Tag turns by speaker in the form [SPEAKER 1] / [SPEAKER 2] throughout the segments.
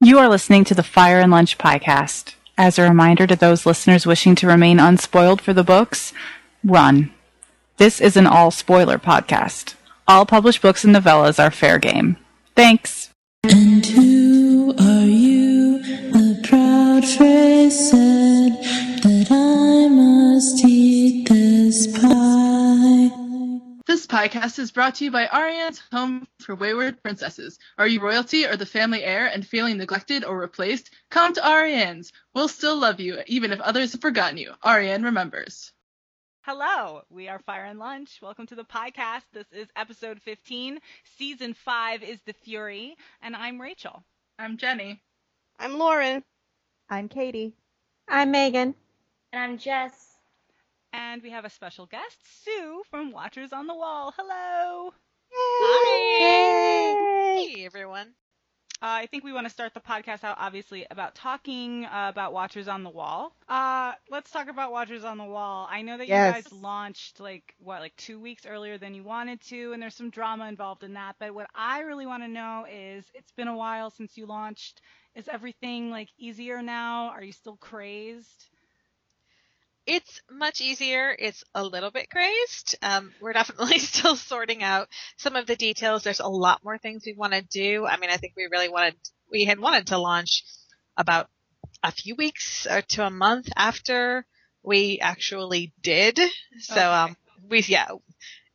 [SPEAKER 1] You are listening to the Fire and Lunch podcast. As a reminder to those listeners wishing to remain unspoiled for the books, run. This is an all spoiler podcast. All published books and novellas are fair game. Thanks.
[SPEAKER 2] And who are you? A proud phrase said that I must eat this pie.
[SPEAKER 3] This podcast is brought to you by Ariane's Home for Wayward Princesses. Are you royalty or the family heir and feeling neglected or replaced? Come to Ariane's. We'll still love you, even if others have forgotten you. Ariane remembers.
[SPEAKER 4] Hello, we are Fire and Lunch. Welcome to the podcast. This is episode 15. Season 5 is The Fury, and I'm Rachel.
[SPEAKER 3] I'm Jenny.
[SPEAKER 5] I'm Lauren.
[SPEAKER 6] I'm Katie.
[SPEAKER 7] I'm Megan.
[SPEAKER 8] And I'm Jess.
[SPEAKER 4] And we have a special guest, Sue from Watchers on the Wall. Hello.
[SPEAKER 5] Hi. Hey, everyone.
[SPEAKER 4] Uh, I think we want to start the podcast out, obviously, about talking uh, about Watchers on the Wall. Uh, let's talk about Watchers on the Wall. I know that you
[SPEAKER 6] Yes.
[SPEAKER 4] guys launched like what, like two weeks earlier than you wanted to, and there's some drama involved in that. But what I really want to know is, it's been a while since you launched. Is everything like easier now? Are you still crazed?
[SPEAKER 5] It's much easier. It's a little bit crazed. Um, we're definitely still sorting out some of the details. There's a lot more things we want to do. I mean, I think we really wanted, we had wanted to launch about a few weeks or to a month after we actually did. So,
[SPEAKER 4] Okay.
[SPEAKER 5] um, we, yeah,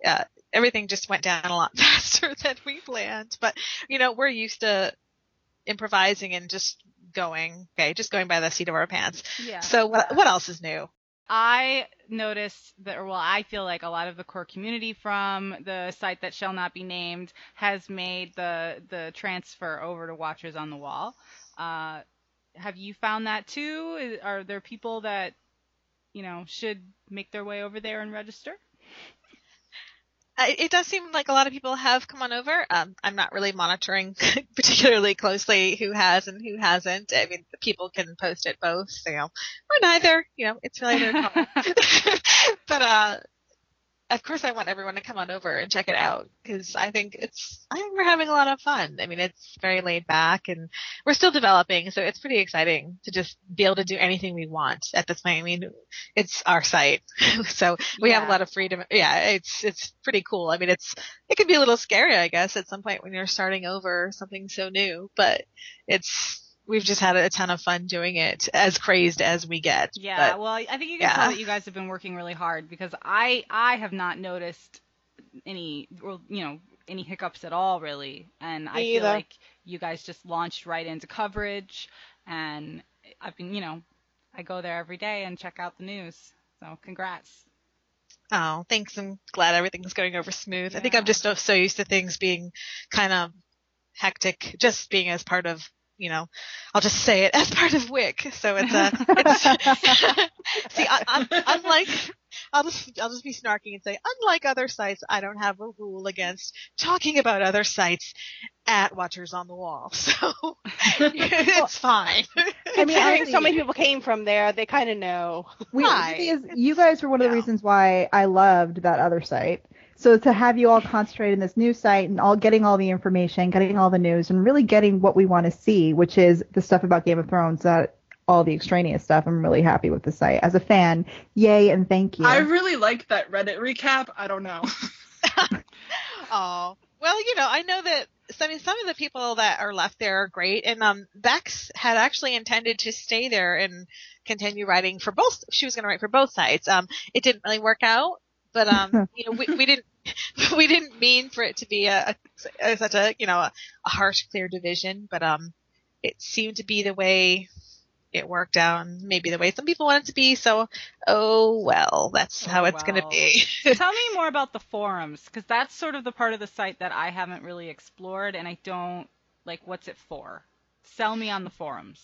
[SPEAKER 5] uh, everything just went down a lot faster than we planned. But, you know, we're used to improvising and just going, okay, just going by the seat of our pants.
[SPEAKER 4] Yeah.
[SPEAKER 5] So what, what else is new?
[SPEAKER 4] I noticed that, or well, I feel like a lot of the core community from the site that shall not be named has made the the transfer over to Watchers on the Wall. Uh, have you found that too? Is- Are there people that you know should make their way over there and register?
[SPEAKER 5] I- Uh, It does seem like a lot of people have come on over. Um, I'm not really monitoring particularly closely who has and who hasn't. I mean, the people can post it both, you know, or neither. You know, it's really their call. but uh, of course, I want everyone to come on over and check it out because I think it's. I think we're having a lot of fun. I mean, it's very laid back, and we're still developing, so it's pretty exciting to just be able to do anything we want at this point. I mean, it's our site, so we have
[SPEAKER 4] Yeah.
[SPEAKER 5] a lot of freedom. Yeah, it's it's pretty cool. I mean, it's it can be a little scary, I guess, at some point when you're starting over something so new, but it's. We've just had a ton of fun doing it, as crazed as we get.
[SPEAKER 4] Yeah,
[SPEAKER 5] but-
[SPEAKER 4] well, I think you can
[SPEAKER 5] yeah.
[SPEAKER 4] tell that you guys have been working really hard because I I have not noticed any or you know any hiccups at all really, and I
[SPEAKER 5] Me
[SPEAKER 4] feel
[SPEAKER 5] either.
[SPEAKER 4] like you guys just launched right into coverage, and I've been you know I go there every day and check out the news, so congrats.
[SPEAKER 5] Oh, thanks. I'm glad everything's going over smooth. I think
[SPEAKER 4] Yeah.
[SPEAKER 5] I'm just so, so used to things being kind of hectic, just being as part of, you know, I'll just say it as part of WIC. So it's uh it's, see, I, I'm, unlike, I'll just, I'll just be snarky and say, unlike other sites, I don't have a rule against talking about other sites at Watchers on the Wall. So it's fine.
[SPEAKER 6] I mean,
[SPEAKER 5] Considering
[SPEAKER 6] honestly,
[SPEAKER 5] so
[SPEAKER 9] so many people came from there, they kind of know.
[SPEAKER 6] we,
[SPEAKER 5] Why?
[SPEAKER 6] the thing is, you guys were one of the
[SPEAKER 5] No.
[SPEAKER 6] reasons why I loved that other site. So to have you all concentrate in this new site and all getting all the information, getting all the news, and really getting what we want to see, which is the stuff about Game of Thrones, not all the extraneous stuff. I'm really happy with the site. As a fan, yay and thank you.
[SPEAKER 3] I really like that Reddit recap. I don't know.
[SPEAKER 5] Oh well, you know, I know that. I mean, some of the people that are left there are great, and um, Bex had actually intended to stay there and continue writing for both. She was going to write for both sides. Um, it didn't really work out, but um, you know, we, we didn't we didn't mean for it to be a, a such a you know a, a harsh, clear division, but um, it seemed to be the way it worked out, and maybe the way some people want it to be. So, oh well, that's
[SPEAKER 4] Oh,
[SPEAKER 5] how it's going to
[SPEAKER 4] well.
[SPEAKER 5] be.
[SPEAKER 4] Tell me more about the forums because that's sort of the part of the site that I haven't really explored, and I don't like what's it for. Sell me on the forums.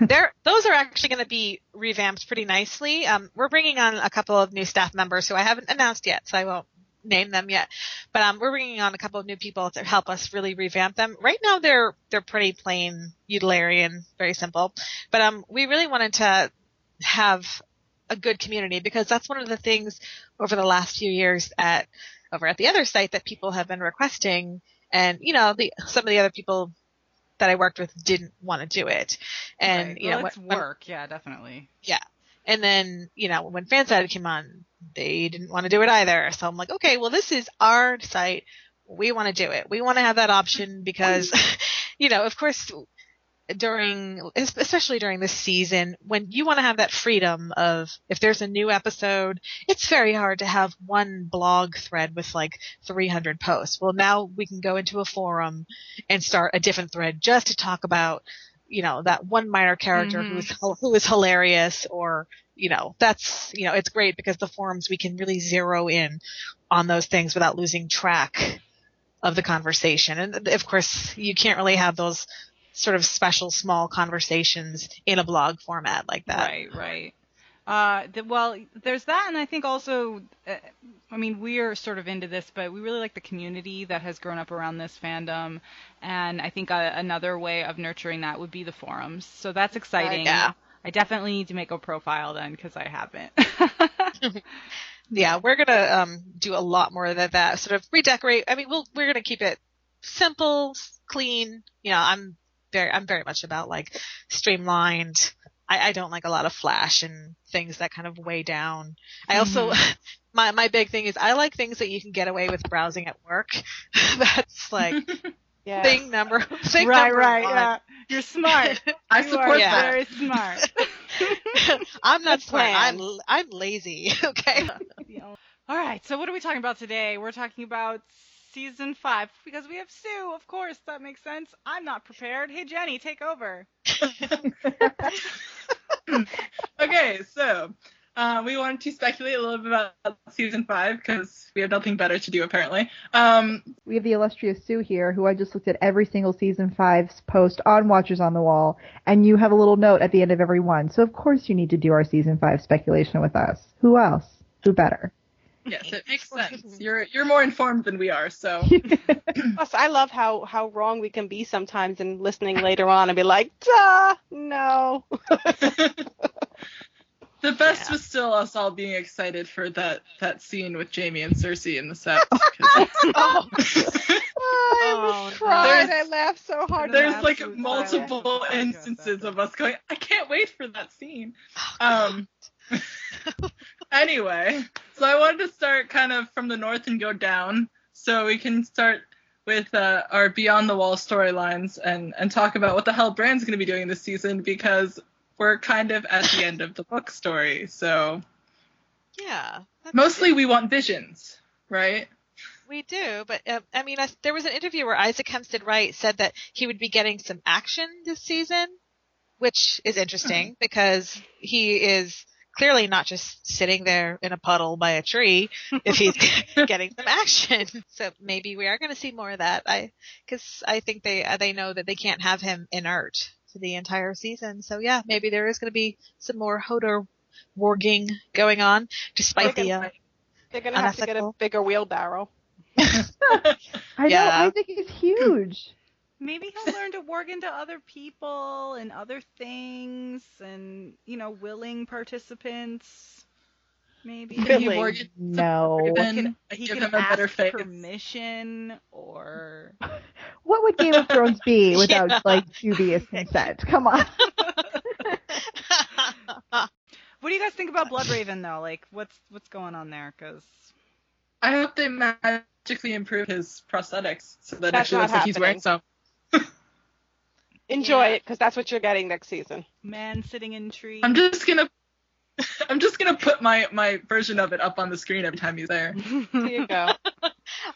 [SPEAKER 5] They're, those are actually going to be revamped pretty nicely. Um, we're bringing on a couple of new staff members who I haven't announced yet, so I won't name them yet. But um, we're bringing on a couple of new people to help us really revamp them. Right now, they're they're pretty plain utilitarian, very simple. But um, we really wanted to have a good community because that's one of the things over the last few years at over at the other site that people have been requesting, and you know, the some of the other people that I worked with didn't want to do it, and
[SPEAKER 10] Right.
[SPEAKER 5] you
[SPEAKER 10] well,
[SPEAKER 5] know,
[SPEAKER 10] it's
[SPEAKER 5] when- when-
[SPEAKER 10] work. Yeah, definitely.
[SPEAKER 5] and then you know when FanSided came on, they didn't want to do it either. So I'm like, okay, well this is our site. We want to do it. We want to have that option because, you know, of course, during especially during this season when you want to have that freedom of if there's a new episode, it's very hard to have one blog thread with like 300 posts. Well, now we can go into a forum and start a different thread just to talk about you know that one minor character
[SPEAKER 10] Mhm.
[SPEAKER 5] who's who is hilarious or you know that's you know it's great because the forums we can really zero in on those things without losing track of the conversation and of course you can't really have those sort of special small conversations in a blog format like that
[SPEAKER 10] Right, right. Uh, the, well, there's that, and I think also, uh, I mean, we are sort of into this, but we really like the community that has grown up around this fandom, and I think uh, another way of nurturing that would be the forums. So that's exciting.
[SPEAKER 5] yeah.
[SPEAKER 10] I definitely need to make a profile then because I haven't.
[SPEAKER 5] yeah we're gonna um, do a lot more of that, that sort of redecorate i mean we'll, we're gonna keep it simple s- clean you know i'm very i'm very much about like streamlined i, I don't like a lot of flash and things that kind of weigh down i also my, my big thing is i like things that you can get away with browsing at work that's like
[SPEAKER 9] Yeah.
[SPEAKER 5] thing number thing
[SPEAKER 10] right,
[SPEAKER 5] number
[SPEAKER 10] right.
[SPEAKER 5] one.
[SPEAKER 10] Yeah, you're smart.
[SPEAKER 3] I
[SPEAKER 10] you
[SPEAKER 3] support
[SPEAKER 10] are
[SPEAKER 5] yeah.
[SPEAKER 3] that.
[SPEAKER 10] very smart.
[SPEAKER 5] I'm not
[SPEAKER 9] Good
[SPEAKER 5] smart. I'm
[SPEAKER 9] plan.
[SPEAKER 5] l- I'm lazy. Okay.
[SPEAKER 10] All right, so what are we talking about today? We're talking about season five because we have Sue, of course. That makes sense. I'm not prepared. Hey, Jenny, take over.
[SPEAKER 3] Okay, so uh, we wanted to speculate a little bit about season five because we have nothing better to do apparently. Um,
[SPEAKER 6] We have the illustrious Sue here, who I just looked at every single season five's post on Watchers on the Wall, and you have a little note at the end of every one. So of course you need to do our season five speculation with us. Who else? Who better?
[SPEAKER 3] yes, it makes sense. You're you're more informed than we are, so
[SPEAKER 9] Plus, I love how how wrong we can be sometimes, and listening later on and be like, duh, no.
[SPEAKER 3] the best was still us all being excited for that that scene with Jamie and Cersei in the set. 'cause
[SPEAKER 9] oh, I
[SPEAKER 5] Oh,
[SPEAKER 9] was
[SPEAKER 5] no.
[SPEAKER 9] crying. I
[SPEAKER 3] There's-
[SPEAKER 9] laughed so hard.
[SPEAKER 3] There's
[SPEAKER 9] at
[SPEAKER 3] like
[SPEAKER 9] that.
[SPEAKER 3] multiple instances of us going, I can't wait for that scene. Um, anyway, so I wanted to start kind of from the north and go down, so we can start with uh, our Beyond the Wall storylines and and talk about what the hell Brand's going to be doing this season because we're kind of at the end of the book story. So
[SPEAKER 5] yeah. that's-
[SPEAKER 3] mostly we want visions, right?
[SPEAKER 5] we do, but um, I mean, I, there was an interview where Isaac Hempstead Wright said that he would be getting some action this season, which is interesting because he is clearly not just sitting there in a puddle by a tree if he's getting some action. So maybe we are going to see more of that. I because I think they uh, they know that they can't have him inert for the entire season. So yeah, maybe there is going to be some more Hodor warging going on, despite the uh,
[SPEAKER 9] They're gonna have to get a
[SPEAKER 5] unethical.
[SPEAKER 9] bigger wheelbarrow.
[SPEAKER 6] I know
[SPEAKER 5] Yeah.
[SPEAKER 6] Isaac is huge.
[SPEAKER 10] Maybe he'll learn to work into other people and other things and, you know, willing participants. Maybe
[SPEAKER 3] Can he
[SPEAKER 9] Billy.
[SPEAKER 3] work it-
[SPEAKER 6] No.
[SPEAKER 10] He can,
[SPEAKER 3] Then
[SPEAKER 10] he
[SPEAKER 3] give
[SPEAKER 10] can
[SPEAKER 3] him a
[SPEAKER 10] ask
[SPEAKER 3] better face.
[SPEAKER 10] permission or
[SPEAKER 6] What would Game of Thrones be without
[SPEAKER 5] Yeah.
[SPEAKER 6] like dubious consent? Come on.
[SPEAKER 5] uh,
[SPEAKER 10] what do you guys think about Blood Raven though? Like what's what's going on there? Because
[SPEAKER 3] I hope they magically improve his prosthetics so that it
[SPEAKER 9] That's
[SPEAKER 3] actually
[SPEAKER 9] not
[SPEAKER 3] looks like he's wearing some.
[SPEAKER 9] Enjoy
[SPEAKER 5] Yeah.
[SPEAKER 9] it, because that's what you're getting next season.
[SPEAKER 10] man sitting in tree.
[SPEAKER 3] I'm just gonna. I'm just gonna put my my version of it up on the screen every time he's there.
[SPEAKER 9] There you go.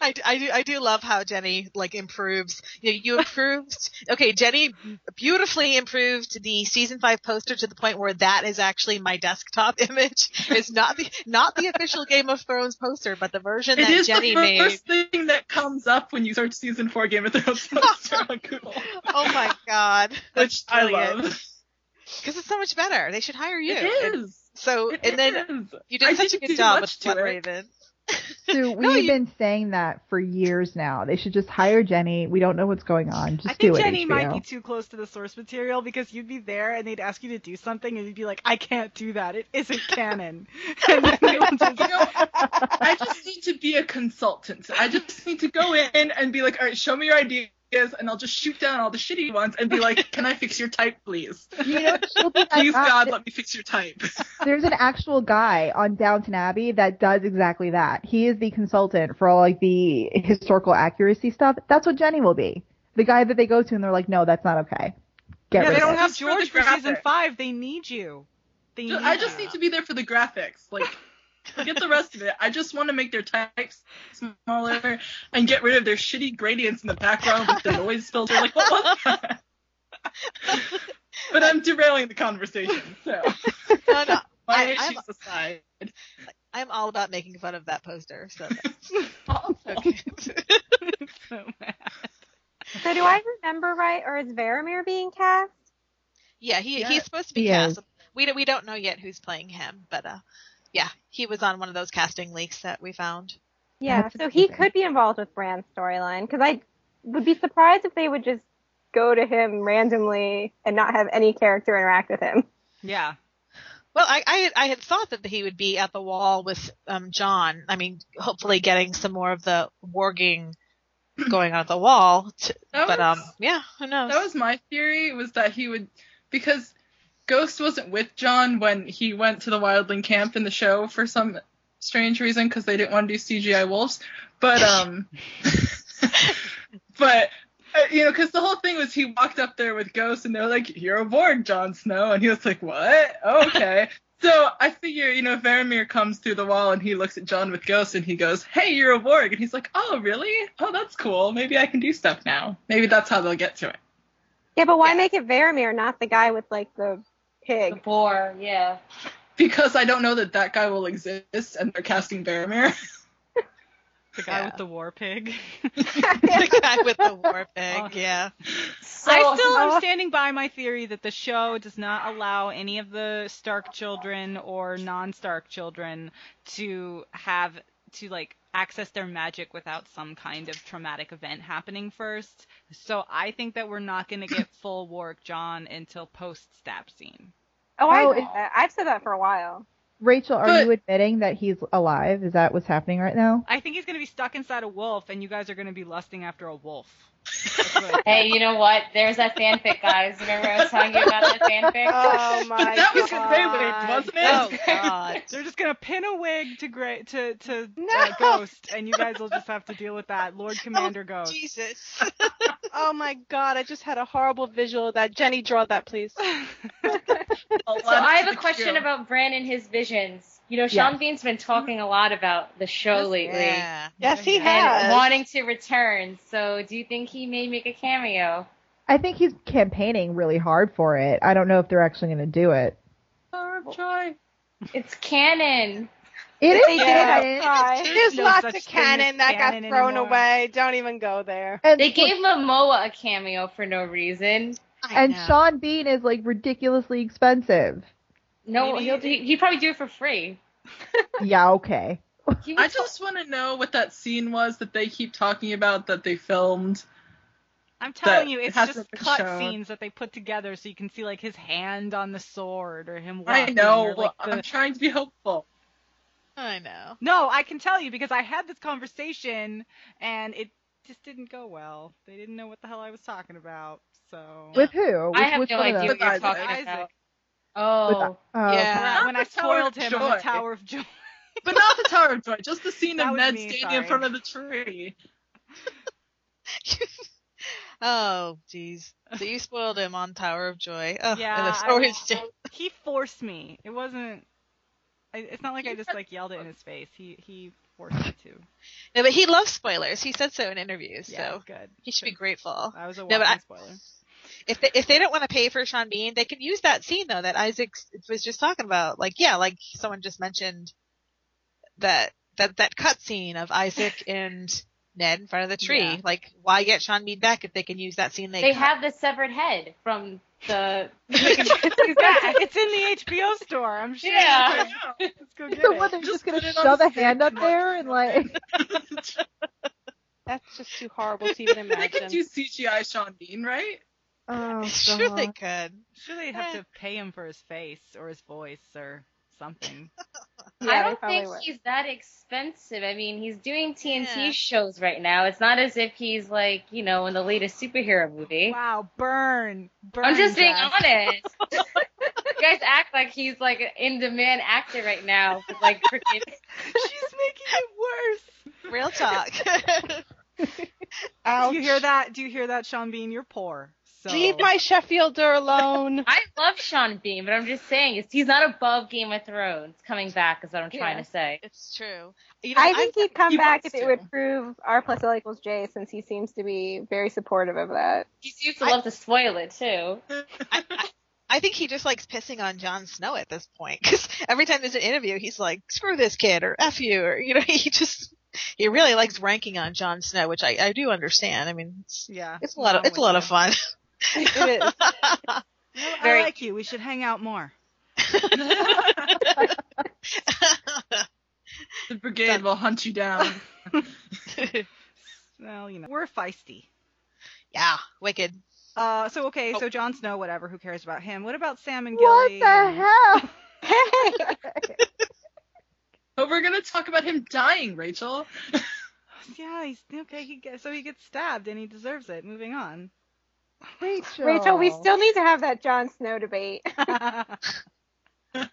[SPEAKER 5] I, d- I do I do love how Jenny like improves. You, you improved. Okay, Jenny beautifully improved the season five poster to the point where that is actually my desktop image. It's not the not the official Game of Thrones poster, but the version
[SPEAKER 3] It
[SPEAKER 5] that
[SPEAKER 3] is
[SPEAKER 5] Jenny
[SPEAKER 3] the
[SPEAKER 5] made.
[SPEAKER 3] first thing that comes up when you search season four Game of Thrones poster on Google,
[SPEAKER 5] Oh my god,
[SPEAKER 3] which I
[SPEAKER 5] brilliant.
[SPEAKER 3] love.
[SPEAKER 5] because it's so much better. They should hire you.
[SPEAKER 3] It
[SPEAKER 5] And
[SPEAKER 3] is.
[SPEAKER 5] so
[SPEAKER 3] It
[SPEAKER 5] and then
[SPEAKER 3] is.
[SPEAKER 5] you did
[SPEAKER 3] I
[SPEAKER 5] such a
[SPEAKER 3] didn't
[SPEAKER 5] good
[SPEAKER 3] do
[SPEAKER 5] job
[SPEAKER 3] much
[SPEAKER 5] with
[SPEAKER 3] to
[SPEAKER 5] Blood
[SPEAKER 3] it.
[SPEAKER 5] Raven.
[SPEAKER 6] Sue, we've
[SPEAKER 5] you-
[SPEAKER 6] been saying that for years now. They should just hire Jenny. We don't know what's going on. Just
[SPEAKER 10] I think
[SPEAKER 6] do it.
[SPEAKER 10] Jenny might
[SPEAKER 6] HBO.
[SPEAKER 10] be too close to the source material because you'd be there and they'd ask you to do something and you'd be like, I can't do that. It isn't canon. and then you'll just
[SPEAKER 3] You know, I just need to be a consultant. I just need to go in and be like, all right, show me your ideas ideas and I'll just shoot down all the shitty ones and be like, can I fix your type, please?
[SPEAKER 6] You know, she'll be like,
[SPEAKER 3] Please,
[SPEAKER 6] "Ah,
[SPEAKER 3] God,
[SPEAKER 6] th-
[SPEAKER 3] let me fix your type.
[SPEAKER 6] there's an actual guy on Downton Abbey that does exactly that. He is the consultant for all like the historical accuracy stuff. That's what Jenny will be. The guy that they go to and they're like, no, that's not okay.
[SPEAKER 3] Yeah,
[SPEAKER 6] Get rid
[SPEAKER 3] they
[SPEAKER 6] of
[SPEAKER 3] don't
[SPEAKER 6] it.
[SPEAKER 3] have
[SPEAKER 10] Hey,
[SPEAKER 3] to
[SPEAKER 10] George for
[SPEAKER 3] photograph
[SPEAKER 10] season
[SPEAKER 3] it.
[SPEAKER 10] five. They need you. They
[SPEAKER 3] Ju-
[SPEAKER 10] need
[SPEAKER 3] I just
[SPEAKER 10] you.
[SPEAKER 3] need to be there for the graphics. Like, forget the rest of it. I just want to make their types smaller and get rid of their shitty gradients in the background with the noise filter. Like, what was that? but I'm derailing the conversation. So,
[SPEAKER 5] No, no,
[SPEAKER 3] my
[SPEAKER 5] I- I'm-
[SPEAKER 3] issues aside,
[SPEAKER 5] uh, I'm all about making fun of that poster. So that's
[SPEAKER 3] okay.
[SPEAKER 5] okay.
[SPEAKER 10] So mad.
[SPEAKER 7] So do I remember right, or is Varamir being cast?
[SPEAKER 5] yeah, he
[SPEAKER 3] Yeah.
[SPEAKER 5] he's supposed to be
[SPEAKER 6] He
[SPEAKER 5] cast. We don't, we don't know yet who's playing him, but uh, yeah, he was on one of those casting leaks that we found.
[SPEAKER 7] Yeah,
[SPEAKER 6] That's
[SPEAKER 7] so he
[SPEAKER 6] amazing.
[SPEAKER 7] could be involved with Brand's storyline because I would be surprised if they would just go to him randomly and not have any character interact with him.
[SPEAKER 10] Yeah.
[SPEAKER 5] Well, I I had, I had thought that he would be at the wall with um John. I mean, hopefully getting some more of the warging going on at the wall. To,
[SPEAKER 3] That
[SPEAKER 5] but
[SPEAKER 3] was-
[SPEAKER 5] um, yeah, who knows?
[SPEAKER 3] That was my theory was that he would because Ghost wasn't with John when he went to the Wildling camp in the show for some strange reason because they didn't want to do CGI wolves, but um, but uh, you know because the whole thing was he walked up there with Ghost and they're like you're aboard Jon Snow and he was like what okay. So I figure, you know, Varamir comes through the wall and he looks at John with Ghost and he goes, "Hey, you're a Borg," and he's like, "Oh, really? Oh, that's cool. Maybe I can do stuff now. Maybe that's how they'll get to it."
[SPEAKER 7] Yeah, but why
[SPEAKER 8] Yeah.
[SPEAKER 7] make it Varamir, not the guy with like the
[SPEAKER 8] The
[SPEAKER 7] pig?
[SPEAKER 8] boar, yeah.
[SPEAKER 3] Because I don't know that that guy will exist, and they're casting Baromir.
[SPEAKER 10] The guy
[SPEAKER 5] Yeah.
[SPEAKER 10] with the war pig.
[SPEAKER 5] the guy with the war pig. Yeah.
[SPEAKER 8] So, uh,
[SPEAKER 10] I still am standing by my theory that the show does not allow any of the Stark children or non-Stark children to have to like access their magic without some kind of traumatic event happening first. So I think that we're not going to get full Warwick John until post stab scene.
[SPEAKER 7] Oh, I
[SPEAKER 6] Oh,
[SPEAKER 7] agree
[SPEAKER 6] it-
[SPEAKER 7] with that. I've said that for a while.
[SPEAKER 6] Rachel, are
[SPEAKER 3] But-
[SPEAKER 6] you admitting that he's alive? Is that what's happening right now?
[SPEAKER 10] I think he's going to be stuck inside a wolf and you guys are going to be lusting after a wolf. That's what I think.
[SPEAKER 8] Hey, you know what? There's that fanfic, guys. Remember I was telling you about that fanfic?
[SPEAKER 9] Oh my
[SPEAKER 3] But that was
[SPEAKER 9] god.
[SPEAKER 3] Greywind, wasn't it?
[SPEAKER 5] Oh God.
[SPEAKER 10] They're just gonna pin a wig to Gray to to
[SPEAKER 9] No.
[SPEAKER 10] uh, Ghost, and you guys will just have to deal with that. Lord
[SPEAKER 3] Oh,
[SPEAKER 10] Commander Ghost.
[SPEAKER 5] Jesus.
[SPEAKER 9] Oh my god, I just had a horrible visual of that. Jenny, draw that, please.
[SPEAKER 8] So I have a question about Bran and his visions. You know, Sean Bean's been talking a lot about the show lately
[SPEAKER 5] Yeah.
[SPEAKER 9] Yes, he
[SPEAKER 8] and
[SPEAKER 9] has.
[SPEAKER 8] wanting to return. So do you think he may make a cameo?
[SPEAKER 6] I think he's campaigning really hard for it. I don't know if they're actually going to do it.
[SPEAKER 3] Troy.
[SPEAKER 8] It's canon.
[SPEAKER 6] It
[SPEAKER 7] If they
[SPEAKER 6] is
[SPEAKER 7] did,
[SPEAKER 6] canon,
[SPEAKER 7] I'd cry.
[SPEAKER 9] There's
[SPEAKER 10] no
[SPEAKER 9] lots
[SPEAKER 10] such
[SPEAKER 9] of
[SPEAKER 10] thing as
[SPEAKER 9] canon that
[SPEAKER 10] canon
[SPEAKER 9] got thrown
[SPEAKER 10] anymore.
[SPEAKER 9] away. Don't even go there.
[SPEAKER 6] and
[SPEAKER 8] They gave Momoa a cameo for no reason.
[SPEAKER 5] I
[SPEAKER 6] and
[SPEAKER 5] know.
[SPEAKER 6] Sean Bean is like ridiculously expensive.
[SPEAKER 8] No,
[SPEAKER 10] Maybe-
[SPEAKER 8] he'll do, he'd probably do it for free.
[SPEAKER 6] Yeah, okay.
[SPEAKER 8] He
[SPEAKER 3] I
[SPEAKER 8] was-
[SPEAKER 3] just want to know what that scene was that they keep talking about that they filmed.
[SPEAKER 10] I'm telling
[SPEAKER 3] that
[SPEAKER 10] you, it's
[SPEAKER 3] hasn't
[SPEAKER 10] just
[SPEAKER 3] been
[SPEAKER 10] cut
[SPEAKER 3] shown.
[SPEAKER 10] scenes that they put together so you can see like his hand on the sword or him.
[SPEAKER 3] I
[SPEAKER 10] walking
[SPEAKER 3] know.
[SPEAKER 10] or, like, the-
[SPEAKER 3] I'm trying to be hopeful.
[SPEAKER 5] I know.
[SPEAKER 10] No, I can tell you because I had this conversation and it just didn't go well. They didn't know what the hell I was talking about. So
[SPEAKER 6] With who? Which,
[SPEAKER 8] I have
[SPEAKER 6] which
[SPEAKER 8] no
[SPEAKER 6] one of
[SPEAKER 8] idea
[SPEAKER 6] those?
[SPEAKER 8] what you're
[SPEAKER 3] With
[SPEAKER 8] talking
[SPEAKER 10] Isaac.
[SPEAKER 8] about. Oh,
[SPEAKER 5] Yeah.
[SPEAKER 6] Oh,
[SPEAKER 10] when, I- when I
[SPEAKER 3] Not the Tower of
[SPEAKER 10] spoiled him on the
[SPEAKER 3] Joy.
[SPEAKER 10] Tower of Joy.
[SPEAKER 3] But not the Tower of Joy. Just the scene
[SPEAKER 10] That
[SPEAKER 3] of
[SPEAKER 10] was
[SPEAKER 3] Ned
[SPEAKER 10] me,
[SPEAKER 3] standing
[SPEAKER 10] sorry.
[SPEAKER 3] in front of the tree.
[SPEAKER 5] oh, jeez. So you spoiled him on Tower of Joy. Oh,
[SPEAKER 10] Yeah,
[SPEAKER 5] it was
[SPEAKER 10] I-
[SPEAKER 5] always just-
[SPEAKER 10] he forced me. It wasn't. I- It's not like I just like yelled it in his face. He he forced me to.
[SPEAKER 5] No, but he loves spoilers. He said so in interviews.
[SPEAKER 10] Yeah,
[SPEAKER 5] So
[SPEAKER 10] good.
[SPEAKER 5] he should be grateful.
[SPEAKER 10] That was a
[SPEAKER 5] but
[SPEAKER 10] walking
[SPEAKER 5] I-
[SPEAKER 10] spoiler.
[SPEAKER 5] If they, if they don't want to pay for Sean Bean, they can use that scene though that Isaac was just talking about. Like yeah, like someone just mentioned that that that cut scene of Isaac and Ned in front of the tree.
[SPEAKER 10] Yeah.
[SPEAKER 5] Like why get Sean Bean back if they can use that scene? They,
[SPEAKER 8] they
[SPEAKER 5] cut?
[SPEAKER 8] have the severed head from the.
[SPEAKER 10] It's- it's in the HBO store. I'm sure.
[SPEAKER 8] Yeah.
[SPEAKER 10] Let's go get
[SPEAKER 6] So what?
[SPEAKER 10] it.
[SPEAKER 6] They're just,
[SPEAKER 3] Just
[SPEAKER 6] gonna
[SPEAKER 3] put it on
[SPEAKER 6] shove
[SPEAKER 3] the
[SPEAKER 6] a hand up
[SPEAKER 3] stick.
[SPEAKER 6] there and like.
[SPEAKER 9] That's just too horrible to even
[SPEAKER 3] they
[SPEAKER 9] imagine.
[SPEAKER 3] could do CGI Sean Bean, right?
[SPEAKER 6] Oh,
[SPEAKER 5] sure they
[SPEAKER 6] God.
[SPEAKER 5] could.
[SPEAKER 10] Sure, they have to pay him for his face or his voice or something.
[SPEAKER 7] Yeah,
[SPEAKER 8] I
[SPEAKER 7] they
[SPEAKER 8] don't
[SPEAKER 7] probably
[SPEAKER 8] think
[SPEAKER 7] would.
[SPEAKER 8] he's that expensive. I mean, he's doing TNT
[SPEAKER 5] Yeah.
[SPEAKER 8] shows right now. It's not as if he's like, you know, in the latest superhero movie.
[SPEAKER 10] Wow, burn, burn.
[SPEAKER 8] I'm just being
[SPEAKER 10] Jeff.
[SPEAKER 8] honest. you guys act like he's like an in-demand actor right now. with, Like freaking
[SPEAKER 10] She's making it worse.
[SPEAKER 5] Real talk.
[SPEAKER 10] Do you hear that? Do you hear that, Sean Bean? You're poor. So
[SPEAKER 9] Leave my Sheffielder alone.
[SPEAKER 8] I love Sean Bean, but I'm just saying it's, he's not above Game of Thrones coming back, is what I'm trying
[SPEAKER 5] Yeah.
[SPEAKER 8] to say.
[SPEAKER 5] it's true. You know,
[SPEAKER 7] I think he'd come
[SPEAKER 5] he
[SPEAKER 7] back if
[SPEAKER 5] wants
[SPEAKER 7] it
[SPEAKER 5] to.
[SPEAKER 7] would prove R plus L equals J, since he seems to be very supportive of that.
[SPEAKER 8] He used to love to spoil it too.
[SPEAKER 5] I, I, I think he just likes pissing on Jon Snow at this point because every time there's an interview, he's like, "Screw this kid" or "F you" or you know, he just he really likes ranking on Jon Snow, which I, I do understand. I mean, it's,
[SPEAKER 10] yeah,
[SPEAKER 5] it's a lot of
[SPEAKER 10] I'm
[SPEAKER 5] it's a
[SPEAKER 10] with
[SPEAKER 5] lot
[SPEAKER 10] you.
[SPEAKER 5] of fun.
[SPEAKER 9] It is.
[SPEAKER 10] No, I
[SPEAKER 8] Very-
[SPEAKER 10] like you. We should hang out more.
[SPEAKER 3] The brigade will hunt you down.
[SPEAKER 10] Well, you know, we're feisty.
[SPEAKER 5] yeah, wicked.
[SPEAKER 10] Uh, so okay,
[SPEAKER 5] Oh.
[SPEAKER 10] so Jon Snow, whatever. Who cares about him? What about Sam and
[SPEAKER 7] What
[SPEAKER 10] Gilly?
[SPEAKER 7] the hell? Hey,
[SPEAKER 3] But we're gonna talk about him dying, Rachel.
[SPEAKER 10] Yeah, he's okay. He gets, so he gets stabbed and he deserves it. Moving on.
[SPEAKER 6] Rachel.
[SPEAKER 7] Rachel, we still need to have that Jon Snow debate.
[SPEAKER 10] uh,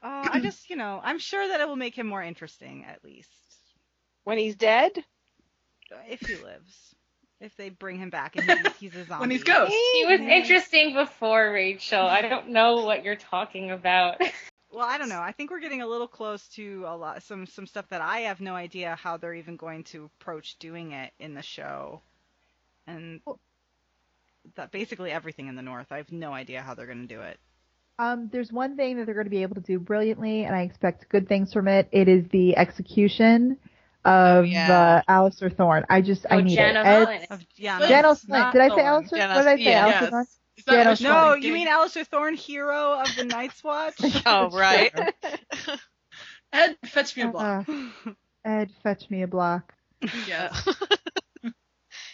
[SPEAKER 10] I just, you know, I'm sure that it will make him more interesting at least
[SPEAKER 9] when he's dead,
[SPEAKER 10] if he lives. If they bring him back and he's, he's a zombie.
[SPEAKER 3] When he's ghost.
[SPEAKER 8] He was interesting before Rachel. I don't know what you're talking about.
[SPEAKER 10] Well, I don't know. I think we're getting a little close to a lot some some stuff that I have no idea how they're even going to approach doing it in the show, and that basically everything in the North. I have no idea how they're going to do it.
[SPEAKER 6] Um, there's one thing that they're going to be able to do brilliantly, and I expect good things from it. It is the execution of
[SPEAKER 5] Oh, yeah.
[SPEAKER 6] uh, Alistair Thorne. I just
[SPEAKER 8] Oh,
[SPEAKER 6] I need
[SPEAKER 8] Jenna
[SPEAKER 6] it.
[SPEAKER 8] Mullins.
[SPEAKER 10] Of Gianna.
[SPEAKER 3] But-
[SPEAKER 6] Jen
[SPEAKER 3] Jenna-
[SPEAKER 6] O'Slint. Did I say
[SPEAKER 3] Thorne.
[SPEAKER 6] Alistair?
[SPEAKER 5] Jen
[SPEAKER 6] What did I say?
[SPEAKER 5] O'Slint.
[SPEAKER 6] Alistair Thorne?
[SPEAKER 3] Yes. Is that
[SPEAKER 6] Yeah,
[SPEAKER 3] what
[SPEAKER 6] no,
[SPEAKER 3] you're
[SPEAKER 10] no,
[SPEAKER 3] thinking?
[SPEAKER 10] you mean Alistair Thorne, hero of the Night's Watch?
[SPEAKER 5] Oh right.
[SPEAKER 3] Ed, fetch me a block.
[SPEAKER 6] Uh, Ed, fetch me a block.
[SPEAKER 3] yes.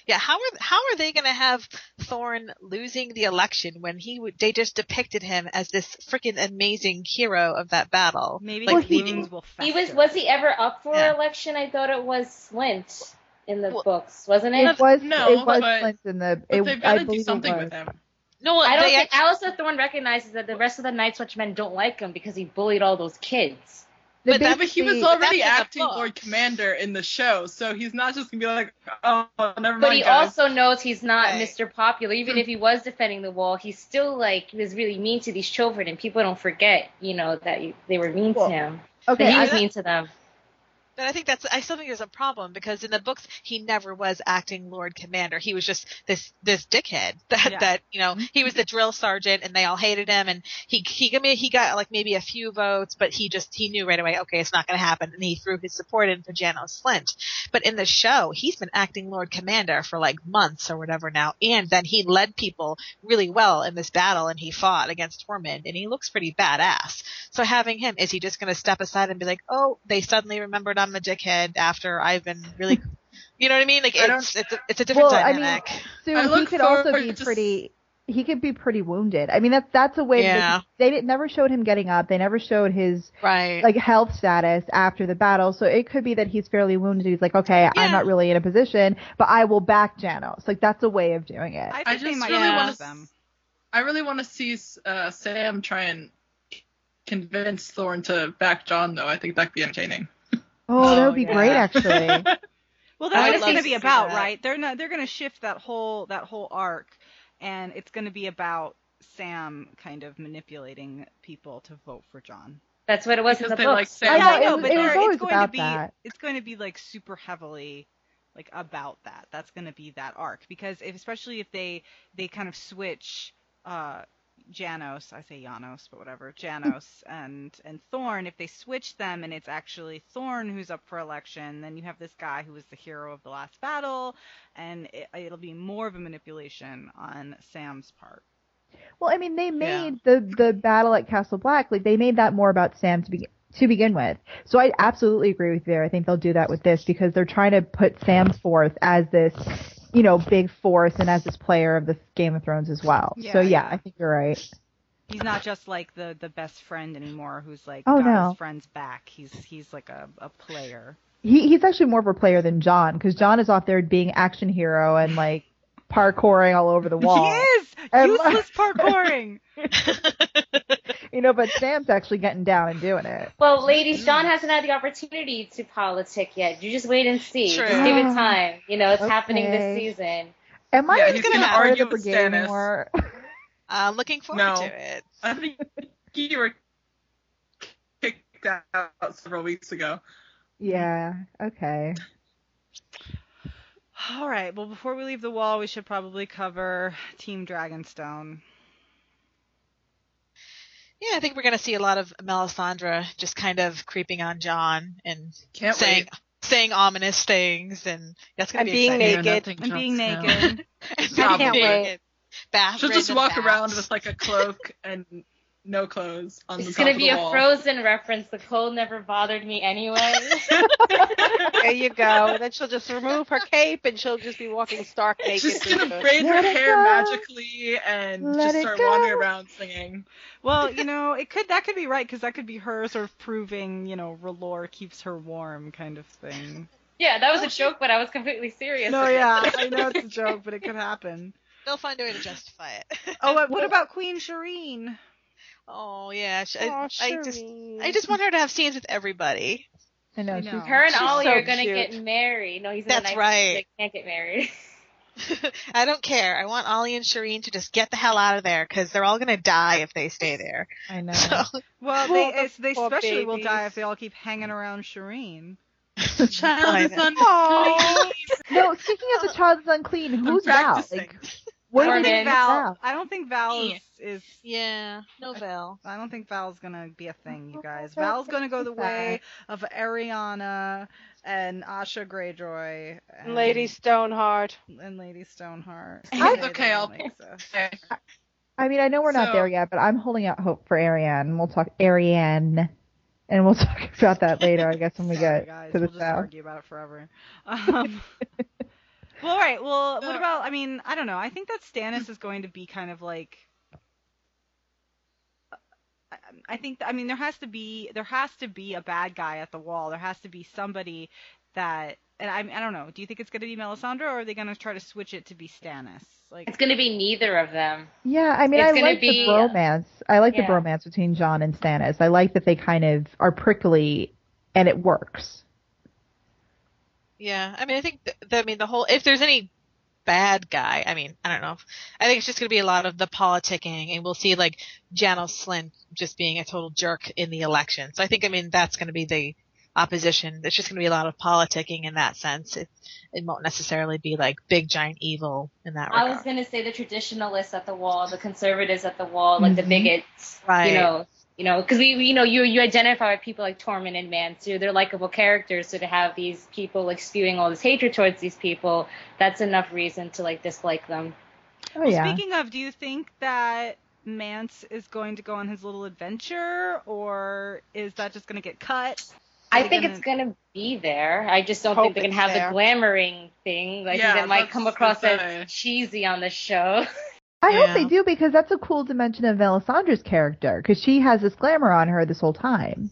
[SPEAKER 5] Yeah, how are how are they going to have Thorne losing the election when he would they just depicted him as this freaking amazing hero of that battle?
[SPEAKER 10] Maybe
[SPEAKER 5] Like,
[SPEAKER 10] his
[SPEAKER 5] leading-
[SPEAKER 10] wounds will fester.
[SPEAKER 8] He was was he ever up for
[SPEAKER 5] Yeah.
[SPEAKER 8] election? I thought it was Slint in the
[SPEAKER 5] Well-
[SPEAKER 8] books, wasn't it?
[SPEAKER 6] It was
[SPEAKER 3] no,
[SPEAKER 6] it was
[SPEAKER 3] but-
[SPEAKER 6] Flint in the.
[SPEAKER 3] But
[SPEAKER 6] it,
[SPEAKER 3] they've
[SPEAKER 6] I
[SPEAKER 3] gotta
[SPEAKER 6] believe
[SPEAKER 3] do
[SPEAKER 6] it
[SPEAKER 3] something
[SPEAKER 6] was.
[SPEAKER 3] with him.
[SPEAKER 5] No,
[SPEAKER 8] I don't
[SPEAKER 5] they
[SPEAKER 8] think
[SPEAKER 5] act-
[SPEAKER 8] Alistair Thorne recognizes that the rest of the Night's Watchmen don't like him because he bullied all those kids.
[SPEAKER 6] They
[SPEAKER 5] But
[SPEAKER 3] Yeah, but he was
[SPEAKER 6] basically-
[SPEAKER 3] already
[SPEAKER 5] that's in
[SPEAKER 3] acting
[SPEAKER 5] the
[SPEAKER 3] Lord
[SPEAKER 5] books.
[SPEAKER 3] Commander in the show, so he's not just gonna be like, oh, never mind.
[SPEAKER 8] But he
[SPEAKER 3] guys.
[SPEAKER 8] also knows he's not
[SPEAKER 5] Right.
[SPEAKER 8] Mr. Popular. Even if he was defending the wall, he's still like he was really mean to these children, and people don't forget, you know, that you, they were mean
[SPEAKER 6] Well,
[SPEAKER 8] to him.
[SPEAKER 6] Okay,
[SPEAKER 8] that he
[SPEAKER 6] I-
[SPEAKER 8] was mean to them.
[SPEAKER 5] but I think that's I still think there's a problem because in the books he never was acting Lord Commander. He was just this this dickhead that
[SPEAKER 10] Yeah.
[SPEAKER 5] that you
[SPEAKER 8] Mm-hmm.
[SPEAKER 5] know he was the drill sergeant and they all hated him and he he I mean, he got like maybe a few votes but he just he knew right away okay it's not going to happen and he threw his support in for Janos Slint. But in the show he's been acting Lord Commander for like months or whatever now and then he led people really well in this battle and he fought against Tormund and he looks pretty badass. So having him, is he just going to step aside and be like, oh, they suddenly remembered I'm a dickhead after I've been really, you know what I mean? Like
[SPEAKER 3] I don't-
[SPEAKER 5] it's it's a, it's a different
[SPEAKER 6] Well, I mean,
[SPEAKER 5] dynamic.
[SPEAKER 6] Sue,
[SPEAKER 3] I
[SPEAKER 6] he
[SPEAKER 3] look
[SPEAKER 6] could also
[SPEAKER 3] forward
[SPEAKER 6] be
[SPEAKER 3] to s-
[SPEAKER 6] pretty. He could be pretty wounded. I mean, that's that's a way. that
[SPEAKER 5] Yeah.
[SPEAKER 6] They, didn't never showed him getting up. They never showed his
[SPEAKER 5] right.
[SPEAKER 6] like health status after the battle. So it could be that he's fairly wounded. He's like, okay,
[SPEAKER 5] Yeah.
[SPEAKER 6] I'm not really in a position, but I will back Janos. Like that's a way of doing it.
[SPEAKER 10] I think
[SPEAKER 3] I
[SPEAKER 10] they
[SPEAKER 3] just
[SPEAKER 10] might
[SPEAKER 3] really
[SPEAKER 10] have
[SPEAKER 3] wanna
[SPEAKER 10] them.
[SPEAKER 3] I really want to see uh, Sam try and convince Thorne to back John, though. I think that'd be entertaining.
[SPEAKER 6] oh, that would be
[SPEAKER 10] yeah.
[SPEAKER 6] great, actually.
[SPEAKER 10] Well, that's
[SPEAKER 5] I
[SPEAKER 10] what
[SPEAKER 5] would love
[SPEAKER 10] it's going to
[SPEAKER 5] to
[SPEAKER 10] be
[SPEAKER 5] see
[SPEAKER 10] about,
[SPEAKER 5] that.
[SPEAKER 10] right? They're not. They're going to shift that whole that whole arc, and it's going to be about Sam kind of manipulating people to vote for John.
[SPEAKER 8] That's what it was
[SPEAKER 3] Because
[SPEAKER 8] in the
[SPEAKER 3] they like
[SPEAKER 8] books.
[SPEAKER 3] say-
[SPEAKER 6] I
[SPEAKER 10] yeah, I
[SPEAKER 6] know, it
[SPEAKER 10] know,
[SPEAKER 6] was-
[SPEAKER 10] "Oh, but
[SPEAKER 6] it was
[SPEAKER 10] there-
[SPEAKER 6] always
[SPEAKER 10] it's going to
[SPEAKER 6] about
[SPEAKER 10] be
[SPEAKER 6] that.
[SPEAKER 10] it's going to be like super heavily like about that. That's going to be that arc because if, especially if they they kind of switch uh Janos, I say Janos, but whatever, Janos and and Thorn, if they switch them and it's actually Thorn who's up for election, then you have this guy who was the hero of the last battle and it, it'll be more of a manipulation on Sam's part.
[SPEAKER 6] Well, I mean, they made the the battle at Castle Black like they made that more about Sam to begin to begin with. So I absolutely agree with you there. I think they'll do that with this because they're trying to put Sam forth as this, you know, big force and as this player of the Game of Thrones as well.
[SPEAKER 10] Yeah,
[SPEAKER 6] so yeah,
[SPEAKER 10] yeah.
[SPEAKER 6] I think you're right.
[SPEAKER 10] He's not just like the the best friend anymore, who's like
[SPEAKER 6] Oh,
[SPEAKER 10] got
[SPEAKER 6] no.
[SPEAKER 10] his friends back. He's he's like a, a player.
[SPEAKER 6] He he's actually more of a player than John because John is off there being action hero and like parkouring all over the wall.
[SPEAKER 10] He is
[SPEAKER 6] And-
[SPEAKER 10] useless parkouring.
[SPEAKER 6] You know, but Sam's actually getting down and doing it.
[SPEAKER 8] Well,
[SPEAKER 10] mm.
[SPEAKER 8] ladies, John hasn't had the opportunity to politic yet. You just wait and see.
[SPEAKER 5] True.
[SPEAKER 8] Just give it time. You know, it's happening
[SPEAKER 6] Okay.
[SPEAKER 8] this season.
[SPEAKER 6] Am I
[SPEAKER 3] Yeah,
[SPEAKER 6] even
[SPEAKER 3] he's
[SPEAKER 6] gonna
[SPEAKER 3] gonna
[SPEAKER 6] part of the
[SPEAKER 3] argue with
[SPEAKER 6] brigade
[SPEAKER 3] Stannis.
[SPEAKER 6] anymore?
[SPEAKER 5] Uh, looking forward
[SPEAKER 3] No.
[SPEAKER 5] to it.
[SPEAKER 3] I think you were kicked out several weeks ago.
[SPEAKER 6] yeah. Okay.
[SPEAKER 10] All right. Well, before we leave the wall, we should probably cover Team Dragonstone.
[SPEAKER 5] Yeah, I think we're going to see a lot of Melisandre just kind of creeping on John and
[SPEAKER 3] Can't
[SPEAKER 5] saying
[SPEAKER 3] wait.
[SPEAKER 5] saying ominous things, and that's going
[SPEAKER 9] And
[SPEAKER 5] to be
[SPEAKER 9] being
[SPEAKER 5] exciting.
[SPEAKER 9] naked.
[SPEAKER 10] And being naked.
[SPEAKER 5] And
[SPEAKER 3] I
[SPEAKER 5] being
[SPEAKER 3] can't
[SPEAKER 7] wait.
[SPEAKER 5] naked. Bath
[SPEAKER 3] She'll just
[SPEAKER 5] ridden
[SPEAKER 3] walk around
[SPEAKER 5] baths.
[SPEAKER 3] with like a cloak and no clothes on the
[SPEAKER 8] It's
[SPEAKER 3] top
[SPEAKER 8] gonna
[SPEAKER 3] of
[SPEAKER 8] be
[SPEAKER 3] the
[SPEAKER 8] a
[SPEAKER 3] wall.
[SPEAKER 8] frozen reference. The cold never bothered me anyway.
[SPEAKER 9] There you go. Then she'll just remove her cape and she'll just be walking stark naked.
[SPEAKER 3] She's
[SPEAKER 9] through
[SPEAKER 3] gonna
[SPEAKER 9] the-
[SPEAKER 3] braid her
[SPEAKER 6] Let it
[SPEAKER 3] hair
[SPEAKER 6] go.
[SPEAKER 3] magically and
[SPEAKER 6] Let
[SPEAKER 3] just
[SPEAKER 6] it
[SPEAKER 3] start
[SPEAKER 6] go.
[SPEAKER 3] wandering around singing.
[SPEAKER 10] well, you know, it could that could be right because that could be her sort of proving, you know, R'hllor keeps her warm kind of thing.
[SPEAKER 8] yeah, that was a joke, but I was completely serious.
[SPEAKER 10] No, yeah, I know it's a joke, but it could happen.
[SPEAKER 5] They'll find a way to justify it.
[SPEAKER 10] Oh, what- what about Queen Shireen?
[SPEAKER 5] oh yeah, she-
[SPEAKER 9] Aw,
[SPEAKER 5] I, I just
[SPEAKER 9] Shireen.
[SPEAKER 5] I just want her to have scenes with everybody.
[SPEAKER 6] I know.
[SPEAKER 10] I
[SPEAKER 6] she's-
[SPEAKER 10] know.
[SPEAKER 8] Her and
[SPEAKER 9] She's
[SPEAKER 8] Ollie
[SPEAKER 9] so
[SPEAKER 8] are gonna
[SPEAKER 9] cute.
[SPEAKER 8] get married. No, he's in
[SPEAKER 5] That's
[SPEAKER 8] the 90s,
[SPEAKER 5] right.
[SPEAKER 8] They can't get married.
[SPEAKER 5] I don't care. I want Ollie and Shireen to just get the hell out of there because they're all gonna die if they stay there.
[SPEAKER 6] I know.
[SPEAKER 5] So
[SPEAKER 10] Well,
[SPEAKER 9] Oh,
[SPEAKER 10] they,
[SPEAKER 9] the
[SPEAKER 10] it's, they
[SPEAKER 9] poor
[SPEAKER 10] especially will die
[SPEAKER 9] babies.
[SPEAKER 10] if they all keep hanging around Shireen.
[SPEAKER 3] Child
[SPEAKER 5] I
[SPEAKER 3] is
[SPEAKER 5] know.
[SPEAKER 3] unclean.
[SPEAKER 6] No, speaking of the child is unclean, who's Val?
[SPEAKER 3] practicing.
[SPEAKER 6] Like, what
[SPEAKER 10] I
[SPEAKER 6] are
[SPEAKER 10] don't
[SPEAKER 6] we
[SPEAKER 10] think
[SPEAKER 6] doing
[SPEAKER 8] Corbin.
[SPEAKER 6] with
[SPEAKER 10] Val.
[SPEAKER 6] Val?
[SPEAKER 10] I don't think Val is, is.
[SPEAKER 5] yeah, no Val.
[SPEAKER 10] I don't think Val's gonna be a thing, you guys.
[SPEAKER 6] that's
[SPEAKER 10] Val's gonna go the
[SPEAKER 6] sad.
[SPEAKER 10] way of Ariana and Asha Greyjoy and
[SPEAKER 9] Lady Stoneheart.
[SPEAKER 10] and Lady Stoneheart.
[SPEAKER 3] It's
[SPEAKER 10] They
[SPEAKER 3] okay,
[SPEAKER 10] don't
[SPEAKER 3] I'll-
[SPEAKER 10] make sense.
[SPEAKER 3] Okay.
[SPEAKER 6] I mean, I know we're not
[SPEAKER 3] So-
[SPEAKER 6] there yet, but I'm holding out hope for Ariane. We'll talk Ariane, and we'll talk about that later, I guess, when we
[SPEAKER 10] Sorry,
[SPEAKER 6] get
[SPEAKER 10] guys.
[SPEAKER 6] to the
[SPEAKER 10] we'll just
[SPEAKER 6] south.
[SPEAKER 10] argue about it forever. Um, well, all right. Well, what
[SPEAKER 3] So-
[SPEAKER 10] about? I mean, I don't know. I think that Stannis is going to be kind of like. I- I think. I mean, there has to be there has to be a bad guy at the wall. There has to be somebody that. And I, I don't know. Do you think it's going to be Melisandre, or are they going to try to switch it to be Stannis?
[SPEAKER 8] it's
[SPEAKER 10] Like,
[SPEAKER 8] gonna be neither of them.
[SPEAKER 6] Yeah, I mean,
[SPEAKER 8] It's
[SPEAKER 6] I
[SPEAKER 8] gonna
[SPEAKER 6] like
[SPEAKER 8] be-
[SPEAKER 6] the bromance. I like
[SPEAKER 8] yeah.
[SPEAKER 6] the bromance between John and Stannis. I like that they kind of are prickly, and it works.
[SPEAKER 5] Yeah, I mean, I think th- the, I mean the whole. If there's any bad guy, I mean, I don't know. I think it's just going to be a lot of the politicking, and we'll see like Janos Slynn just being a total jerk in the election. So I think, I mean, that's going to be the opposition. There's just going to be a lot of politicking in that sense. It, it won't necessarily be like big giant evil in that
[SPEAKER 8] I
[SPEAKER 5] regard.
[SPEAKER 8] was gonna say the traditionalists at the wall, the conservatives at the wall, like the
[SPEAKER 3] Mm-hmm.
[SPEAKER 6] Mhm.
[SPEAKER 8] bigots.
[SPEAKER 5] Right.
[SPEAKER 8] You know, you know, because we, we- you know, you you identify with people like Tormund and Mansu. They're likable characters, so to have these people like spewing all this hatred towards these people, that's enough reason to like dislike them.
[SPEAKER 6] Oh
[SPEAKER 10] well,
[SPEAKER 6] yeah.
[SPEAKER 10] speaking of, do you think that Mance is going to go on his little adventure, or is that just going to get cut? Are
[SPEAKER 8] I
[SPEAKER 10] they
[SPEAKER 8] think
[SPEAKER 10] gonna-
[SPEAKER 8] it's gonna be there. I just don't
[SPEAKER 9] Hope
[SPEAKER 8] think they can
[SPEAKER 9] it's
[SPEAKER 8] have
[SPEAKER 9] there.
[SPEAKER 8] the glamoring thing. I
[SPEAKER 3] Yeah,
[SPEAKER 8] think that might come
[SPEAKER 3] that's-
[SPEAKER 8] across
[SPEAKER 3] that's
[SPEAKER 8] as
[SPEAKER 3] right.
[SPEAKER 8] cheesy on the show.
[SPEAKER 6] I
[SPEAKER 5] Yeah.
[SPEAKER 6] hope they do because that's a cool dimension of Melisandre's character because she has this glamour on her this whole time.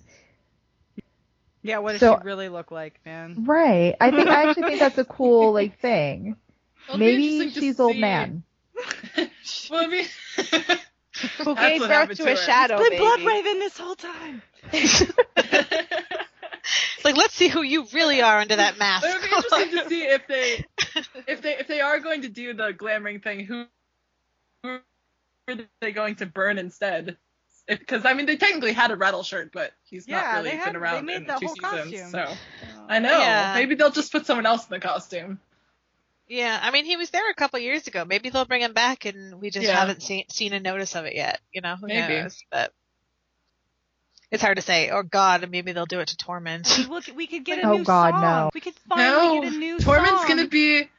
[SPEAKER 10] Yeah, what does
[SPEAKER 6] So-
[SPEAKER 10] she really look like, man?
[SPEAKER 6] Right. I think I actually think that's a cool like thing.
[SPEAKER 3] It'll be
[SPEAKER 6] Maybe
[SPEAKER 3] interesting to
[SPEAKER 6] she's old
[SPEAKER 3] see-
[SPEAKER 6] man.
[SPEAKER 3] Well, I mean,
[SPEAKER 9] Who
[SPEAKER 3] That's what
[SPEAKER 9] gave birth
[SPEAKER 3] happened
[SPEAKER 9] to
[SPEAKER 3] to
[SPEAKER 9] a
[SPEAKER 3] her.
[SPEAKER 9] shadow
[SPEAKER 10] Been
[SPEAKER 9] baby.
[SPEAKER 10] Bloodraven this whole time.
[SPEAKER 5] like, let's see who you really are under that mask.
[SPEAKER 3] it would be interesting to see if they, if they, if they are going to do the glamoring thing, who, who are they going to burn instead? Because I mean, they technically had a rattle shirt, but he's
[SPEAKER 10] Yeah,
[SPEAKER 3] not
[SPEAKER 10] they
[SPEAKER 3] really
[SPEAKER 10] had-
[SPEAKER 3] been around
[SPEAKER 10] they made
[SPEAKER 3] in
[SPEAKER 10] the
[SPEAKER 3] two
[SPEAKER 10] whole
[SPEAKER 3] seasons.
[SPEAKER 10] costume. Oh.
[SPEAKER 3] So I know.
[SPEAKER 5] Yeah.
[SPEAKER 3] Maybe they'll just put someone else in the costume.
[SPEAKER 5] yeah, I mean, he was there a couple years ago. Maybe they'll bring him back, and we just
[SPEAKER 3] Yeah.
[SPEAKER 5] haven't seen seen a notice of it yet. You know, who
[SPEAKER 3] Maybe.
[SPEAKER 5] knows? But it's hard to say. Or God, maybe they'll do it to Torment.
[SPEAKER 10] We, will, we could get a
[SPEAKER 6] Oh,
[SPEAKER 10] new
[SPEAKER 6] God,
[SPEAKER 10] song.
[SPEAKER 6] no.
[SPEAKER 10] We could finally get a new
[SPEAKER 3] Tormund's
[SPEAKER 10] song.
[SPEAKER 3] gonna be.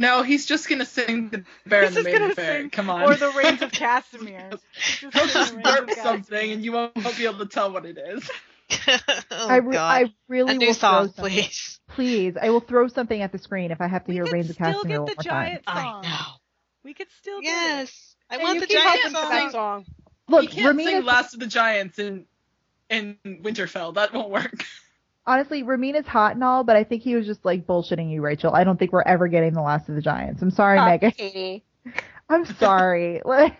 [SPEAKER 3] No, he's just gonna sing the Bear and
[SPEAKER 10] He's
[SPEAKER 3] the
[SPEAKER 10] just
[SPEAKER 3] Maiden
[SPEAKER 10] gonna
[SPEAKER 3] Fair.
[SPEAKER 10] sing-
[SPEAKER 3] Come on.
[SPEAKER 10] or the Reigns of Casimir. He's just
[SPEAKER 3] He'll
[SPEAKER 10] gonna
[SPEAKER 3] just
[SPEAKER 10] Reigns of
[SPEAKER 3] burp
[SPEAKER 10] Cas-
[SPEAKER 3] something and you won't, won't be able to tell what it is.
[SPEAKER 5] oh,
[SPEAKER 6] I, re-
[SPEAKER 5] God.
[SPEAKER 6] I really
[SPEAKER 5] a
[SPEAKER 6] will
[SPEAKER 5] new song,
[SPEAKER 6] throw something.
[SPEAKER 5] please.
[SPEAKER 6] Please, I will throw something at the screen if I have to
[SPEAKER 10] We
[SPEAKER 6] hear
[SPEAKER 10] could
[SPEAKER 6] Reigns of
[SPEAKER 10] still
[SPEAKER 6] Castamere
[SPEAKER 10] get
[SPEAKER 6] one
[SPEAKER 10] the
[SPEAKER 6] more time.
[SPEAKER 10] giant song.
[SPEAKER 5] I know.
[SPEAKER 10] We could still get it.
[SPEAKER 5] Yes. I
[SPEAKER 9] Hey,
[SPEAKER 5] want
[SPEAKER 9] you
[SPEAKER 5] the
[SPEAKER 9] keep
[SPEAKER 5] giant
[SPEAKER 9] hoping for
[SPEAKER 5] song.
[SPEAKER 9] that song.
[SPEAKER 6] Look,
[SPEAKER 3] you can't
[SPEAKER 6] Romina
[SPEAKER 3] sing Last of the Giants in in Winterfell. That won't work.
[SPEAKER 6] honestly, Ramina's hot and all, but I think he was just like bullshitting you, Rachel. I don't think we're ever getting the last of the Giants. I'm sorry,
[SPEAKER 7] Fuck,
[SPEAKER 6] Megan.
[SPEAKER 7] Katie.
[SPEAKER 6] I'm sorry. Like,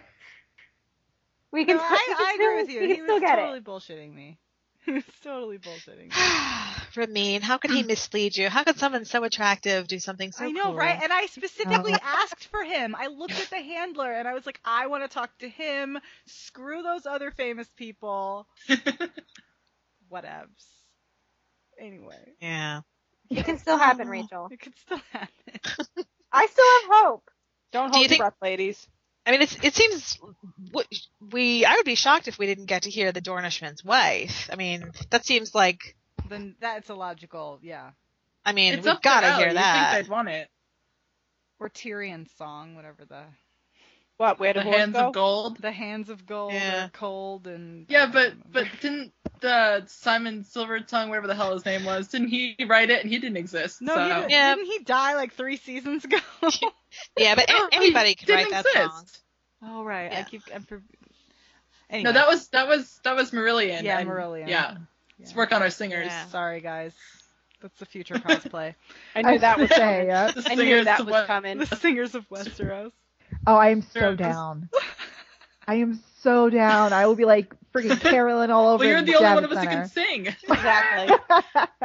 [SPEAKER 7] We
[SPEAKER 10] No,
[SPEAKER 7] can.
[SPEAKER 10] I, I
[SPEAKER 7] we can
[SPEAKER 10] agree with
[SPEAKER 7] still- We
[SPEAKER 10] you. He
[SPEAKER 7] can
[SPEAKER 10] was
[SPEAKER 7] still get
[SPEAKER 10] totally
[SPEAKER 7] it.
[SPEAKER 10] bullshitting me. He was totally bullshitting. me.
[SPEAKER 5] Ramin, how could he mislead you? How could someone so attractive do something so
[SPEAKER 10] I know,
[SPEAKER 5] cruel?
[SPEAKER 10] right? And I specifically asked for him. I looked at the handler and I was like, I want to talk to him. Screw those other famous people. Whatevs. Anyway,
[SPEAKER 5] Yeah.
[SPEAKER 7] It can still happen, Rachel.
[SPEAKER 10] it could still happen.
[SPEAKER 7] I still have hope.
[SPEAKER 9] Don't
[SPEAKER 5] Do you
[SPEAKER 9] hold your
[SPEAKER 5] think-
[SPEAKER 9] breath, ladies.
[SPEAKER 5] I mean, it's, it seems what- we. I would be shocked if we didn't get to hear the Dornishman's wife. I mean, that seems like.
[SPEAKER 10] Then that's illogical. Yeah.
[SPEAKER 5] I mean,
[SPEAKER 3] it's
[SPEAKER 5] we've
[SPEAKER 3] up to
[SPEAKER 5] got to
[SPEAKER 3] Ellie.
[SPEAKER 5] hear
[SPEAKER 3] You
[SPEAKER 5] that.
[SPEAKER 3] think they'd want it?
[SPEAKER 10] Or Tyrion's song, whatever the
[SPEAKER 9] What? Where
[SPEAKER 3] The
[SPEAKER 9] did horse
[SPEAKER 3] hands
[SPEAKER 9] go?
[SPEAKER 3] of gold.
[SPEAKER 10] the hands of gold
[SPEAKER 5] Yeah.
[SPEAKER 10] are cold and
[SPEAKER 3] Yeah, but but didn't the Simon Silver Tongue, whatever the hell his name was, didn't he write it and he didn't exist?
[SPEAKER 10] no,
[SPEAKER 3] so.
[SPEAKER 10] he didn't,
[SPEAKER 5] Yeah.
[SPEAKER 10] didn't he die like three seasons ago?
[SPEAKER 5] Yeah, but
[SPEAKER 3] No,
[SPEAKER 5] a-
[SPEAKER 3] he
[SPEAKER 5] anybody could write
[SPEAKER 3] Oh, didn't
[SPEAKER 5] that
[SPEAKER 3] exist.
[SPEAKER 5] song.
[SPEAKER 10] oh right, I
[SPEAKER 5] Yeah.
[SPEAKER 10] keep. I'm for... anyway.
[SPEAKER 3] No, that was that was that was Marillion.
[SPEAKER 10] yeah,
[SPEAKER 3] and-
[SPEAKER 10] Marillion.
[SPEAKER 3] Yeah, let's work on our singers.
[SPEAKER 5] Yeah.
[SPEAKER 10] Sorry guys, that's the future cosplay.
[SPEAKER 9] I knew that was.
[SPEAKER 6] say,
[SPEAKER 9] coming.
[SPEAKER 6] yeah.
[SPEAKER 3] The
[SPEAKER 9] I
[SPEAKER 3] singers
[SPEAKER 9] knew that
[SPEAKER 3] to
[SPEAKER 9] was
[SPEAKER 3] what-
[SPEAKER 9] coming.
[SPEAKER 10] the singers of Westeros.
[SPEAKER 6] Oh, I am so
[SPEAKER 3] Sure, just-
[SPEAKER 6] down. I am so down. I will be like freaking Carolyn all over.
[SPEAKER 3] Well, you're
[SPEAKER 6] in
[SPEAKER 3] the only one of
[SPEAKER 6] Javits
[SPEAKER 3] us who can
[SPEAKER 6] Center.
[SPEAKER 3] sing.
[SPEAKER 9] Exactly.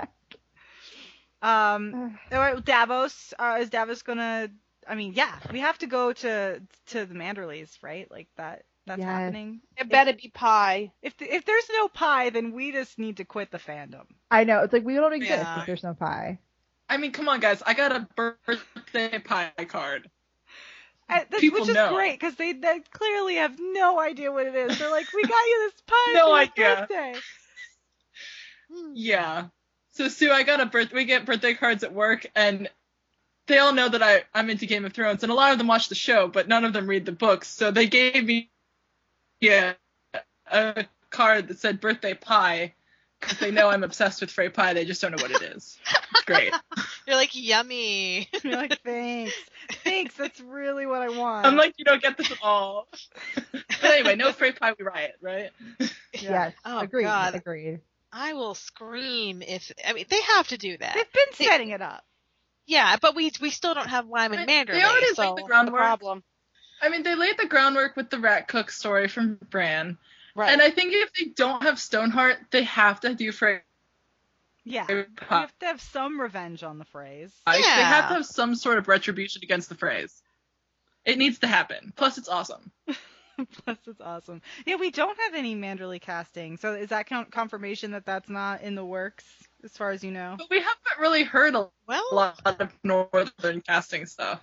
[SPEAKER 10] Um, all right, Davos. Uh, is Davos gonna? I mean, yeah, we have to go to to the Manderleys, right? Like that. That's
[SPEAKER 6] Yes.
[SPEAKER 10] happening.
[SPEAKER 9] It better be pie.
[SPEAKER 10] If the, if there's no pie, then we just need to quit the fandom.
[SPEAKER 6] I know. It's like we don't exist
[SPEAKER 5] Yeah.
[SPEAKER 6] if there's no pie.
[SPEAKER 3] I mean, come on, guys. I got a birthday pie card.
[SPEAKER 10] Uh, that's-
[SPEAKER 3] People
[SPEAKER 10] which is
[SPEAKER 3] know.
[SPEAKER 10] great because they, they clearly have no idea what it is. They're like, we got you this pie
[SPEAKER 3] No
[SPEAKER 10] for your
[SPEAKER 3] idea.
[SPEAKER 10] birthday.
[SPEAKER 3] Yeah. So Sue, I got a birth. We get birthday cards at work, and they all know that I I'm into Game of Thrones, and a lot of them watch the show, but none of them read the books. So they gave me yeah a card that said birthday pie because they know I'm obsessed with Frey pie. They just don't know what it is. It's great.
[SPEAKER 5] You're like yummy.
[SPEAKER 10] You're like, thanks, thanks. That's really what I want.
[SPEAKER 3] I'm like, you don't get this at all. but anyway, no Frey pie, we riot, right?
[SPEAKER 6] Yes.
[SPEAKER 5] Oh,
[SPEAKER 6] agreed.
[SPEAKER 5] God.
[SPEAKER 6] Agreed.
[SPEAKER 5] I will scream if. I mean, they have to do that.
[SPEAKER 10] they've been setting it up.
[SPEAKER 5] Yeah, but we we still don't have Wyman
[SPEAKER 3] But
[SPEAKER 5] Manderley.
[SPEAKER 3] they already
[SPEAKER 5] so
[SPEAKER 3] laid the
[SPEAKER 9] The
[SPEAKER 3] groundwork.
[SPEAKER 9] problem.
[SPEAKER 3] I mean, they laid the groundwork with the rat cook story from Bran.
[SPEAKER 9] Right.
[SPEAKER 3] And I think if they don't have Stoneheart, they have to do Frey
[SPEAKER 10] Yeah, we
[SPEAKER 3] pie.
[SPEAKER 10] have to have some revenge on the phrase.
[SPEAKER 3] They have to
[SPEAKER 5] Yeah.
[SPEAKER 3] have some sort of retribution against the phrase. It needs to happen. Plus, it's awesome.
[SPEAKER 10] Plus, it's awesome. Yeah, we don't have any Manderley casting, so is that con- confirmation that that's not in the works, as far as you know?
[SPEAKER 3] But we haven't really heard a
[SPEAKER 5] well,
[SPEAKER 3] lot of Northern casting stuff,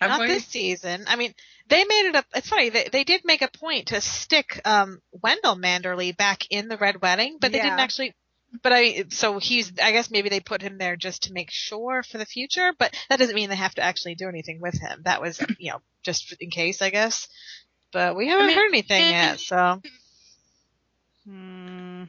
[SPEAKER 3] have
[SPEAKER 5] not
[SPEAKER 3] we?
[SPEAKER 5] this season. I mean, they made it up. It's funny. They, they did make a point to stick um, Wendell Manderley back in the Red Wedding, but they
[SPEAKER 10] Yeah.
[SPEAKER 5] didn't actually. But I so he's. I guess maybe they put him there just to make sure for the future. But that doesn't mean they have to actually do anything with him. That was you know just in case, I guess. But we haven't
[SPEAKER 3] mean,
[SPEAKER 5] heard anything
[SPEAKER 3] and-
[SPEAKER 5] yet. So
[SPEAKER 10] Hmm.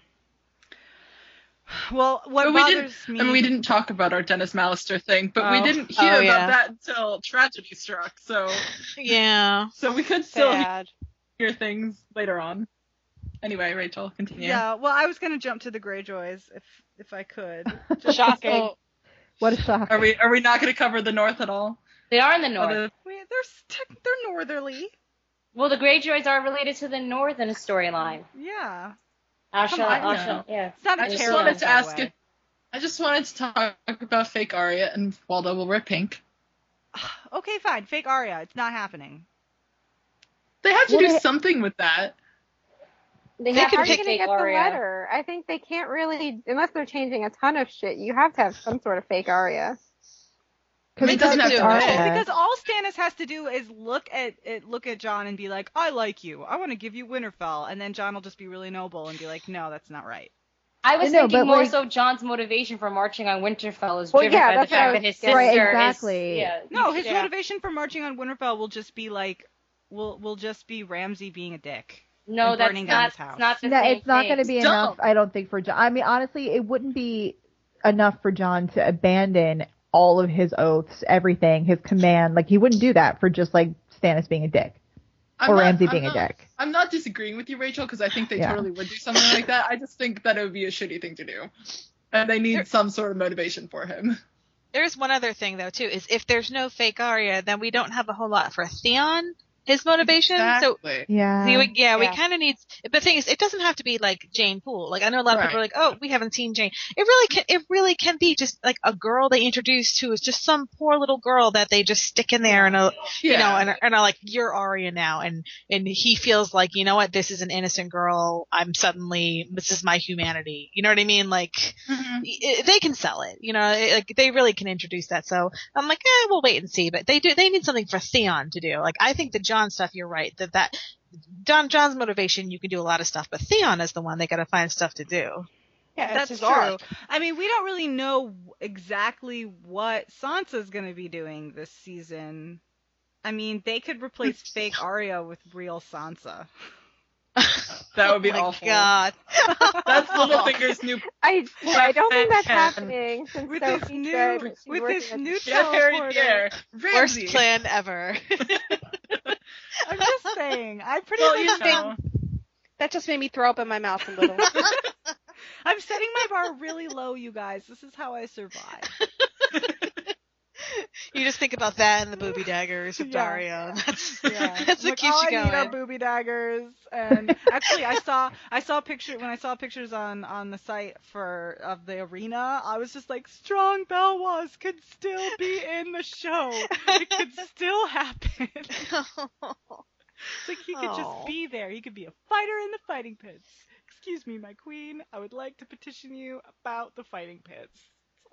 [SPEAKER 10] Well, what
[SPEAKER 3] But we didn't-
[SPEAKER 10] bothers me.
[SPEAKER 3] I mean, we didn't talk about our Dennis Malister thing, but
[SPEAKER 10] Oh.
[SPEAKER 3] we didn't hear
[SPEAKER 5] Oh,
[SPEAKER 3] about
[SPEAKER 5] yeah.
[SPEAKER 3] that until tragedy struck. So,
[SPEAKER 5] yeah,
[SPEAKER 3] so we could still
[SPEAKER 9] Sad.
[SPEAKER 3] hear things later on. Anyway, Rachel, continue.
[SPEAKER 10] Yeah. Well, I was gonna jump to the Greyjoys if if I could. Just
[SPEAKER 9] Shocking.
[SPEAKER 10] so-
[SPEAKER 6] What a shock.
[SPEAKER 3] Are we are we not going to cover the North at all?
[SPEAKER 8] They are in the north.
[SPEAKER 3] Other-
[SPEAKER 10] we- they're st- they're northerly.
[SPEAKER 8] Well, the Greyjoys are related to the north in a storyline.
[SPEAKER 10] Yeah.
[SPEAKER 8] Asha,
[SPEAKER 3] Come on, I
[SPEAKER 8] Asha,
[SPEAKER 3] know.
[SPEAKER 8] yeah.
[SPEAKER 10] It's not a
[SPEAKER 3] I just
[SPEAKER 10] terrible
[SPEAKER 3] wanted to
[SPEAKER 10] segue.
[SPEAKER 3] ask if I just wanted to talk about fake Arya and Waldo will wear pink.
[SPEAKER 10] Okay, fine. Fake Arya. It's not happening.
[SPEAKER 3] They have to
[SPEAKER 6] Well,
[SPEAKER 3] do
[SPEAKER 6] they-
[SPEAKER 3] something with that.
[SPEAKER 8] They,
[SPEAKER 5] They could
[SPEAKER 8] have to
[SPEAKER 7] How are you
[SPEAKER 5] pick
[SPEAKER 8] take
[SPEAKER 7] gonna get
[SPEAKER 8] Arya.
[SPEAKER 7] the letter? I think they can't really, unless they're changing a ton of shit. You have to have some sort of fake Arya.
[SPEAKER 6] Because
[SPEAKER 5] It doesn't have to
[SPEAKER 10] Well,
[SPEAKER 5] Yeah.
[SPEAKER 10] Because all Stannis has to do is look at it, look at John and be like, "I like you. I want to give you Winterfell," and then John will just be really noble and be like, "No, that's not right."
[SPEAKER 8] I was
[SPEAKER 6] No, but,
[SPEAKER 8] thinking more
[SPEAKER 6] like-
[SPEAKER 8] so John's motivation for marching on Winterfell is
[SPEAKER 6] Well,
[SPEAKER 8] driven
[SPEAKER 6] yeah,
[SPEAKER 8] by the
[SPEAKER 6] that's what I
[SPEAKER 8] fact
[SPEAKER 6] was
[SPEAKER 8] that his
[SPEAKER 6] getting
[SPEAKER 8] sister
[SPEAKER 6] at. Right,
[SPEAKER 8] is-
[SPEAKER 6] exactly.
[SPEAKER 8] yeah.
[SPEAKER 10] No, his
[SPEAKER 8] yeah.
[SPEAKER 10] motivation for marching on Winterfell will just be like, will will just be Ramsay being a dick.
[SPEAKER 8] No,
[SPEAKER 10] and
[SPEAKER 8] that's
[SPEAKER 10] burning down
[SPEAKER 8] not.
[SPEAKER 10] his house.
[SPEAKER 8] It's not the
[SPEAKER 6] No,
[SPEAKER 8] same
[SPEAKER 6] it's not
[SPEAKER 8] thing.
[SPEAKER 6] going to be
[SPEAKER 3] It's
[SPEAKER 6] enough.
[SPEAKER 3] dumb.
[SPEAKER 6] I don't think for John. I mean, honestly, it wouldn't be enough for John to abandon all of his oaths, everything, his command. Like he wouldn't do that for just like Stannis being a dick.
[SPEAKER 3] I'm
[SPEAKER 6] or
[SPEAKER 3] not-
[SPEAKER 6] Ramsey
[SPEAKER 3] I'm
[SPEAKER 6] being a
[SPEAKER 3] not-
[SPEAKER 6] dick.
[SPEAKER 3] I'm not disagreeing with you, Rachel, because I think they
[SPEAKER 6] Yeah.
[SPEAKER 3] totally would do something like that. I just think that it would be a shitty thing to do. And they need some sort of motivation for him.
[SPEAKER 5] There's one other thing though too is if there's no fake Arya, then we don't have a whole lot for Theon. His motivation. So
[SPEAKER 3] Exactly.
[SPEAKER 6] Yeah.
[SPEAKER 5] we
[SPEAKER 3] Um,
[SPEAKER 5] would- yeah, we
[SPEAKER 9] Yeah.
[SPEAKER 5] kind of need. But the thing is, it doesn't have to be like Jane Poole. Like I know a lot of people
[SPEAKER 3] Right.
[SPEAKER 5] are like, oh, we haven't seen Jane. It really can. It really can be just like a girl they introduced who is just some poor little girl that they just stick in there and a,
[SPEAKER 3] Yeah.
[SPEAKER 5] you know, and, and are like, you're Arya now. And, and he feels like, you know what, this is an innocent girl. I'm suddenly, this is my humanity. You know what I mean? Like,
[SPEAKER 3] Mhm.
[SPEAKER 5] y- y- they can sell it, you know, it- like they really can introduce that. So I'm like, eh, we'll wait and see, but they do, they need something for Theon to do. Like, I think the John stuff, you're right, that that, Don John's motivation, you can do a lot of stuff, but Theon is the one they gotta find stuff to do.
[SPEAKER 9] Yeah, it's
[SPEAKER 10] That's
[SPEAKER 9] his
[SPEAKER 10] true.
[SPEAKER 9] arc.
[SPEAKER 10] I mean, we don't really know exactly what Sansa's going to be doing this season. I mean, they could replace fake Arya with real Sansa.
[SPEAKER 3] That would be
[SPEAKER 5] oh my
[SPEAKER 3] awful.
[SPEAKER 5] God.
[SPEAKER 3] That's Littlefinger's new.
[SPEAKER 7] I, I don't think that's
[SPEAKER 3] Yeah.
[SPEAKER 7] happening since
[SPEAKER 10] With
[SPEAKER 7] Sophie
[SPEAKER 10] this new-
[SPEAKER 7] said she's
[SPEAKER 10] with
[SPEAKER 7] working
[SPEAKER 10] this
[SPEAKER 7] at the
[SPEAKER 10] new
[SPEAKER 3] Get Harry
[SPEAKER 7] teleporter.
[SPEAKER 3] Pierre.
[SPEAKER 5] Worst
[SPEAKER 3] Ramsey.
[SPEAKER 5] plan ever.
[SPEAKER 10] I'm just saying. I pretty
[SPEAKER 3] Well,
[SPEAKER 10] much
[SPEAKER 3] you know.
[SPEAKER 9] That just made me throw up in my mouth a little.
[SPEAKER 10] I'm setting my bar really low, you guys. This is how I survive.
[SPEAKER 5] You just think about that and the booby daggers of
[SPEAKER 10] Yeah.
[SPEAKER 5] Dario. That's,
[SPEAKER 10] Yeah.
[SPEAKER 5] that's what
[SPEAKER 10] like,
[SPEAKER 5] keeps
[SPEAKER 10] all
[SPEAKER 5] you
[SPEAKER 10] I need are
[SPEAKER 5] going.
[SPEAKER 10] booby daggers. And actually, I saw I saw a picture when I saw pictures on on the site for of the arena. I was just like, strong Belwas could still be in the show. It could still happen. It's
[SPEAKER 5] Oh.
[SPEAKER 10] like he could
[SPEAKER 5] Aw.
[SPEAKER 10] just be there. He could be a fighter in the fighting pits. Excuse me, my queen. I would like to petition you about the fighting pits. That's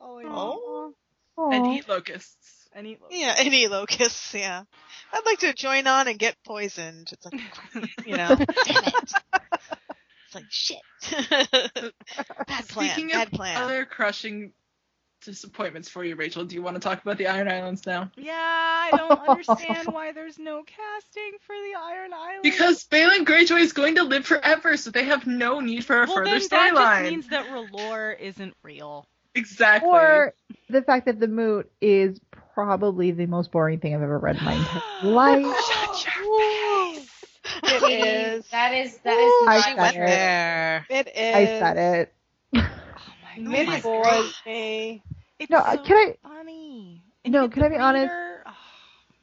[SPEAKER 10] all I need.
[SPEAKER 5] Oh.
[SPEAKER 3] And eat locusts.
[SPEAKER 10] And eat
[SPEAKER 5] yeah, any locusts, yeah. I'd like to join on and get poisoned. It's like, you know, damn it. It's like, shit. bad plan,
[SPEAKER 3] Speaking
[SPEAKER 5] bad
[SPEAKER 3] of
[SPEAKER 5] plan.
[SPEAKER 3] other crushing disappointments for you, Rachel, do you want to talk about the Iron Islands now?
[SPEAKER 10] Yeah, I don't understand why there's no casting for the Iron Island.
[SPEAKER 3] Because Balin Greyjoy is going to live forever, so they have no need for a
[SPEAKER 10] well,
[SPEAKER 3] further
[SPEAKER 10] then that
[SPEAKER 3] storyline.
[SPEAKER 10] just means that R'hllor isn't real.
[SPEAKER 3] Exactly.
[SPEAKER 6] Or the fact that the moot is probably the most boring thing I've ever read in my entire life.
[SPEAKER 9] it is.
[SPEAKER 8] That is that is
[SPEAKER 6] I
[SPEAKER 8] not
[SPEAKER 5] she went
[SPEAKER 6] said it.
[SPEAKER 5] there.
[SPEAKER 9] It is.
[SPEAKER 6] I said it.
[SPEAKER 9] It
[SPEAKER 5] God.
[SPEAKER 9] bores me.
[SPEAKER 10] It's
[SPEAKER 6] No,
[SPEAKER 10] so
[SPEAKER 6] uh, can I?
[SPEAKER 10] funny.
[SPEAKER 6] No,
[SPEAKER 10] yet
[SPEAKER 6] can
[SPEAKER 10] the oh,
[SPEAKER 6] I be honest?
[SPEAKER 10] reader- Ugh,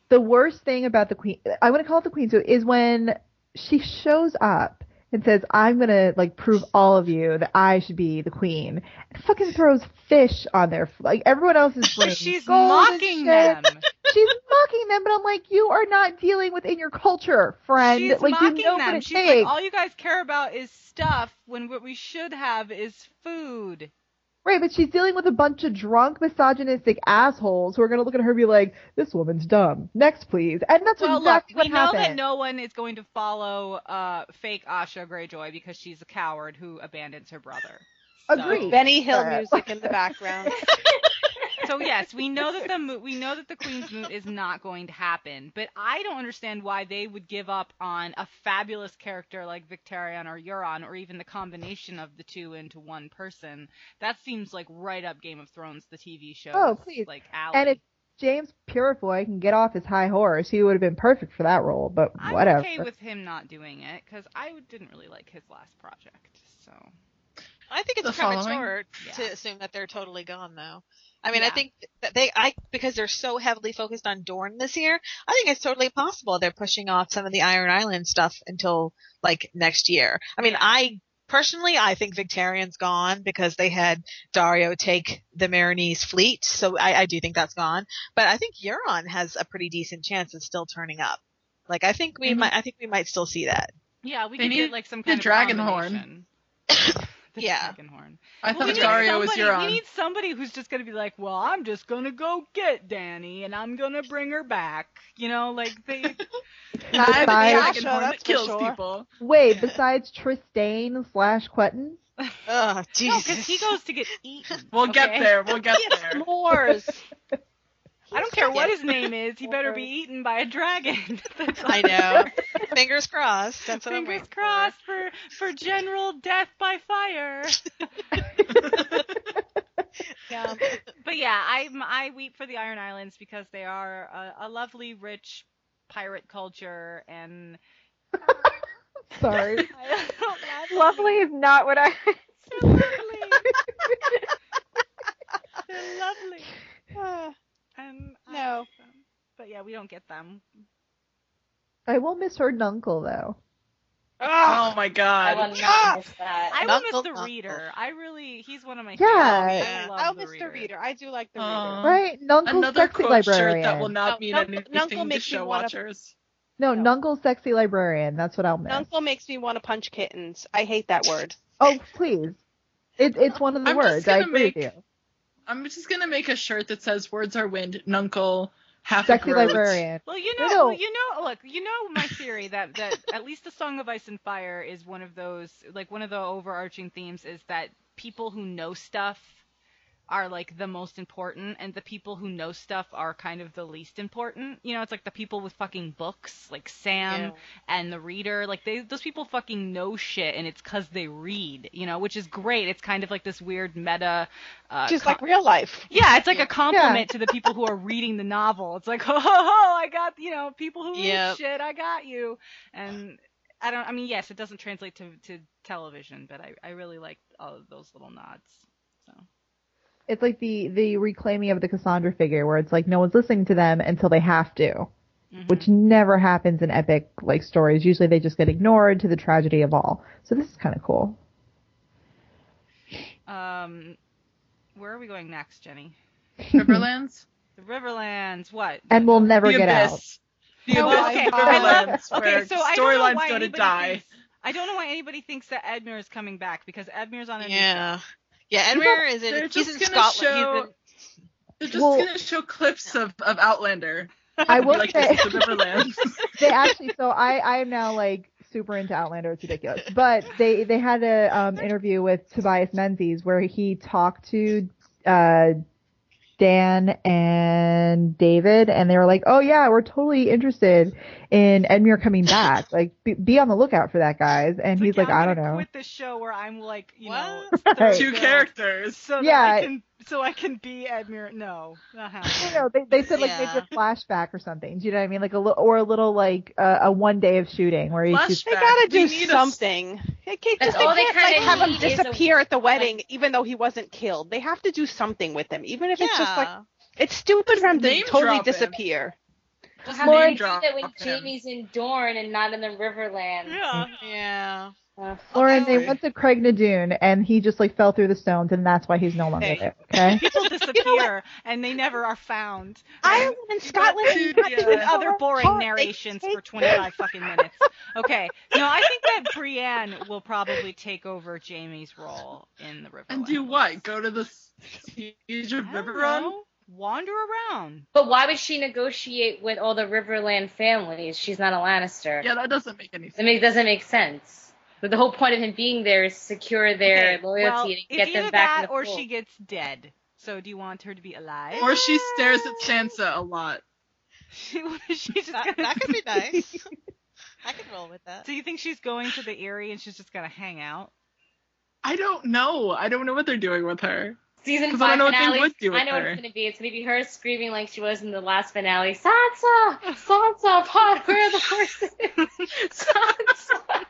[SPEAKER 6] The worst thing about the queen, I want to call it the queen, so is when she shows up and says, "I'm gonna like prove all of you that I should be the queen," and fucking throws fish on their like everyone else is bringing
[SPEAKER 10] But she's
[SPEAKER 6] gold and
[SPEAKER 10] mocking
[SPEAKER 6] shit.
[SPEAKER 10] them.
[SPEAKER 6] She's mocking them, but I'm like, you are not dealing within your culture, friend.
[SPEAKER 10] She's
[SPEAKER 6] like
[SPEAKER 10] mocking
[SPEAKER 6] you know
[SPEAKER 10] them.
[SPEAKER 6] what it
[SPEAKER 10] She's
[SPEAKER 6] takes.
[SPEAKER 10] like, "Oh" all you guys care about is stuff when what we should have is food.
[SPEAKER 6] Right, but she's dealing with a bunch of drunk, misogynistic assholes who are going to look at her and be like, "This woman's dumb." Next, please. And that's
[SPEAKER 10] well, look,
[SPEAKER 6] exactly
[SPEAKER 10] we
[SPEAKER 6] what
[SPEAKER 10] know
[SPEAKER 6] happened.
[SPEAKER 10] that no one is going to follow uh, fake Asha Greyjoy because she's a coward who abandons her brother. So-
[SPEAKER 6] Agreed.
[SPEAKER 9] Benny Hill
[SPEAKER 6] Uh,
[SPEAKER 9] music in the background.
[SPEAKER 10] So yes, we know that the mo- we know that the Queen's moot is not going to happen, but I don't understand why they would give up on a fabulous character like Victarion or Euron, or even the combination of the two into one person. That seems like right up Game of Thrones, the TV show.
[SPEAKER 6] Oh, please.
[SPEAKER 10] Like alley.
[SPEAKER 6] and if James Purefoy can get off his high horse, he would have been perfect for that role. But
[SPEAKER 10] I'm
[SPEAKER 6] whatever.
[SPEAKER 10] okay with him not doing it because I didn't really like his last project. So
[SPEAKER 5] I think
[SPEAKER 3] The
[SPEAKER 5] it's
[SPEAKER 3] following?
[SPEAKER 5] premature to
[SPEAKER 10] Yeah.
[SPEAKER 5] assume that they're totally gone, though. I mean, I
[SPEAKER 10] Yeah.
[SPEAKER 5] think that they, I because they're so heavily focused on Dorne this year, I think it's totally possible they're pushing off some of the Iron Island stuff until like next year. I mean, I personally, I think Victarian's gone because they had Dario take the Marinese fleet, so I, I do think that's gone. But I think Euron has a pretty decent chance of still turning up. Like, I think we
[SPEAKER 3] Mhm.
[SPEAKER 5] might, I think we might still see that.
[SPEAKER 10] yeah, we
[SPEAKER 3] They
[SPEAKER 10] could
[SPEAKER 3] need
[SPEAKER 10] get like some
[SPEAKER 3] the
[SPEAKER 10] kind of
[SPEAKER 3] dragon horn.
[SPEAKER 10] combination. The
[SPEAKER 5] Yeah.
[SPEAKER 10] dragon horn.
[SPEAKER 3] I
[SPEAKER 10] Well, we
[SPEAKER 3] thought
[SPEAKER 10] need
[SPEAKER 3] Dario was
[SPEAKER 10] somebody-
[SPEAKER 3] your
[SPEAKER 10] We
[SPEAKER 3] own.
[SPEAKER 10] need somebody who's just gonna be like, well, I'm just gonna go get Danny and I'm gonna bring her back. You know, like they.
[SPEAKER 3] I have a
[SPEAKER 6] Besides-
[SPEAKER 3] dragon
[SPEAKER 9] Sure,
[SPEAKER 3] horn
[SPEAKER 9] that's
[SPEAKER 3] that
[SPEAKER 9] for
[SPEAKER 3] kills
[SPEAKER 9] sure.
[SPEAKER 3] people.
[SPEAKER 6] Wait, besides Tristain slash Quentin,
[SPEAKER 5] Oh,
[SPEAKER 10] no,
[SPEAKER 5] Jesus.
[SPEAKER 10] because he goes to get eaten.
[SPEAKER 3] We'll get
[SPEAKER 10] okay?
[SPEAKER 3] there. We'll get there.
[SPEAKER 9] S'mores.
[SPEAKER 10] I don't care what his name is. He better be eaten by a dragon. That's all.
[SPEAKER 5] I know. Fingers crossed. That's what I'm
[SPEAKER 10] Fingers
[SPEAKER 5] waiting
[SPEAKER 10] crossed for for general death by fire.
[SPEAKER 5] For. Yeah.
[SPEAKER 10] But yeah, I I weep for the Iron Islands because they are a, a lovely, rich pirate culture and
[SPEAKER 6] Sorry.
[SPEAKER 10] I don't know,
[SPEAKER 7] Lovely is not what I.
[SPEAKER 10] they're lovely.
[SPEAKER 9] Uh,
[SPEAKER 10] And I
[SPEAKER 9] No.
[SPEAKER 10] like them. But yeah, we don't get them.
[SPEAKER 6] I will miss her uncle though.
[SPEAKER 9] oh,
[SPEAKER 3] Oh my
[SPEAKER 8] I
[SPEAKER 3] god.
[SPEAKER 8] will
[SPEAKER 10] Ah!
[SPEAKER 8] not miss that.
[SPEAKER 10] I will miss
[SPEAKER 5] Knuckle,
[SPEAKER 10] the
[SPEAKER 5] knuckle.
[SPEAKER 10] reader. I really, he's one of my
[SPEAKER 6] Yeah.
[SPEAKER 10] favorites. I love
[SPEAKER 9] I'll
[SPEAKER 10] the
[SPEAKER 9] miss
[SPEAKER 10] reader.
[SPEAKER 9] the Oh, reader. I do like the
[SPEAKER 3] Oh.
[SPEAKER 9] reader.
[SPEAKER 6] Right? Nunkle's
[SPEAKER 3] Another
[SPEAKER 6] sexy
[SPEAKER 3] quote
[SPEAKER 6] librarian.
[SPEAKER 3] shirt that will not
[SPEAKER 9] Oh,
[SPEAKER 3] mean
[SPEAKER 9] Nunk- Nunkle
[SPEAKER 3] anything to
[SPEAKER 9] makes you
[SPEAKER 3] show
[SPEAKER 9] wanna-
[SPEAKER 3] watchers.
[SPEAKER 6] No,
[SPEAKER 9] No.
[SPEAKER 6] Nungle's sexy librarian. That's what I'll miss.
[SPEAKER 9] Uncle makes me want to punch kittens. I hate that word.
[SPEAKER 6] Oh, please. It, it's one of the
[SPEAKER 3] I'm just
[SPEAKER 6] words. I
[SPEAKER 3] gonna
[SPEAKER 6] agree
[SPEAKER 3] make
[SPEAKER 6] with you.
[SPEAKER 3] I'm just gonna make a shirt that says "Words are wind." Nuncle, half a
[SPEAKER 6] Sexy
[SPEAKER 3] groat."
[SPEAKER 6] librarian.
[SPEAKER 10] Well, you
[SPEAKER 6] No,
[SPEAKER 10] know,
[SPEAKER 6] no.
[SPEAKER 10] well, you know, look, you know my theory that that at least the Song of Ice and Fire is one of those like one of the overarching themes is that people who know stuff are like the most important and the people who know stuff are kind of the least important. You know, it's like the people with fucking books, like
[SPEAKER 5] Yeah.
[SPEAKER 10] Sam and the reader, like they those people fucking know shit and it's cuz they read, you know, which is great. It's kind of like this weird meta uh,
[SPEAKER 9] Just
[SPEAKER 10] co-
[SPEAKER 9] like real life.
[SPEAKER 10] yeah, it's like a compliment to the people who are reading the novel. It's like, oh, I got you know people who
[SPEAKER 5] Yep.
[SPEAKER 10] read shit. I got you. And I don't. I mean, yes, it doesn't translate to to television, but I I really like all of those little nods. So
[SPEAKER 6] It's like the the reclaiming of the Cassandra figure, where it's like no one's listening to them until they have to,
[SPEAKER 3] Mm-hmm.
[SPEAKER 6] which never happens in epic like stories. Usually they just get ignored to the tragedy of all. So this is kind of cool.
[SPEAKER 10] um, where are we going next, Jenny?
[SPEAKER 3] Riverlands.
[SPEAKER 10] The Riverlands. What?
[SPEAKER 6] And we'll never
[SPEAKER 3] the
[SPEAKER 6] get
[SPEAKER 3] abyss.
[SPEAKER 6] out.
[SPEAKER 3] The
[SPEAKER 9] Oh
[SPEAKER 3] abyss.
[SPEAKER 9] my
[SPEAKER 3] the
[SPEAKER 9] God.
[SPEAKER 3] Riverlands.
[SPEAKER 10] Okay,
[SPEAKER 3] where
[SPEAKER 10] so I don't know
[SPEAKER 3] storylines
[SPEAKER 10] why
[SPEAKER 3] go to
[SPEAKER 10] anybody
[SPEAKER 3] die.
[SPEAKER 10] thinks- I don't know why anybody thinks that Edmure is coming back because Edmure's on a new
[SPEAKER 5] Yeah.
[SPEAKER 10] show.
[SPEAKER 5] Yeah, Edmure is
[SPEAKER 3] they're
[SPEAKER 5] in, he's
[SPEAKER 3] just
[SPEAKER 5] in
[SPEAKER 3] gonna
[SPEAKER 5] Scotland.
[SPEAKER 3] show-
[SPEAKER 5] He's in,
[SPEAKER 3] They're just
[SPEAKER 6] Well-
[SPEAKER 3] gonna show clips of, of Outlander.
[SPEAKER 6] I
[SPEAKER 3] It'll be
[SPEAKER 6] will
[SPEAKER 3] like
[SPEAKER 6] say
[SPEAKER 3] this is the Riverlands.
[SPEAKER 6] they actually. So I I am now like super into Outlander. It's ridiculous. But they they had a um, interview with Tobias Menzies where he talked to. Uh, Dan and David, and they were like, "Oh yeah, we're totally interested in Edmure coming back. Like, be, be on the lookout for that, guys." And
[SPEAKER 10] It's
[SPEAKER 6] he's
[SPEAKER 10] like,
[SPEAKER 6] like,
[SPEAKER 10] yeah, I'm
[SPEAKER 6] "I don't
[SPEAKER 10] gonna
[SPEAKER 6] know."
[SPEAKER 10] Quit this show where I'm like, you know,
[SPEAKER 6] Right.
[SPEAKER 3] Two
[SPEAKER 10] third build.
[SPEAKER 3] characters.
[SPEAKER 10] so
[SPEAKER 6] Yeah.
[SPEAKER 10] that I can so I can be Edmure. No, not
[SPEAKER 6] You
[SPEAKER 10] happening.
[SPEAKER 6] know, they, they said like
[SPEAKER 5] Yeah.
[SPEAKER 6] maybe a flashback or something. Do you know what I mean? Like a little or a little like uh, a one day of shooting where he's just
[SPEAKER 9] They
[SPEAKER 3] Flashback.
[SPEAKER 9] gotta
[SPEAKER 3] We
[SPEAKER 9] do
[SPEAKER 3] need a-
[SPEAKER 9] something. They can't
[SPEAKER 8] That's
[SPEAKER 9] just they
[SPEAKER 8] all they
[SPEAKER 9] can't like
[SPEAKER 8] kinda
[SPEAKER 9] have him
[SPEAKER 8] need is a-
[SPEAKER 9] disappear at the wedding, even though he wasn't killed. They have to do something with him, even if it's just like
[SPEAKER 5] yeah.
[SPEAKER 9] it's stupid for him to
[SPEAKER 3] Name
[SPEAKER 9] totally
[SPEAKER 3] drop him.
[SPEAKER 9] disappear.
[SPEAKER 3] Just
[SPEAKER 8] How
[SPEAKER 3] name
[SPEAKER 8] do you do
[SPEAKER 3] drop
[SPEAKER 8] that when
[SPEAKER 3] him.
[SPEAKER 8] Jamie's in Dorne and not in the Riverlands?
[SPEAKER 10] Yeah.
[SPEAKER 5] Yeah.
[SPEAKER 8] Ugh.
[SPEAKER 6] Lauren. They
[SPEAKER 3] Okay.
[SPEAKER 6] went to Craig Nadoon, and he just like fell through the stones, and that's why he's no longer
[SPEAKER 9] Hey.
[SPEAKER 6] there. Okay.
[SPEAKER 10] People disappear and they never are found.
[SPEAKER 9] Ireland and Scotland
[SPEAKER 3] to
[SPEAKER 9] and
[SPEAKER 3] the, uh,
[SPEAKER 9] Scotland
[SPEAKER 10] And
[SPEAKER 9] are
[SPEAKER 10] other boring
[SPEAKER 9] apart. They
[SPEAKER 10] narrations
[SPEAKER 9] take-
[SPEAKER 10] for 25 fucking minutes. Okay. No, I think that Brienne will probably take over Jamie's role in the Riverlands.
[SPEAKER 3] And do what? Go to the siege of
[SPEAKER 10] I don't
[SPEAKER 3] Riverrun?
[SPEAKER 10] know. Wander around.
[SPEAKER 8] But why would she negotiate with all the Riverland families? She's not a Lannister.
[SPEAKER 3] Yeah, that doesn't make any
[SPEAKER 8] I
[SPEAKER 3] sense.
[SPEAKER 8] mean, it doesn't make sense. But the whole point of him being there is to secure their
[SPEAKER 10] Okay,
[SPEAKER 8] loyalty
[SPEAKER 10] well,
[SPEAKER 8] and
[SPEAKER 10] it's
[SPEAKER 8] get
[SPEAKER 10] either
[SPEAKER 8] them back
[SPEAKER 10] that
[SPEAKER 8] in the
[SPEAKER 10] or
[SPEAKER 8] fold.
[SPEAKER 10] she gets dead. So do you want her to be alive?
[SPEAKER 3] Or she stares at Sansa a lot.
[SPEAKER 10] she, she's just
[SPEAKER 5] That,
[SPEAKER 10] gonna
[SPEAKER 5] that could be nice. I could roll with that.
[SPEAKER 10] Do you think she's going to the Erie and she's just gonna hang out?
[SPEAKER 3] I don't know. I don't know what they're doing with her.
[SPEAKER 8] Season
[SPEAKER 3] 'Cause I don't
[SPEAKER 8] five
[SPEAKER 3] know what they
[SPEAKER 8] finale.
[SPEAKER 3] would do with
[SPEAKER 8] I know what
[SPEAKER 3] her.
[SPEAKER 8] it's gonna be. It's gonna be her screaming like she was in the last finale. Sansa, Sansa, Pod, where are the horses? Sansa.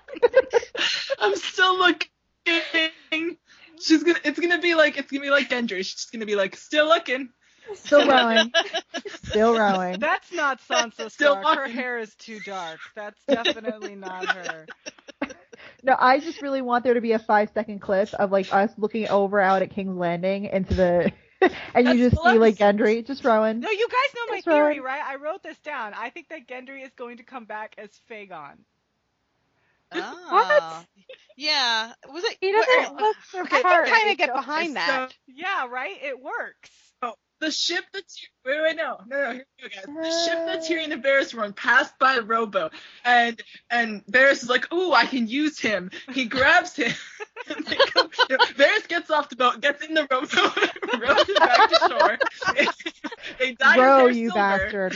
[SPEAKER 3] I'm still looking. She's gonna. It's gonna be like. It's gonna be like Gendry. She's just gonna be like, still looking.
[SPEAKER 6] Still rowing. Still rowing.
[SPEAKER 10] That's not Sansa
[SPEAKER 3] Still
[SPEAKER 10] Stark. Her
[SPEAKER 3] walking.
[SPEAKER 10] hair is too dark. That's definitely not her.
[SPEAKER 6] No, I just really want there to be a five second clip of like us looking over out at King's Landing into the, and you
[SPEAKER 3] That's
[SPEAKER 6] just
[SPEAKER 3] the
[SPEAKER 6] see like
[SPEAKER 3] last-
[SPEAKER 6] Gendry just rowing.
[SPEAKER 10] No, you guys know my
[SPEAKER 6] That's
[SPEAKER 10] theory,
[SPEAKER 6] right.
[SPEAKER 10] right? I wrote this down. I think that Gendry is going to come back as Fagon.
[SPEAKER 5] Ah. Yeah. Was it?
[SPEAKER 7] He
[SPEAKER 5] where-
[SPEAKER 7] doesn't look for
[SPEAKER 9] I can
[SPEAKER 7] parts.
[SPEAKER 9] kind of get behind that.
[SPEAKER 10] Yeah, right? It works.
[SPEAKER 3] The ship that Ty- wait wait no no no here we go guys the ship that Tyrion and Varys were on passed by Robo and and Varys is like ooh I can use him he grabs him and they go, you know, Varys gets off the boat gets in the Robo rows it back to shore they dive
[SPEAKER 6] row,
[SPEAKER 3] in their
[SPEAKER 6] you
[SPEAKER 3] silver.
[SPEAKER 6] bastard,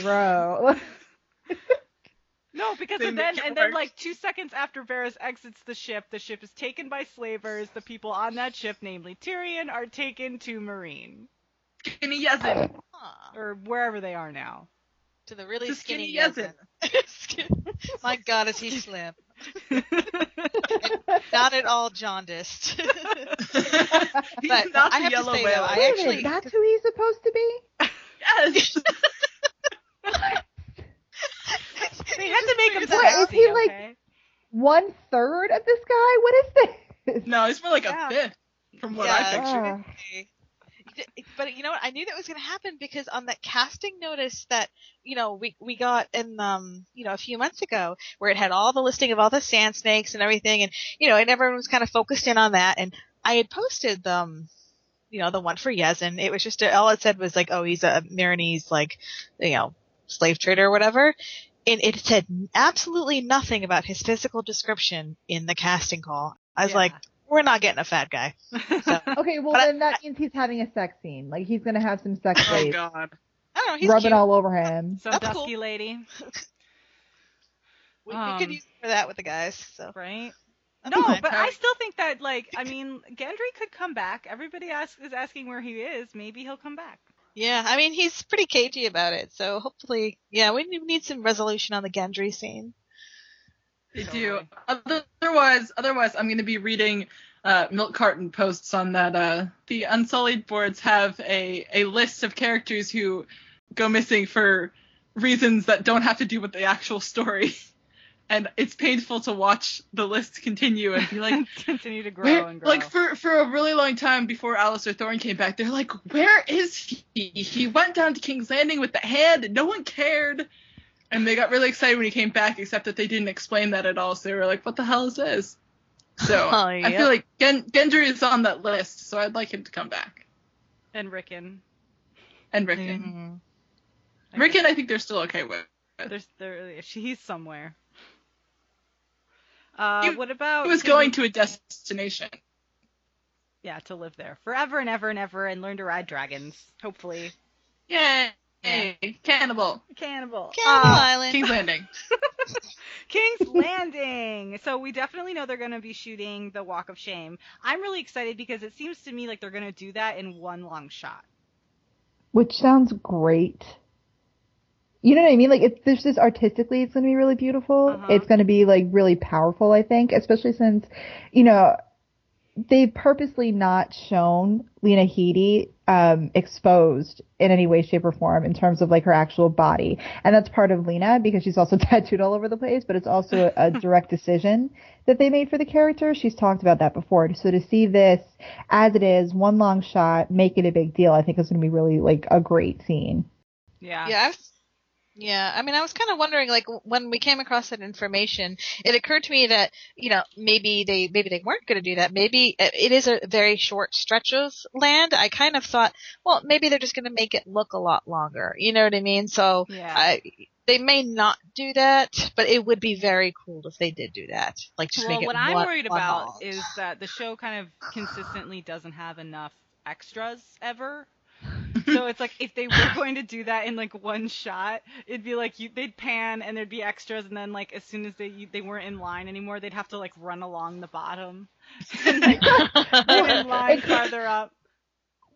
[SPEAKER 6] row.
[SPEAKER 10] No, because
[SPEAKER 3] They
[SPEAKER 10] and then
[SPEAKER 3] make it
[SPEAKER 10] and then
[SPEAKER 3] work.
[SPEAKER 10] like two seconds after Varys exits the ship, the ship is taken by slavers. The people on that ship, namely Tyrion, are taken to Marine
[SPEAKER 3] and he doesn't
[SPEAKER 5] Ah.
[SPEAKER 10] or wherever they are now.
[SPEAKER 5] to the really
[SPEAKER 3] To
[SPEAKER 5] skinny,
[SPEAKER 3] skinny
[SPEAKER 5] Yesen. My God, is he slim? And not at all jaundiced.
[SPEAKER 3] He's
[SPEAKER 5] But
[SPEAKER 3] not the
[SPEAKER 5] I have to
[SPEAKER 3] yellow
[SPEAKER 5] say, though,
[SPEAKER 3] whale.
[SPEAKER 5] I
[SPEAKER 6] Wait a
[SPEAKER 5] actually-
[SPEAKER 6] minute, that's who he's supposed to be?
[SPEAKER 3] Yes.
[SPEAKER 4] They had to make him
[SPEAKER 6] What, is
[SPEAKER 4] sexy,
[SPEAKER 6] he, like-
[SPEAKER 4] okay?
[SPEAKER 6] One third of this guy? What is this?
[SPEAKER 3] No, it's more like
[SPEAKER 5] Yeah.
[SPEAKER 3] a fifth from what
[SPEAKER 5] Yeah.
[SPEAKER 3] I pictured.
[SPEAKER 6] Ah.
[SPEAKER 5] But you know what? I knew that was going to happen because on that casting notice that you know we we got in um you know a few months ago where it had all the listing of all the sand snakes and everything, and you know, and everyone was kind of focused in on that, and I had posted um you know the one for Yezin. It was just all it said was like, oh, he's a Marinese like you know slave trader or whatever. And it said absolutely nothing about his physical description in the casting call. I was
[SPEAKER 10] Yeah.
[SPEAKER 5] like, we're not getting a fat guy.
[SPEAKER 6] Okay, well
[SPEAKER 5] But I-
[SPEAKER 6] then that means he's having a sex scene. Like he's gonna have some sex
[SPEAKER 3] Oh
[SPEAKER 6] tape
[SPEAKER 3] god.
[SPEAKER 5] I don't know. He's
[SPEAKER 6] rubbing
[SPEAKER 5] cute.
[SPEAKER 6] all over him.
[SPEAKER 10] Some
[SPEAKER 5] That's
[SPEAKER 10] dusky
[SPEAKER 5] cool.
[SPEAKER 10] lady,
[SPEAKER 5] We,
[SPEAKER 10] Um,
[SPEAKER 5] we could use it for that with the guys. So
[SPEAKER 10] right?
[SPEAKER 5] that's
[SPEAKER 10] No,
[SPEAKER 5] fine.
[SPEAKER 10] but
[SPEAKER 3] Harry.
[SPEAKER 10] I still think that like I mean Gendry could come back. Everybody ask, is asking where he is. Maybe he'll come back.
[SPEAKER 5] yeah, I mean he's pretty cagey about it. So hopefully, yeah, we need- need some resolution on the Gendry scene.
[SPEAKER 3] They do. Otherwise, otherwise, I'm going to be reading uh, milk carton posts on that. Uh, the Unsullied boards have a a list of characters who go missing for reasons that don't have to do with the actual story, and it's painful to watch the list continue and be like.
[SPEAKER 10] Continue to grow
[SPEAKER 3] Where,
[SPEAKER 10] and grow.
[SPEAKER 3] like for for a really long time before Alistair Thorne came back, they're like, "Where is he? He went down to King's Landing with the hand, and no one cared." And they got really excited when he came back, except that they didn't explain that at all. So they were like, "What the hell is this?" So
[SPEAKER 5] Oh,
[SPEAKER 3] I
[SPEAKER 5] yeah.
[SPEAKER 3] feel like Gen- Gendry is on that list, so I'd like him to come back.
[SPEAKER 10] and Rickon.
[SPEAKER 3] And
[SPEAKER 10] Mm-hmm.
[SPEAKER 3] Rickon,
[SPEAKER 5] Mhm.
[SPEAKER 3] Rickon, I think they're still okay with.
[SPEAKER 10] There's there she's somewhere. Uh,
[SPEAKER 3] He-
[SPEAKER 10] what about
[SPEAKER 3] He was
[SPEAKER 10] to-
[SPEAKER 3] going to a destination.
[SPEAKER 10] yeah to live there forever and ever and ever and learn to ride dragons hopefully
[SPEAKER 3] Yay!
[SPEAKER 10] Yeah.
[SPEAKER 3] Cannibal,
[SPEAKER 10] cannibal
[SPEAKER 5] Cannibal
[SPEAKER 10] Uh,
[SPEAKER 5] Island.
[SPEAKER 3] King's Landing.
[SPEAKER 10] King's Landing. So we definitely know they're going to be shooting the Walk of Shame. I'm really excited because it seems to me like they're going to do that in one long shot.
[SPEAKER 6] Which sounds great. You know what I mean? Like it's there's just artistically it's gonna be really beautiful.
[SPEAKER 10] Uh-huh.
[SPEAKER 6] It's gonna be like really powerful, I think, especially since, you know, they've purposely not shown Lena Headey um, exposed in any way, shape, or form in terms of like her actual body, and that's part of Lena because she's also tattooed all over the place. But it's also a, a direct decision that they made for the character. She's talked about that before, so to see this as it is, one long shot, make it a big deal. I think is going to be really like a great scene.
[SPEAKER 10] Yeah.
[SPEAKER 5] Yeah, I was, yeah. I mean, I was kind of wondering, like, w- when we came across that information, it occurred to me that you know maybe they maybe they weren't going to do that. Maybe uh, it is a very short stretch of land. I kind of thought, well, maybe they're just going to make it look a lot longer. You know what I mean? So
[SPEAKER 10] Yeah.
[SPEAKER 5] I, they may not do that, but it would be very cool if they did do that. Like, just
[SPEAKER 10] well,
[SPEAKER 5] make it
[SPEAKER 10] what I'm
[SPEAKER 5] one-
[SPEAKER 10] worried
[SPEAKER 5] one
[SPEAKER 10] about
[SPEAKER 5] long.
[SPEAKER 10] is that the show kind of consistently doesn't have enough extras ever. so it's like if they were going to do that in like one shot, it'd be like you, they'd pan and there'd be extras, and then like as soon as they you, they weren't in line anymore, they'd have to like run along the bottom, and like get in line farther up.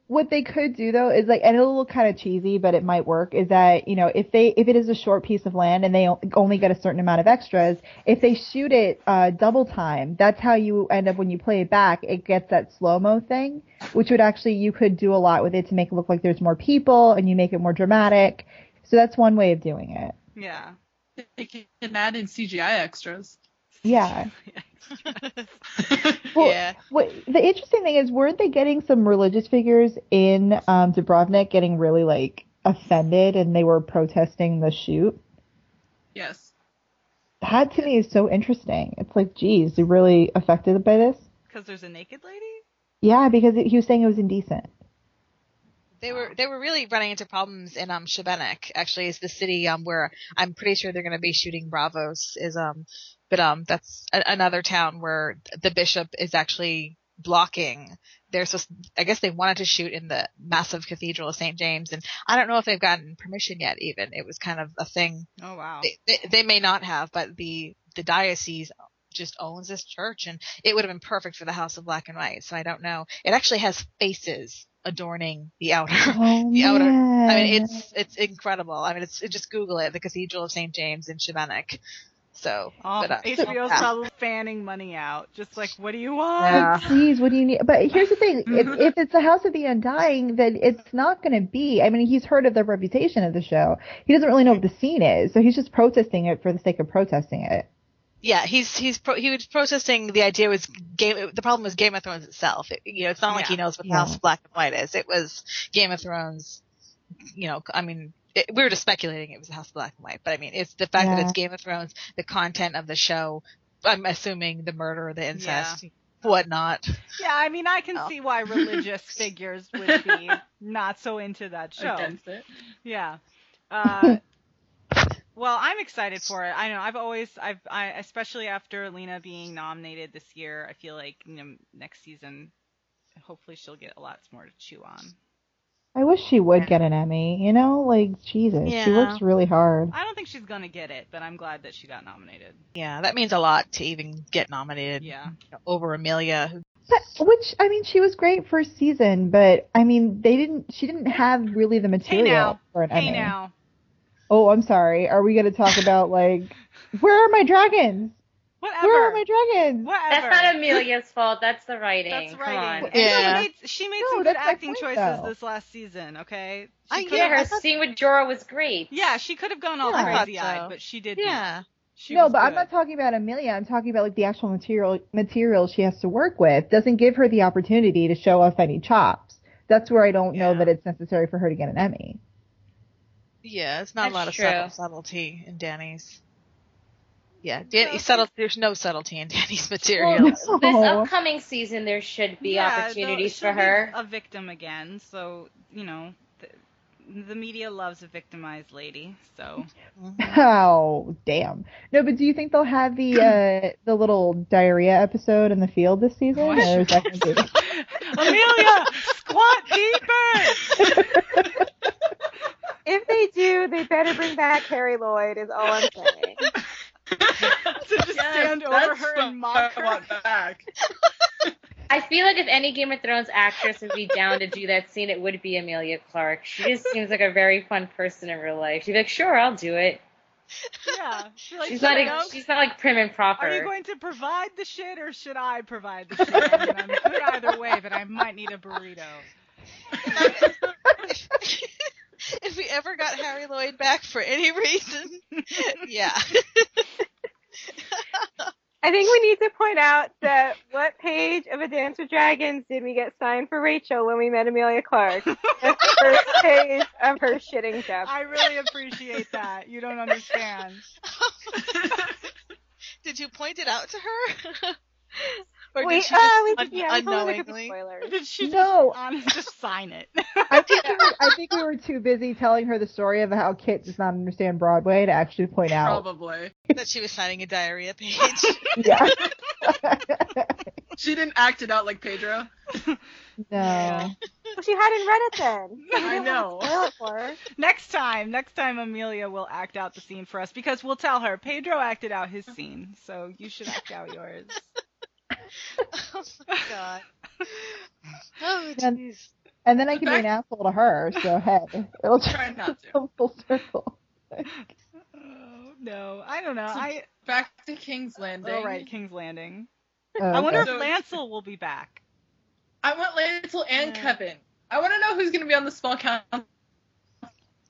[SPEAKER 6] what they could do though is like and it'll look kind of cheesy but it might work is that you know if they if it is a short piece of land and they o- only get a certain amount of extras if they shoot it uh double time that's how you end up when you play it back it gets that slow mo thing which would actually you could do a lot with it to make it look like there's more people and you make it more dramatic so that's one way of doing it
[SPEAKER 10] Yeah.
[SPEAKER 3] They can add in CGI extras.
[SPEAKER 6] yeah Well,
[SPEAKER 5] yeah.
[SPEAKER 6] What, the interesting thing is, weren't they getting some religious figures in um, Dubrovnik getting really like offended, and they were protesting the shoot?
[SPEAKER 3] Yes.
[SPEAKER 6] That to me is so interesting. It's like, geez, you really affected by this?
[SPEAKER 10] Because there's a naked lady.
[SPEAKER 6] Yeah, because it, he was saying it was indecent.
[SPEAKER 5] They were they were really running into problems in um Shebenek actually is the city um where I'm pretty sure they're going to be shooting Bravos is um but um that's a- another town where the bishop is actually blocking they're supposed I guess they wanted to shoot in the massive cathedral of St James and I don't know if they've gotten permission yet even it was kind of a thing
[SPEAKER 10] Oh wow.
[SPEAKER 5] they, they, they may not have but the the diocese just owns this church and it would have been perfect for the House of Black and White so I don't know it actually has faces adorning the outer
[SPEAKER 6] Oh,
[SPEAKER 5] the outer. I
[SPEAKER 6] man.
[SPEAKER 5] mean, it's it's incredible. I mean, it's just Google it, the Cathedral of St James in Shabanic. So,
[SPEAKER 10] Oh,
[SPEAKER 5] but, uh,
[SPEAKER 10] HBO's
[SPEAKER 5] yeah.
[SPEAKER 10] probably fanning money out. Just like, what do you want?
[SPEAKER 5] uh,
[SPEAKER 6] Like, please, what do you need? But here's the thing: if,
[SPEAKER 5] Mm-hmm.
[SPEAKER 6] if it's the House of the Undying, then it's not going to be. I mean, he's heard of the reputation of the show. He doesn't really know what the
[SPEAKER 5] Mm-hmm.
[SPEAKER 6] scene is, so he's just protesting it for the sake of protesting it.
[SPEAKER 5] Yeah, he's he's pro- he was protesting the idea was game. The problem was Game of Thrones itself. It, you know, it's not like he knows what the
[SPEAKER 6] Yeah.
[SPEAKER 5] House of Black and White is. It was Game of Thrones. You know, I mean, it, we were just speculating it was the House of Black and White, but I mean, it's the fact that it's Game of Thrones, the content of the show. I'm assuming the murder, the incest, whatnot.
[SPEAKER 10] Yeah, I mean, I can
[SPEAKER 5] Oh.
[SPEAKER 10] see why religious figures would be not so into that show.
[SPEAKER 3] Against it.
[SPEAKER 10] Yeah. Uh, well, I'm excited for it. I know I've always, I've, I, especially after Lena being nominated this year, I feel like you know, next season, hopefully she'll get a lot more to chew on.
[SPEAKER 6] I wish she would get an Emmy. You know, like Jesus, she
[SPEAKER 5] Yeah.
[SPEAKER 6] works really hard.
[SPEAKER 10] I don't think she's gonna get it, but I'm glad that she got nominated.
[SPEAKER 5] Yeah, that means a lot to even get nominated.
[SPEAKER 10] Yeah.
[SPEAKER 5] you know, over Amelia, who
[SPEAKER 6] But, which I mean, she was great first season, but I mean, they didn't. She didn't have really the material
[SPEAKER 10] now.
[SPEAKER 6] for an
[SPEAKER 10] Hey
[SPEAKER 6] Emmy.
[SPEAKER 10] now,
[SPEAKER 6] Oh, I'm sorry. Are we going to talk about like where are my dragons?
[SPEAKER 10] whatever.
[SPEAKER 6] Where are my dragons?
[SPEAKER 10] Whatever.
[SPEAKER 8] That's not Amelia's fault. That's the writing.
[SPEAKER 10] That's
[SPEAKER 8] Come
[SPEAKER 10] writing.
[SPEAKER 8] on.
[SPEAKER 5] Yeah.
[SPEAKER 10] No, they- she made
[SPEAKER 6] No,
[SPEAKER 10] some good
[SPEAKER 6] that's my
[SPEAKER 10] acting
[SPEAKER 6] point,
[SPEAKER 10] choices
[SPEAKER 6] though.
[SPEAKER 10] this last season. Okay.
[SPEAKER 5] I-
[SPEAKER 10] She could
[SPEAKER 8] Yeah,
[SPEAKER 5] I
[SPEAKER 8] her
[SPEAKER 5] thought-
[SPEAKER 8] scene with Jorah was great.
[SPEAKER 10] Yeah, she could have gone all
[SPEAKER 6] Yeah. I
[SPEAKER 5] thought
[SPEAKER 10] crazy eyed,
[SPEAKER 5] so.
[SPEAKER 10] but she didn't.
[SPEAKER 5] yeah,
[SPEAKER 10] She
[SPEAKER 6] No,
[SPEAKER 10] was
[SPEAKER 6] but I'm
[SPEAKER 10] good.
[SPEAKER 6] not talking about Amelia. I'm talking about like the actual material material she has to work with. Doesn't give her the opportunity to show off any chops. That's where I don't know
[SPEAKER 10] Yeah.
[SPEAKER 6] that it's necessary for her to get an Emmy.
[SPEAKER 5] yeah, it's not
[SPEAKER 8] That's
[SPEAKER 5] a lot of
[SPEAKER 8] true.
[SPEAKER 5] subtle, subtlety in Danny's. Yeah, Dan- subtle. There's no subtlety in Danny's material.
[SPEAKER 8] Well, this
[SPEAKER 6] No.
[SPEAKER 8] upcoming season, there should be
[SPEAKER 10] Yeah, though
[SPEAKER 8] opportunities
[SPEAKER 10] she'll
[SPEAKER 8] for
[SPEAKER 10] be
[SPEAKER 8] her.
[SPEAKER 10] A victim again, so you know, the, the media loves a victimized lady. So
[SPEAKER 6] Oh, damn. No, but do you think they'll have the uh, the little diarrhea episode in the field this season? Or is that gonna be-
[SPEAKER 10] Amelia, squat deeper.
[SPEAKER 7] If they do, they better bring back Harry Lloyd. Is all I'm saying.
[SPEAKER 10] to just stand over her and mock
[SPEAKER 3] I
[SPEAKER 10] her.
[SPEAKER 3] want back.
[SPEAKER 8] I feel like if any Game of Thrones actress would be down to do that scene, it would be Amelia Clark. She just seems like a very fun person in real life. She'd be like, "Sure, I'll do it."
[SPEAKER 10] Yeah, she like,
[SPEAKER 8] She's
[SPEAKER 10] you
[SPEAKER 8] not.
[SPEAKER 10] know,
[SPEAKER 8] A, she's not like prim and proper.
[SPEAKER 10] Are you going to provide the shit or should I provide the shit? I mean, I'm good either way, but I might need a burrito.
[SPEAKER 5] if we ever got Harry Lloyd back for any reason, yeah.
[SPEAKER 7] I think we need to point out that what page of A Dance with Dragons did we get signed for Rachel when we met Amelia Clark? the first page of her shitting job.
[SPEAKER 10] I really appreciate that. You don't understand.
[SPEAKER 5] Did you point it out to her? or
[SPEAKER 7] We-
[SPEAKER 5] did she just
[SPEAKER 7] oh,
[SPEAKER 5] un-
[SPEAKER 7] we- yeah, we totally looked at the
[SPEAKER 5] unknowingly?
[SPEAKER 7] spoilers.
[SPEAKER 10] Did she just,
[SPEAKER 6] No.
[SPEAKER 10] honest, just sign it?
[SPEAKER 6] I think, we were, I think we were too busy telling her the story of how Kit does not understand Broadway to actually point out.
[SPEAKER 3] Probably.
[SPEAKER 5] That she was signing a diarrhea page.
[SPEAKER 6] Yeah.
[SPEAKER 3] She didn't act it out like Pedro.
[SPEAKER 6] no.
[SPEAKER 7] Well, she hadn't read it then. So we
[SPEAKER 3] I
[SPEAKER 7] didn't
[SPEAKER 3] know.
[SPEAKER 7] Want to spoil it for her.
[SPEAKER 10] Next time, next time Amelia will act out the scene for us because we'll tell her Pedro acted out his scene, so you should act out yours.
[SPEAKER 5] oh my god. Oh
[SPEAKER 6] And-
[SPEAKER 5] jeez.
[SPEAKER 6] And then I can be an asshole to her, so hey, it'll just
[SPEAKER 3] Try not to.
[SPEAKER 6] come full circle.
[SPEAKER 10] Oh, no, I don't know. I
[SPEAKER 3] Back to King's Landing.
[SPEAKER 10] all right, King's Landing.
[SPEAKER 6] Oh,
[SPEAKER 10] I wonder if
[SPEAKER 6] okay.
[SPEAKER 3] So-
[SPEAKER 10] Lancel will be back.
[SPEAKER 3] I want Lancel and Kevin. I want to know who's going to be on the small council.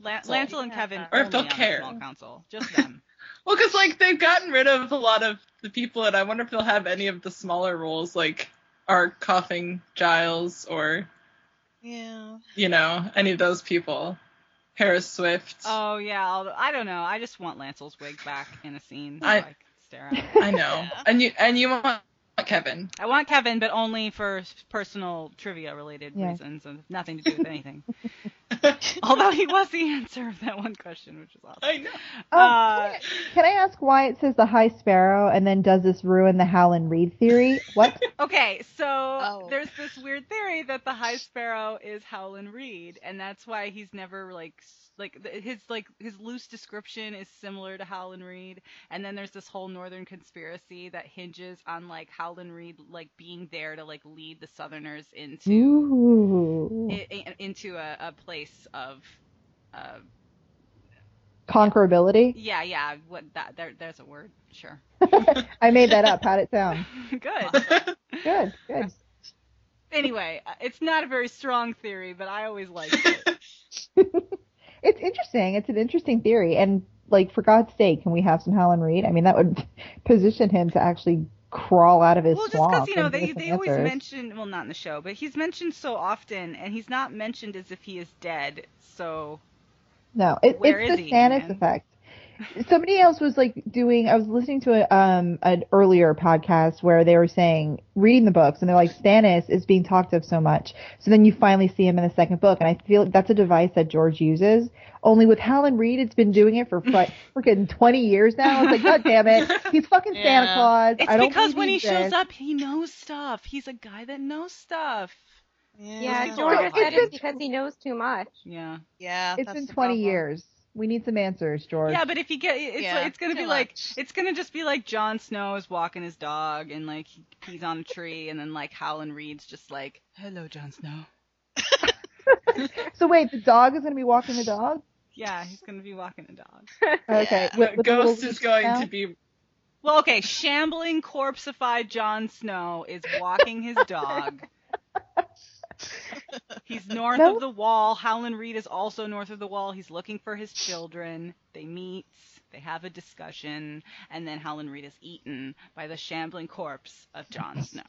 [SPEAKER 10] Lan-
[SPEAKER 3] Well,
[SPEAKER 10] Lancel and Kevin,
[SPEAKER 3] Or if they'll
[SPEAKER 10] only on the
[SPEAKER 3] care.
[SPEAKER 10] Small council, just them.
[SPEAKER 3] Well, because like they've gotten rid of a lot of the people, and I wonder if they'll have any of the smaller roles, like our coughing Giles, or
[SPEAKER 5] Yeah.
[SPEAKER 3] you know, any of those people. Harris Swift.
[SPEAKER 10] Oh yeah, although I don't know. I just want Lancel's wig back in a scene. So I,
[SPEAKER 3] I-
[SPEAKER 10] can stare at. it.
[SPEAKER 3] I know. And you and you want Kevin.
[SPEAKER 10] I want Kevin, but only for personal trivia related
[SPEAKER 6] Yeah.
[SPEAKER 10] reasons and nothing to do with anything. Although he was the answer of that one question, which was
[SPEAKER 3] I
[SPEAKER 10] awesome.
[SPEAKER 3] know.
[SPEAKER 6] Oh,
[SPEAKER 10] Uh,
[SPEAKER 6] Can I ask why it says the High Sparrow and then does this ruin the Howland Reed theory? What?
[SPEAKER 10] Okay, so
[SPEAKER 5] Oh.
[SPEAKER 10] there's this weird theory that the High Sparrow is Howlin' Reed, and that's why he's never like s- like th- his like his loose description is similar to Howland Reed, and then there's this whole Northern conspiracy that hinges on like Howland Reed like being there to like lead the Southerners into
[SPEAKER 6] Ooh.
[SPEAKER 10] i- i- into a, a place of. Uh,
[SPEAKER 6] Conquerability?
[SPEAKER 10] yeah, yeah. What that? There, there's a word. Sure.
[SPEAKER 6] I made that up. How'd it sound?
[SPEAKER 10] Good.
[SPEAKER 6] Good, good.
[SPEAKER 10] anyway, uh, it's not a very strong theory, but I always liked it.
[SPEAKER 6] It's interesting. It's an interesting theory. And, like, for God's sake, can we have some Helen Reed? I mean, that would position him to actually crawl out of his
[SPEAKER 10] well, just
[SPEAKER 6] swamp.
[SPEAKER 10] because you know
[SPEAKER 6] and give
[SPEAKER 10] they
[SPEAKER 6] us
[SPEAKER 10] they
[SPEAKER 6] some
[SPEAKER 10] always
[SPEAKER 6] answers.
[SPEAKER 10] mention well not in the show, but he's mentioned so often, and he's not mentioned as if he is dead. So
[SPEAKER 6] No, it,
[SPEAKER 10] Where
[SPEAKER 6] it's
[SPEAKER 10] is
[SPEAKER 6] the
[SPEAKER 10] he,
[SPEAKER 6] Stannis
[SPEAKER 10] man?
[SPEAKER 6] effect. Somebody else was like doing. I was listening to a, um an earlier podcast where they were saying reading the books, and they're like Stannis is being talked of so much. So then you finally see him in the second book, and I feel like that's a device that George uses. Only with Helen Reed, it's been doing it for fri- freaking twenty years now. It's like, god damn it, he's fucking Santa
[SPEAKER 5] Yeah.
[SPEAKER 6] Claus.
[SPEAKER 10] it's
[SPEAKER 6] I don't
[SPEAKER 10] because
[SPEAKER 6] believe
[SPEAKER 10] when he
[SPEAKER 6] he's
[SPEAKER 10] shows
[SPEAKER 6] this.
[SPEAKER 10] up, he knows stuff. He's a guy that knows stuff.
[SPEAKER 7] Yeah,
[SPEAKER 5] Yeah,
[SPEAKER 7] Georgia
[SPEAKER 10] It's
[SPEAKER 7] said
[SPEAKER 10] just-
[SPEAKER 7] it's because he knows too much.
[SPEAKER 10] Yeah.
[SPEAKER 5] yeah.
[SPEAKER 6] It's
[SPEAKER 5] that's
[SPEAKER 6] been
[SPEAKER 5] the
[SPEAKER 6] twenty
[SPEAKER 5] problem.
[SPEAKER 6] years. We need some answers, George.
[SPEAKER 10] Yeah, but if you get it's
[SPEAKER 5] Yeah,
[SPEAKER 10] like, it's gonna
[SPEAKER 5] too
[SPEAKER 10] be like
[SPEAKER 5] much.
[SPEAKER 10] it's gonna just be like Jon Snow is walking his dog and like he pees on a tree and then like Howland Reed's just like hello Jon Snow.
[SPEAKER 6] so wait, the dog is gonna be walking the dog.
[SPEAKER 10] Yeah, he's gonna be walking a dog.
[SPEAKER 6] Okay,
[SPEAKER 5] Yeah.
[SPEAKER 6] with- with the little
[SPEAKER 3] Ghost is
[SPEAKER 6] leash
[SPEAKER 3] going
[SPEAKER 6] now?
[SPEAKER 3] to be.
[SPEAKER 10] Well, okay, shambling corpseified Jon Snow is walking his dog. He's north
[SPEAKER 6] No.
[SPEAKER 10] of the wall. Howland Reed is also north of the wall. He's looking for his children. They meet. They have a discussion, and then Howland Reed is eaten by the shambling corpse of Jon Snow.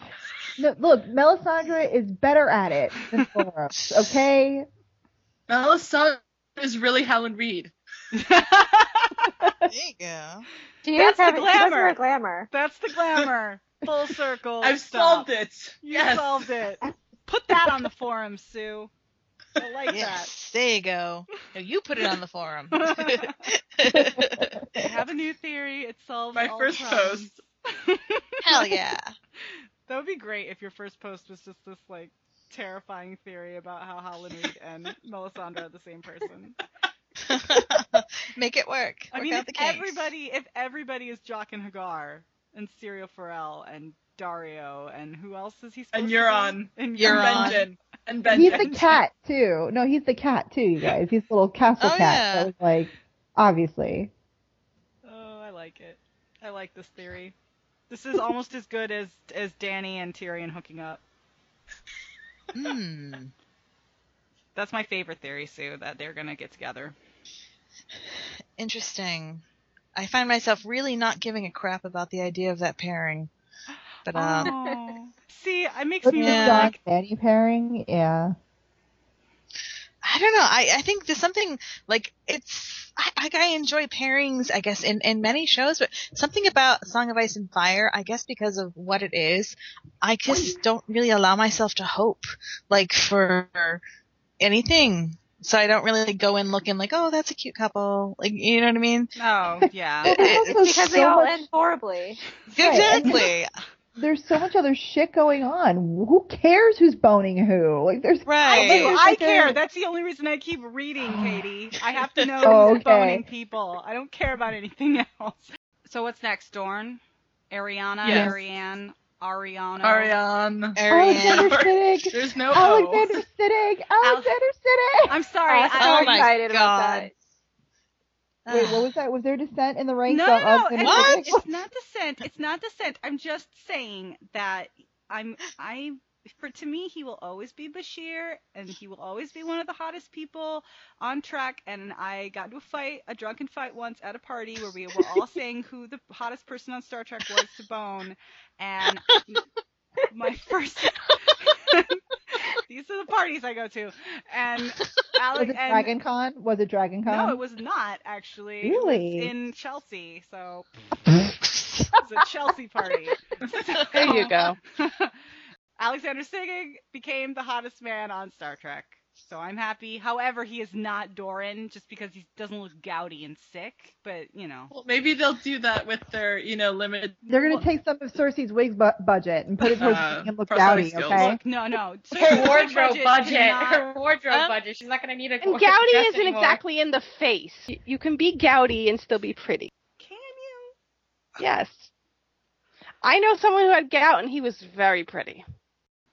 [SPEAKER 6] No, look, Melisandre is better at it than Thoros, okay?
[SPEAKER 3] Melisandre is really Helen Reed.
[SPEAKER 5] There you go.
[SPEAKER 7] She
[SPEAKER 10] That's
[SPEAKER 7] is
[SPEAKER 10] the
[SPEAKER 7] having, she does
[SPEAKER 10] glamour.
[SPEAKER 7] wear glamour.
[SPEAKER 10] That's the glamour. Full circle.
[SPEAKER 3] I've
[SPEAKER 10] Stop.
[SPEAKER 3] solved it.
[SPEAKER 10] You
[SPEAKER 3] yes.
[SPEAKER 10] solved it. Put that on the forum, Sue. I like
[SPEAKER 5] Yes, there you go. No, you put it on the forum.
[SPEAKER 10] that. I have a new theory. It solves
[SPEAKER 3] My
[SPEAKER 10] all
[SPEAKER 3] first
[SPEAKER 10] problems.
[SPEAKER 3] post.
[SPEAKER 5] Hell yeah.
[SPEAKER 10] That would be great if your first post was just this like terrifying theory about how Holland Reed and Melisandre are the same person.
[SPEAKER 5] Make it work.
[SPEAKER 10] I
[SPEAKER 5] work
[SPEAKER 10] mean,
[SPEAKER 5] out
[SPEAKER 10] if
[SPEAKER 5] the kinks.
[SPEAKER 10] everybody if everybody is Jock and Hagar and Cyril Farrell and Dario and who else is he supposed
[SPEAKER 3] And
[SPEAKER 10] to
[SPEAKER 3] Euron.
[SPEAKER 10] be? And
[SPEAKER 3] And
[SPEAKER 5] You're on.
[SPEAKER 3] Benjen. And
[SPEAKER 6] He's the
[SPEAKER 3] Benjen.
[SPEAKER 6] cat, too. No, he's the cat, too, you guys. He's the little castle
[SPEAKER 5] Oh,
[SPEAKER 6] cat.
[SPEAKER 5] yeah.
[SPEAKER 6] That was like, obviously.
[SPEAKER 10] Oh, I like it. I like this theory. This is almost as good as as Danny and Tyrion hooking up.
[SPEAKER 5] Hmm.
[SPEAKER 10] That's my favorite theory, Sue, that they're gonna get together.
[SPEAKER 5] Interesting. I find myself really not giving a crap about the idea of that pairing. But um,
[SPEAKER 10] Oh. See, it makes
[SPEAKER 6] What's
[SPEAKER 10] me
[SPEAKER 6] the
[SPEAKER 10] really
[SPEAKER 5] Yeah.
[SPEAKER 6] dog
[SPEAKER 10] like
[SPEAKER 6] Danny pairing? Yeah.
[SPEAKER 5] I don't know. I, I think there's something like it's. I, I, I enjoy pairings, I guess, in, in many shows, but something about Song of Ice and Fire, I guess, because of what it is, I just don't really allow myself to hope like for anything. So I don't really go in looking like, oh, that's a cute couple. Like, you know what I mean?
[SPEAKER 10] Oh, yeah.
[SPEAKER 6] Well,
[SPEAKER 5] It's
[SPEAKER 6] there's also
[SPEAKER 7] Because
[SPEAKER 6] so
[SPEAKER 7] they all
[SPEAKER 6] much-
[SPEAKER 7] end horribly.
[SPEAKER 5] Exactly.
[SPEAKER 6] There's so much other shit going on. Who cares who's boning who? Like, there's.
[SPEAKER 10] I
[SPEAKER 5] Right.
[SPEAKER 10] do.
[SPEAKER 6] Right.
[SPEAKER 10] I care. That's the only reason I keep reading, Katie. I have to know
[SPEAKER 6] Oh,
[SPEAKER 10] who's
[SPEAKER 6] okay.
[SPEAKER 10] boning people. I don't care about anything else. So what's next, Dorn? Ariana,
[SPEAKER 3] Yes.
[SPEAKER 10] Ariane, Ariana.
[SPEAKER 3] Ariane.
[SPEAKER 5] Ariane.
[SPEAKER 6] Alexander Siddig!
[SPEAKER 3] There's no O.
[SPEAKER 6] Alexander Siddig! Alexander Siddig!
[SPEAKER 10] I'm sorry.
[SPEAKER 7] I'm
[SPEAKER 10] I,
[SPEAKER 5] Oh
[SPEAKER 7] so
[SPEAKER 5] my
[SPEAKER 7] excited
[SPEAKER 5] God.
[SPEAKER 7] about that.
[SPEAKER 6] Wait, what was that? Was there dissent in the ranks
[SPEAKER 10] no,
[SPEAKER 6] of
[SPEAKER 10] no, no.
[SPEAKER 6] Alexander
[SPEAKER 5] What?
[SPEAKER 10] It's,
[SPEAKER 6] Siddig?
[SPEAKER 10] it's not dissent. It's not dissent. I'm just saying that I'm I for to me he will always be Bashir and he will always be one of the hottest people on track and I got into a fight, a drunken fight once at a party where we were all saying who the hottest person on Star Trek was to bone and my first These are the parties I go to. And
[SPEAKER 6] Was
[SPEAKER 10] Alex
[SPEAKER 6] it
[SPEAKER 10] and
[SPEAKER 6] Dragon Con? Was it Dragon Con?
[SPEAKER 10] no, it was not actually. It was
[SPEAKER 6] Really?
[SPEAKER 10] in Chelsea, so it was a Chelsea party.
[SPEAKER 9] There you go.
[SPEAKER 10] Alexander Sigig became the hottest man on Star Trek. So I'm happy. However, he is not Doran just because he doesn't look gouty and sick. But you know,
[SPEAKER 3] Well, maybe they'll do that with their, you know, limited.
[SPEAKER 6] They're gonna take some of Cersei's wig bu- budget and put it towards
[SPEAKER 3] Uh,
[SPEAKER 6] making him look
[SPEAKER 3] prosthetic
[SPEAKER 6] dowdy,
[SPEAKER 3] skills.
[SPEAKER 6] okay?
[SPEAKER 10] look, no, no,
[SPEAKER 8] Her wardrobe budget.
[SPEAKER 10] cannot-
[SPEAKER 8] Her wardrobe
[SPEAKER 9] Um,
[SPEAKER 8] budget. She's not gonna need a
[SPEAKER 9] And
[SPEAKER 8] gorgeous
[SPEAKER 9] gouty
[SPEAKER 8] dress
[SPEAKER 9] isn't
[SPEAKER 8] anymore.
[SPEAKER 9] exactly in the face. Y- You can be gouty and still be pretty.
[SPEAKER 10] Can you?
[SPEAKER 9] Yes. I know someone who had gout and he was very pretty.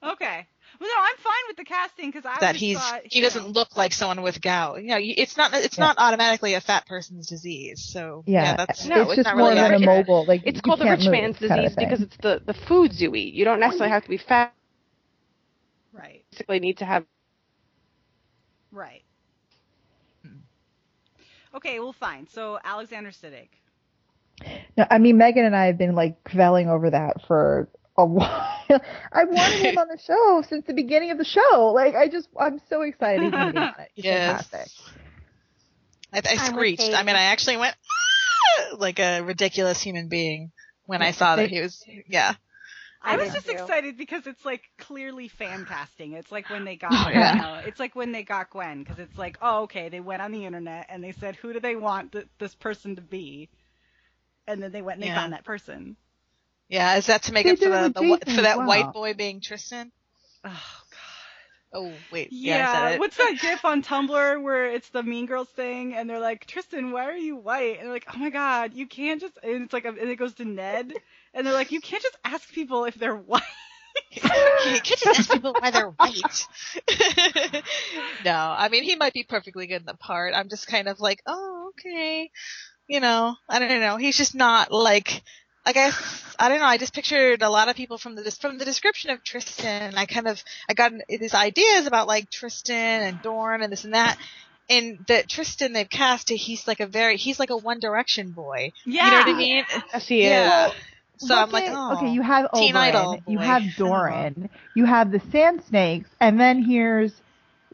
[SPEAKER 10] Okay. Well, no, I'm fine with the casting because I
[SPEAKER 5] that
[SPEAKER 10] always
[SPEAKER 5] he's
[SPEAKER 10] thought,
[SPEAKER 5] he
[SPEAKER 10] you know,
[SPEAKER 5] doesn't look like someone with gout. You know, you- it's not it's
[SPEAKER 6] Yeah.
[SPEAKER 5] not automatically a fat person's disease. So yeah,
[SPEAKER 6] Yeah,
[SPEAKER 5] that's
[SPEAKER 9] No,
[SPEAKER 6] it's
[SPEAKER 9] it's
[SPEAKER 6] just
[SPEAKER 5] not
[SPEAKER 6] more
[SPEAKER 5] really
[SPEAKER 6] of an
[SPEAKER 5] accurate.
[SPEAKER 6] immobile. Like
[SPEAKER 9] It's
[SPEAKER 6] you
[SPEAKER 9] called the
[SPEAKER 6] can't
[SPEAKER 9] rich
[SPEAKER 6] move
[SPEAKER 9] man's
[SPEAKER 6] kind of
[SPEAKER 9] disease
[SPEAKER 6] thing.
[SPEAKER 9] because it's the, the foods you eat. You don't necessarily have to be fat.
[SPEAKER 10] right,
[SPEAKER 9] You basically need to have.
[SPEAKER 10] right. Hmm. Okay, well, fine. So Alexander Siddig.
[SPEAKER 6] No, I mean, Megan and I have been like cavelling over that for a while. I wanted him on the show since the beginning of the show. Like, I just, I'm so excited. He's gonna be on it. He's
[SPEAKER 5] Yes.
[SPEAKER 6] fantastic.
[SPEAKER 5] I, I screeched. I mean, I actually went "Ah!" like a ridiculous human being when I saw that he was. Yeah,
[SPEAKER 10] I,
[SPEAKER 9] I
[SPEAKER 10] was
[SPEAKER 9] did
[SPEAKER 10] just
[SPEAKER 9] too.
[SPEAKER 10] excited because it's like clearly fan casting. It's like when they got,
[SPEAKER 5] yeah.
[SPEAKER 10] you know, it's like when they got Gwen because it's like, oh, okay, they went on the internet and they said, who do they want th- this person to be? And then they went and they
[SPEAKER 5] Yeah.
[SPEAKER 10] found that person.
[SPEAKER 5] yeah. Is that to make
[SPEAKER 6] They
[SPEAKER 5] up for
[SPEAKER 6] did it
[SPEAKER 5] the,
[SPEAKER 6] with
[SPEAKER 5] the whi-
[SPEAKER 6] Jason
[SPEAKER 5] for
[SPEAKER 6] as
[SPEAKER 5] that white
[SPEAKER 6] well.
[SPEAKER 5] boy being Tristan?
[SPEAKER 10] Oh God.
[SPEAKER 5] Oh wait, yeah. I said
[SPEAKER 10] Yeah,
[SPEAKER 5] it.
[SPEAKER 10] what's that gif on Tumblr where it's the Mean Girls thing and they're like, Tristan, why are you white? And they're like, oh my god, you can't just. And it's like, and it goes to Ned, and they're like, you can't just ask people if they're white.
[SPEAKER 5] you can't just ask people why they're white. no, I mean he might be perfectly good in the part. I'm just kind of like, oh, okay. You know, I don't know. He's just not like. I guess I don't know. I just pictured a lot of people from the from the description of Tristan. I kind of I got these ideas about like Tristan and Dorn and this and that. And that Tristan they've cast, he's like a very he's like a One Direction boy.
[SPEAKER 10] Yeah,
[SPEAKER 5] You know what I mean?
[SPEAKER 9] Yes, he
[SPEAKER 5] Yeah. So I'm
[SPEAKER 6] Look
[SPEAKER 5] like,
[SPEAKER 6] at-
[SPEAKER 5] oh.
[SPEAKER 6] okay, you have
[SPEAKER 5] Teen Idol
[SPEAKER 6] Oberyn, you
[SPEAKER 5] boy.
[SPEAKER 6] have Doran, you have the Sand Snakes, and then here's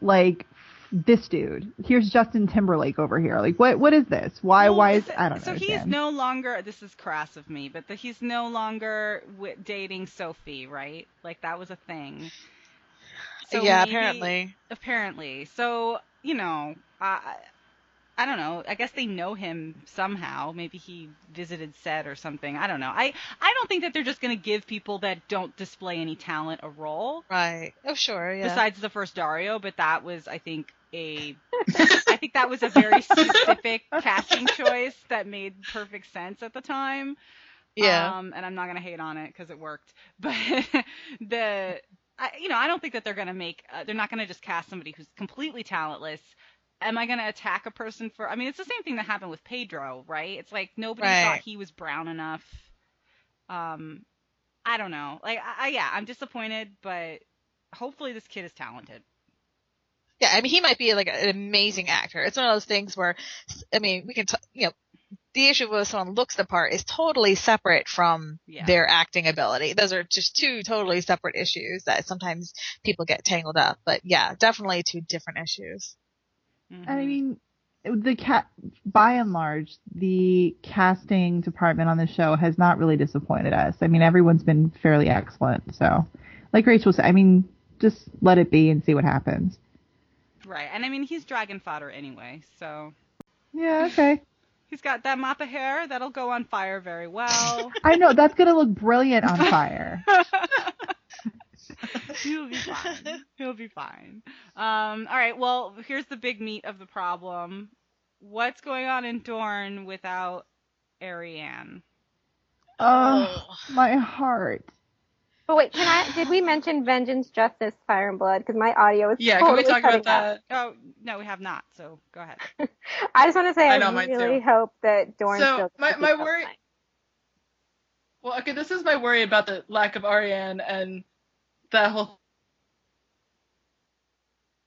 [SPEAKER 6] like this dude. Here's Justin Timberlake over here. Like, what? What is this? Why?
[SPEAKER 10] Well,
[SPEAKER 6] why is?
[SPEAKER 10] is it-
[SPEAKER 6] I don't
[SPEAKER 10] So
[SPEAKER 6] know.
[SPEAKER 10] he's no longer. This is crass of me, but the, he's no longer wi dating Sophie, right? Like that was a thing. So
[SPEAKER 5] yeah,
[SPEAKER 10] maybe-
[SPEAKER 5] apparently.
[SPEAKER 10] Apparently, so you know, I, I don't know. I guess they know him somehow. Maybe he visited set or something. I don't know. I, I don't think that they're just gonna give people that don't display any talent a role.
[SPEAKER 5] Right. Oh, sure. Yeah.
[SPEAKER 10] Besides the first Dario, but that was, I think, a I think that was a very specific casting choice that made perfect sense at the time.
[SPEAKER 5] yeah.
[SPEAKER 10] Um, and I'm not gonna hate on it because it worked. But the, I, you know, I don't think that they're gonna make. Uh, they're not gonna just cast somebody who's completely talentless. Am I gonna attack a person for? I mean, it's the same thing that happened with Pedro, right? It's like nobody thought
[SPEAKER 5] Right.
[SPEAKER 10] he was brown enough. Um, I don't know. Like, I, I yeah, I'm disappointed, but hopefully this kid is talented.
[SPEAKER 5] Yeah, I mean, he might be like an amazing actor. It's one of those things where, I mean, we can, t- you know, the issue of whether someone looks the part is totally separate from
[SPEAKER 10] Yeah.
[SPEAKER 5] their acting ability. Those are just two totally separate issues that sometimes people get tangled up. But yeah, definitely two different issues.
[SPEAKER 6] I
[SPEAKER 10] Mhm.
[SPEAKER 6] mean, the cat. By and large, the casting department on the show has not really disappointed us. I mean, everyone's been fairly excellent. So, like Rachel said, I mean, just let it be and see what happens.
[SPEAKER 10] Right, and I mean he's dragon fodder anyway, so
[SPEAKER 6] Yeah. Okay.
[SPEAKER 10] he's got that mop of hair that'll go on fire very well.
[SPEAKER 6] I know that's gonna look brilliant on fire.
[SPEAKER 10] He'll be fine. He'll be fine. Um, all right, well here's the big meat of the problem. What's going on in Dorne without Ariane?
[SPEAKER 6] Oh, my heart.
[SPEAKER 7] But wait, can I? Did we mention Vengeance, Justice, Fire, and Blood? Because my audio is
[SPEAKER 3] Yeah, can
[SPEAKER 7] totally
[SPEAKER 3] we talk
[SPEAKER 7] cutting
[SPEAKER 3] about that?
[SPEAKER 10] Oh no, we have not. So go ahead.
[SPEAKER 7] out. I just want to say
[SPEAKER 3] I
[SPEAKER 7] I,
[SPEAKER 3] know, mine
[SPEAKER 7] really
[SPEAKER 3] too.
[SPEAKER 7] hope that Dorn.
[SPEAKER 3] So,
[SPEAKER 7] still
[SPEAKER 3] my-
[SPEAKER 7] keeps
[SPEAKER 3] my
[SPEAKER 7] up
[SPEAKER 3] worry-
[SPEAKER 7] fine.
[SPEAKER 3] Well, okay, this is my worry about the lack of Ariane and that whole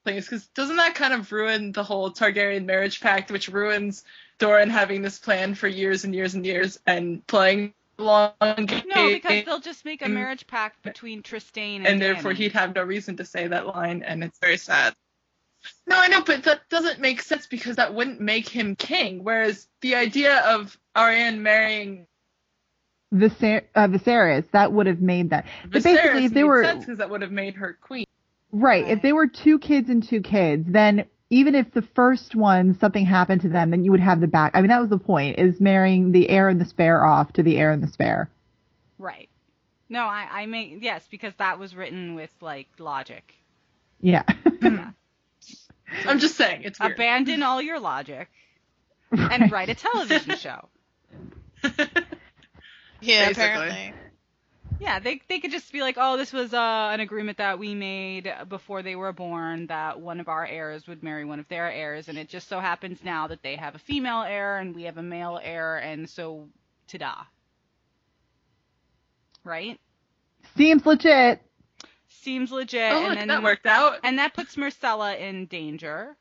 [SPEAKER 3] thing. Because doesn't that kind of ruin the whole Targaryen marriage pact, which ruins Doran having this plan for years and years and years and playing the long game?
[SPEAKER 10] No, because they'll just make a
[SPEAKER 3] Mm.
[SPEAKER 10] marriage pact between Tristane and,
[SPEAKER 3] and therefore
[SPEAKER 10] Dany.
[SPEAKER 3] he'd have no reason to say that line, and it's very sad. No, I know, but that doesn't make sense because that wouldn't make him king. Whereas the idea of Ariane marrying
[SPEAKER 6] Viser- uh, Viserys, that would have made that.
[SPEAKER 3] Viserys
[SPEAKER 6] But basically, if they
[SPEAKER 3] made
[SPEAKER 6] were-
[SPEAKER 3] sense because that would have made her queen.
[SPEAKER 6] Right. If they were two kids and two kids, then even if the first one something happened to them, then you would have the back. I mean, that was the point: is marrying the heir and the spare off to the heir and the spare.
[SPEAKER 10] Right. No, I, I may yes, because that was written with like logic.
[SPEAKER 6] Yeah.
[SPEAKER 3] I'm just saying it's weird.
[SPEAKER 10] Abandon all your logic and write a television show.
[SPEAKER 5] Yeah,
[SPEAKER 3] Basically.
[SPEAKER 5] apparently.
[SPEAKER 10] Yeah, they they could just be like, oh, this was uh, an agreement that we made before they were born that one of our heirs would marry one of their heirs, and it just so happens now that they have a female heir and we have a male heir, and so ta-da. Right?
[SPEAKER 6] Seems legit.
[SPEAKER 10] Seems legit.
[SPEAKER 3] Oh,
[SPEAKER 10] and
[SPEAKER 3] look,
[SPEAKER 10] then,
[SPEAKER 3] that worked out
[SPEAKER 10] And that puts Marcella in danger.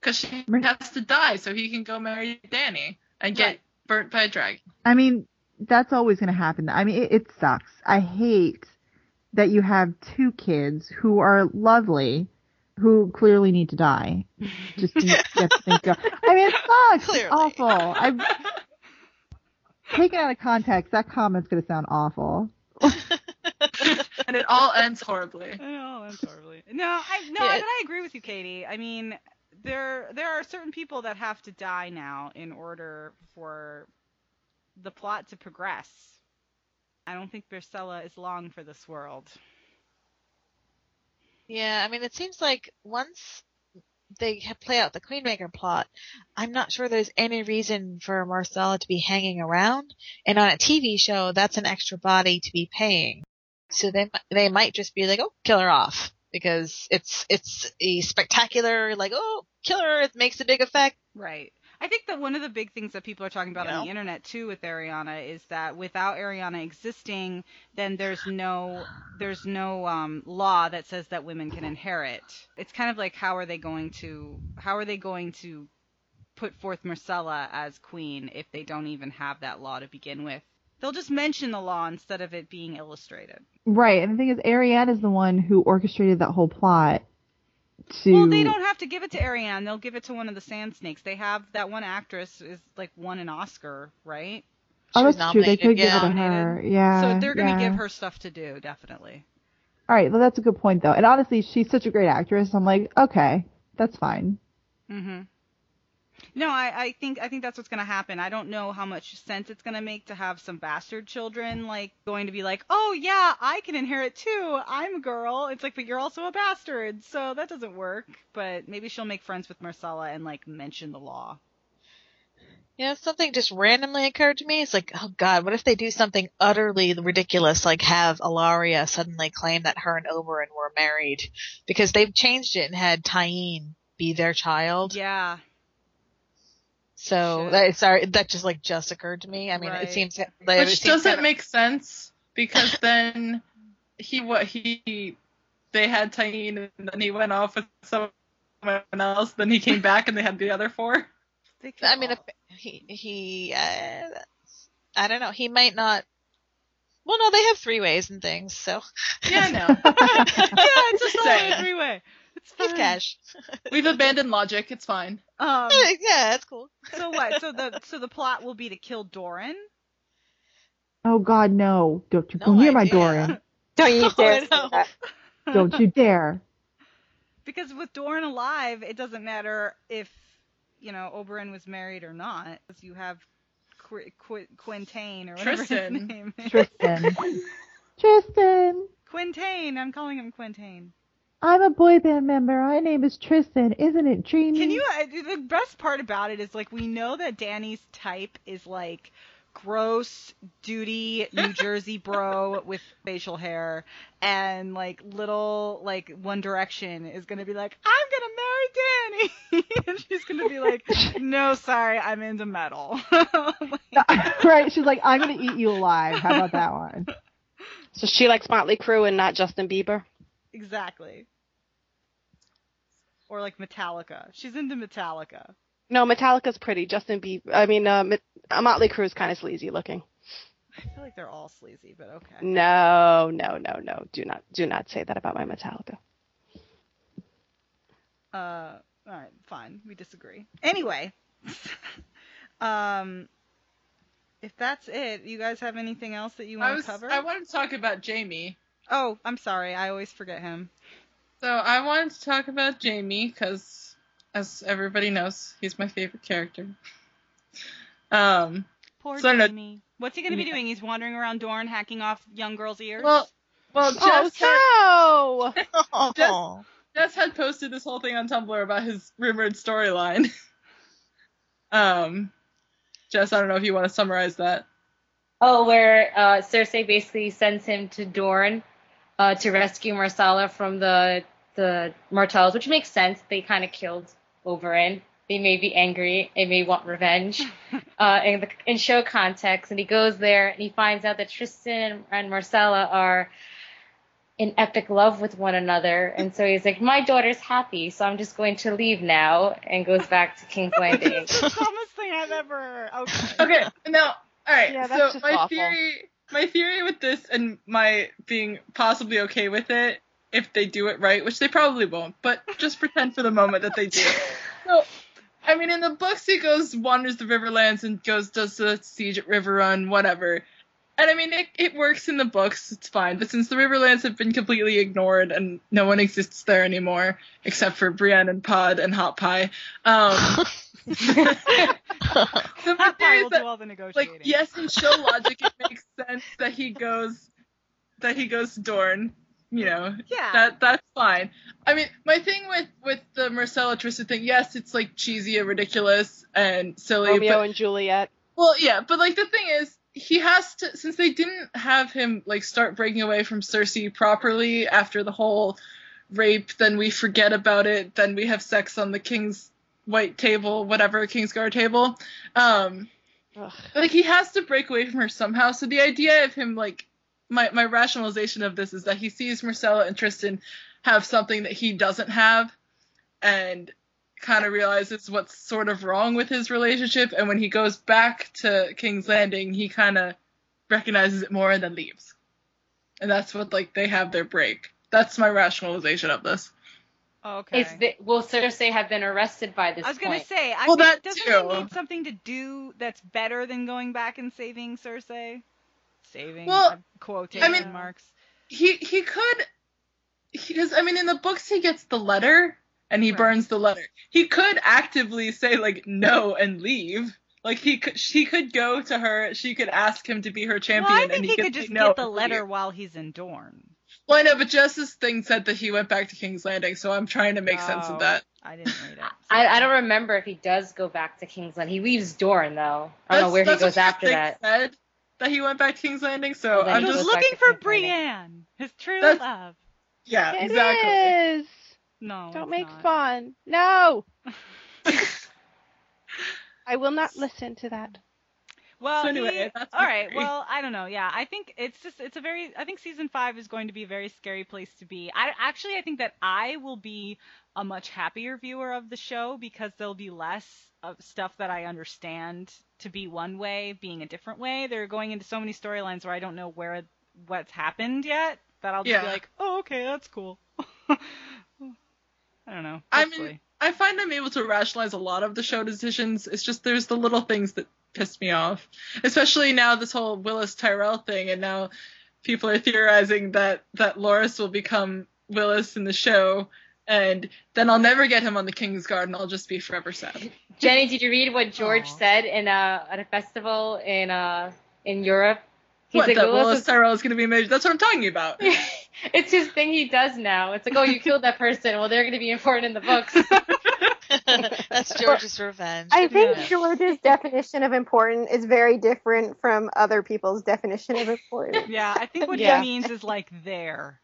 [SPEAKER 3] because she has to die so he can go marry Danny and get
[SPEAKER 10] Right.
[SPEAKER 3] burnt by a dragon.
[SPEAKER 6] I mean, that's always going to happen. I mean, it, it sucks. I hate that you have two kids who are lovely, who clearly need to die. Just to get the thing go. I mean, it sucks.
[SPEAKER 5] Clearly.
[SPEAKER 6] It's awful. I've taken out of context. That comment's going to sound awful.
[SPEAKER 3] And it all ends horribly.
[SPEAKER 10] Oh, that's horribly. No, I no,
[SPEAKER 5] Yeah.
[SPEAKER 10] but I agree with you, Katie. I mean, there there are certain people that have to die now in order for the plot to progress. I don't think Marcella is long for this world.
[SPEAKER 5] Yeah, I mean, it seems like once they ha- play out the Queenmaker plot, I'm not sure there's any reason for Marcella to be hanging around. And on a TV show, that's an extra body to be paying. So they mi- they might just be like, oh, kill her off because it's it's a spectacular like oh kill her it makes a big effect.
[SPEAKER 10] Right. I think that one of the big things that people are talking about on
[SPEAKER 5] Yeah.
[SPEAKER 10] the internet too with Ariana is that without Ariana existing, then there's no there's no um, law that says that women can inherit. It's kind of like how are they going to how are they going to put forth Marcella as queen if they don't even have that law to begin with? They'll just mention the law instead of it being illustrated.
[SPEAKER 6] Right. And the thing is, Ariane is the one who orchestrated that whole plot to.
[SPEAKER 10] Well, they don't have to give it to Ariane. They'll give it to one of the Sand Snakes. They have that one actress is like won an Oscar, right?
[SPEAKER 6] Oh,
[SPEAKER 5] She was
[SPEAKER 6] that's true. They
[SPEAKER 5] nominated,
[SPEAKER 6] could
[SPEAKER 5] yeah.
[SPEAKER 6] give it to her. Yeah.
[SPEAKER 10] So they're going to
[SPEAKER 6] yeah.
[SPEAKER 10] give her stuff to do, definitely.
[SPEAKER 6] All right, well, that's a good point though. And honestly, she's such a great actress. I'm like, okay, that's fine.
[SPEAKER 10] hmm No, I, I think I think that's what's going to happen. I don't know how much sense it's going to make to have some bastard children like going to be like, oh yeah, I can inherit too. I'm a girl. It's like, but you're also a bastard, so that doesn't work. But maybe she'll make friends with Marcella and like mention the law.
[SPEAKER 5] You know, something just randomly occurred to me. It's like, oh god, what if they do something utterly ridiculous, like have Alaria suddenly claim that her and Oberon were married because they've changed it and had Tyene be their child.
[SPEAKER 10] Yeah.
[SPEAKER 5] So
[SPEAKER 10] Shit.
[SPEAKER 5] that, sorry, that just like just occurred to me. I mean,
[SPEAKER 10] Right.
[SPEAKER 5] it seems that it
[SPEAKER 3] Which
[SPEAKER 5] seems
[SPEAKER 3] doesn't
[SPEAKER 5] kinda-
[SPEAKER 3] make sense because then he what he they had Tyene and then he went off with someone else. Then he came back and they had the other four.
[SPEAKER 10] They could
[SPEAKER 5] I mean, if
[SPEAKER 10] all-
[SPEAKER 5] he he, uh, I don't know. He might not. Well, no, they have three ways and things, so
[SPEAKER 3] Yeah, no,
[SPEAKER 10] yeah, it's just all
[SPEAKER 3] Saying.
[SPEAKER 10] a three way. It's
[SPEAKER 5] he's
[SPEAKER 10] fine.
[SPEAKER 5] cash.
[SPEAKER 3] we've abandoned logic. It's fine.
[SPEAKER 10] Um,
[SPEAKER 5] yeah, that's cool.
[SPEAKER 10] so what? So the so the plot will be to kill Doran.
[SPEAKER 6] Oh God, no! Don't you
[SPEAKER 5] No
[SPEAKER 6] go near my
[SPEAKER 5] idea.
[SPEAKER 6] Doran!
[SPEAKER 7] Don't you dare say
[SPEAKER 5] no.
[SPEAKER 7] that.
[SPEAKER 6] Don't you dare!
[SPEAKER 10] Because with Doran alive, it doesn't matter if you know Oberon was married or not, because you have Qu- Qu- Quintain or whatever his
[SPEAKER 3] Tristan.
[SPEAKER 10] name is.
[SPEAKER 6] Tristan, Tristan,
[SPEAKER 10] Quintain, I'm calling him Quintain.
[SPEAKER 6] I'm a boy band member. My name is Tristan. Isn't it dreamy?
[SPEAKER 10] Can you? I- The best part about it is like we know that Danny's type is like gross, duty, New Jersey bro with facial hair, and like little like One Direction is gonna be like, I'm gonna marry Danny, and she's gonna be like, No, sorry, I'm into metal.
[SPEAKER 6] right? She's like, I'm gonna eat you alive. How about that one?
[SPEAKER 9] So she likes Motley Crue and not Justin Bieber.
[SPEAKER 10] exactly. Or like Metallica. She's into Metallica.
[SPEAKER 9] No, Metallica's pretty. Justin Bieber. I mean, uh, Met- uh, Motley Crue's kind of sleazy looking.
[SPEAKER 10] I feel like they're all sleazy, but okay.
[SPEAKER 9] No, no, no, no. Do not, do not say that about my Metallica.
[SPEAKER 10] Uh, all right, fine. We disagree. Anyway, um, if that's it, you guys have anything else that you
[SPEAKER 3] I
[SPEAKER 10] want to
[SPEAKER 3] was
[SPEAKER 10] cover?
[SPEAKER 3] I wanted to talk about Jamie.
[SPEAKER 10] Oh, I'm sorry. I always forget him.
[SPEAKER 3] So I wanted to talk about Jamie because, as everybody knows, he's my favorite character. Um,
[SPEAKER 10] Poor
[SPEAKER 3] So I know-
[SPEAKER 10] Jamie. What's he gonna be
[SPEAKER 3] Yeah.
[SPEAKER 10] doing? He's wandering around Dorne, hacking off young girls' ears.
[SPEAKER 3] well, well,
[SPEAKER 9] Oh,
[SPEAKER 3] Jess, had,
[SPEAKER 9] so
[SPEAKER 5] Oh.
[SPEAKER 3] Jess had posted this whole thing on Tumblr about his rumored storyline. um, Jess, I don't know if you want to summarize that.
[SPEAKER 8] Oh, where uh, Cersei basically sends him to Dorne uh, to rescue Marsala from the the Martells, which makes sense. They kind of killed Oberyn. They may be angry. They may want revenge. uh, and, the, and show context, and he goes there and he finds out that Tristan and, and Marcella are in epic love with one another, and so he's like, "My daughter's happy, so I'm just going to leave now," and goes back to King's Landing.
[SPEAKER 10] That's the dumbest thing I've ever. heard. Okay.
[SPEAKER 3] Okay, now, all right.
[SPEAKER 9] Yeah, that's
[SPEAKER 3] so
[SPEAKER 9] just
[SPEAKER 3] my
[SPEAKER 9] awful.
[SPEAKER 3] theory, my theory with this, and my being possibly okay with it if they do it right, which they probably won't, but just pretend for the moment that they do. So, I mean, in the books, he goes wanders the Riverlands and goes does the siege at River Run, whatever. And I mean, it, it works in the books, it's fine. But since the Riverlands have been completely ignored and no one exists there anymore, except for Brienne and Pod and Hot Pie, um, the theory
[SPEAKER 10] Hot pie
[SPEAKER 3] is
[SPEAKER 10] will
[SPEAKER 3] that-
[SPEAKER 10] do all the negotiating.
[SPEAKER 3] like yes in show logic it makes sense that he goes that he goes to Dorne you know
[SPEAKER 10] Yeah.
[SPEAKER 3] that that's fine I mean my thing with with the Marcella Trista thing yes it's like cheesy and ridiculous and silly
[SPEAKER 9] Romeo
[SPEAKER 3] but
[SPEAKER 9] and Juliet.
[SPEAKER 3] well yeah but like the thing is he has to since they didn't have him like start breaking away from Cersei properly after the whole rape then we forget about it then we have sex on the king's white table whatever king's guard table um
[SPEAKER 9] Ugh.
[SPEAKER 3] like he has to break away from her somehow. So the idea of him like my my rationalization of this is that he sees Marcella and Tristan have something that he doesn't have and kind of realizes what's sort of wrong with his relationship and when he goes back to King's Landing, he kind of recognizes it more and then leaves. And that's what like they have their break. That's my rationalization of this.
[SPEAKER 10] Okay.
[SPEAKER 8] It's the, will Cersei have been arrested by this
[SPEAKER 10] I was gonna
[SPEAKER 8] point?
[SPEAKER 10] say, I
[SPEAKER 3] Well,
[SPEAKER 10] mean,
[SPEAKER 3] that
[SPEAKER 10] doesn't
[SPEAKER 3] too.
[SPEAKER 10] he need something to do that's better than going back and saving Cersei? Saving
[SPEAKER 3] Well,
[SPEAKER 10] uh, quotation
[SPEAKER 3] mean-
[SPEAKER 10] marks.
[SPEAKER 3] he he could because I mean in the books he gets the letter and he
[SPEAKER 10] Right.
[SPEAKER 3] burns the letter. He could actively say like no and leave. Like he could she could go to her. She could ask him to be her
[SPEAKER 10] Well,
[SPEAKER 3] champion.
[SPEAKER 10] I think
[SPEAKER 3] and
[SPEAKER 10] he,
[SPEAKER 3] he,
[SPEAKER 10] could
[SPEAKER 3] say
[SPEAKER 10] just
[SPEAKER 3] no
[SPEAKER 10] get the
[SPEAKER 3] and
[SPEAKER 10] letter
[SPEAKER 3] leave.
[SPEAKER 10] while he's in Dorne.
[SPEAKER 3] Well, I know, but Jess's thing said that he went back to King's Landing, so I'm trying to make sense
[SPEAKER 10] Oh,
[SPEAKER 3] of that.
[SPEAKER 10] I didn't read it.
[SPEAKER 8] I, I don't remember if he does go back to Kingsland. He leaves Dorne though. I
[SPEAKER 3] That's-
[SPEAKER 8] don't know where he
[SPEAKER 3] that's what
[SPEAKER 8] goes after
[SPEAKER 3] Jess
[SPEAKER 8] that.
[SPEAKER 3] Said that he went back to King's Landing, so
[SPEAKER 8] Oh, then
[SPEAKER 3] I'm
[SPEAKER 10] He
[SPEAKER 8] goes
[SPEAKER 10] was
[SPEAKER 3] just
[SPEAKER 8] back
[SPEAKER 10] looking
[SPEAKER 8] to
[SPEAKER 10] for
[SPEAKER 8] King's
[SPEAKER 10] Brienne, his true
[SPEAKER 3] That's-
[SPEAKER 10] love.
[SPEAKER 3] yeah,
[SPEAKER 9] It
[SPEAKER 3] exactly.
[SPEAKER 9] is.
[SPEAKER 10] No,
[SPEAKER 9] Don't
[SPEAKER 10] it's
[SPEAKER 9] make
[SPEAKER 10] not.
[SPEAKER 9] fun. No. I will not listen to that.
[SPEAKER 10] Well,
[SPEAKER 3] So anyway,
[SPEAKER 10] he-
[SPEAKER 3] that's my
[SPEAKER 10] all right.
[SPEAKER 3] theory.
[SPEAKER 10] Well, I don't know. Yeah, I think it's just it's a very I think season five is going to be a very scary place to be. I actually I think that I will be a much happier viewer of the show because there'll be less of stuff that I understand to be one way being a different way. They're going into so many storylines where I don't know where what's happened yet that I'll just be
[SPEAKER 3] Yeah.
[SPEAKER 10] like, oh okay, that's cool. I don't know.
[SPEAKER 3] I mean,
[SPEAKER 10] Hopefully.
[SPEAKER 3] I find I'm able to rationalize a lot of the show decisions. It's just there's the little things that piss me off, especially now this whole Willis Tyrell thing, and now people are theorizing that that Loris will become Willis in the show, and then I'll never get him on the King's Guard, and I'll just be forever sad.
[SPEAKER 8] Jenny, did you read what George
[SPEAKER 10] Aw.
[SPEAKER 8] said in a at a festival in uh in Europe? He's
[SPEAKER 3] what
[SPEAKER 8] like,
[SPEAKER 3] that
[SPEAKER 8] "Well,
[SPEAKER 3] Willis
[SPEAKER 8] this
[SPEAKER 3] Tyrell is going to be a major? That's what I'm talking about.
[SPEAKER 8] is- it's his thing he does now. It's like, oh, you killed that person. Well, they're going to be important in the books.
[SPEAKER 5] That's George's revenge.
[SPEAKER 7] I think
[SPEAKER 10] Yeah.
[SPEAKER 7] George's definition of important is very different from other people's definition of important.
[SPEAKER 10] Yeah, I think what
[SPEAKER 9] Yeah.
[SPEAKER 10] he means is like there.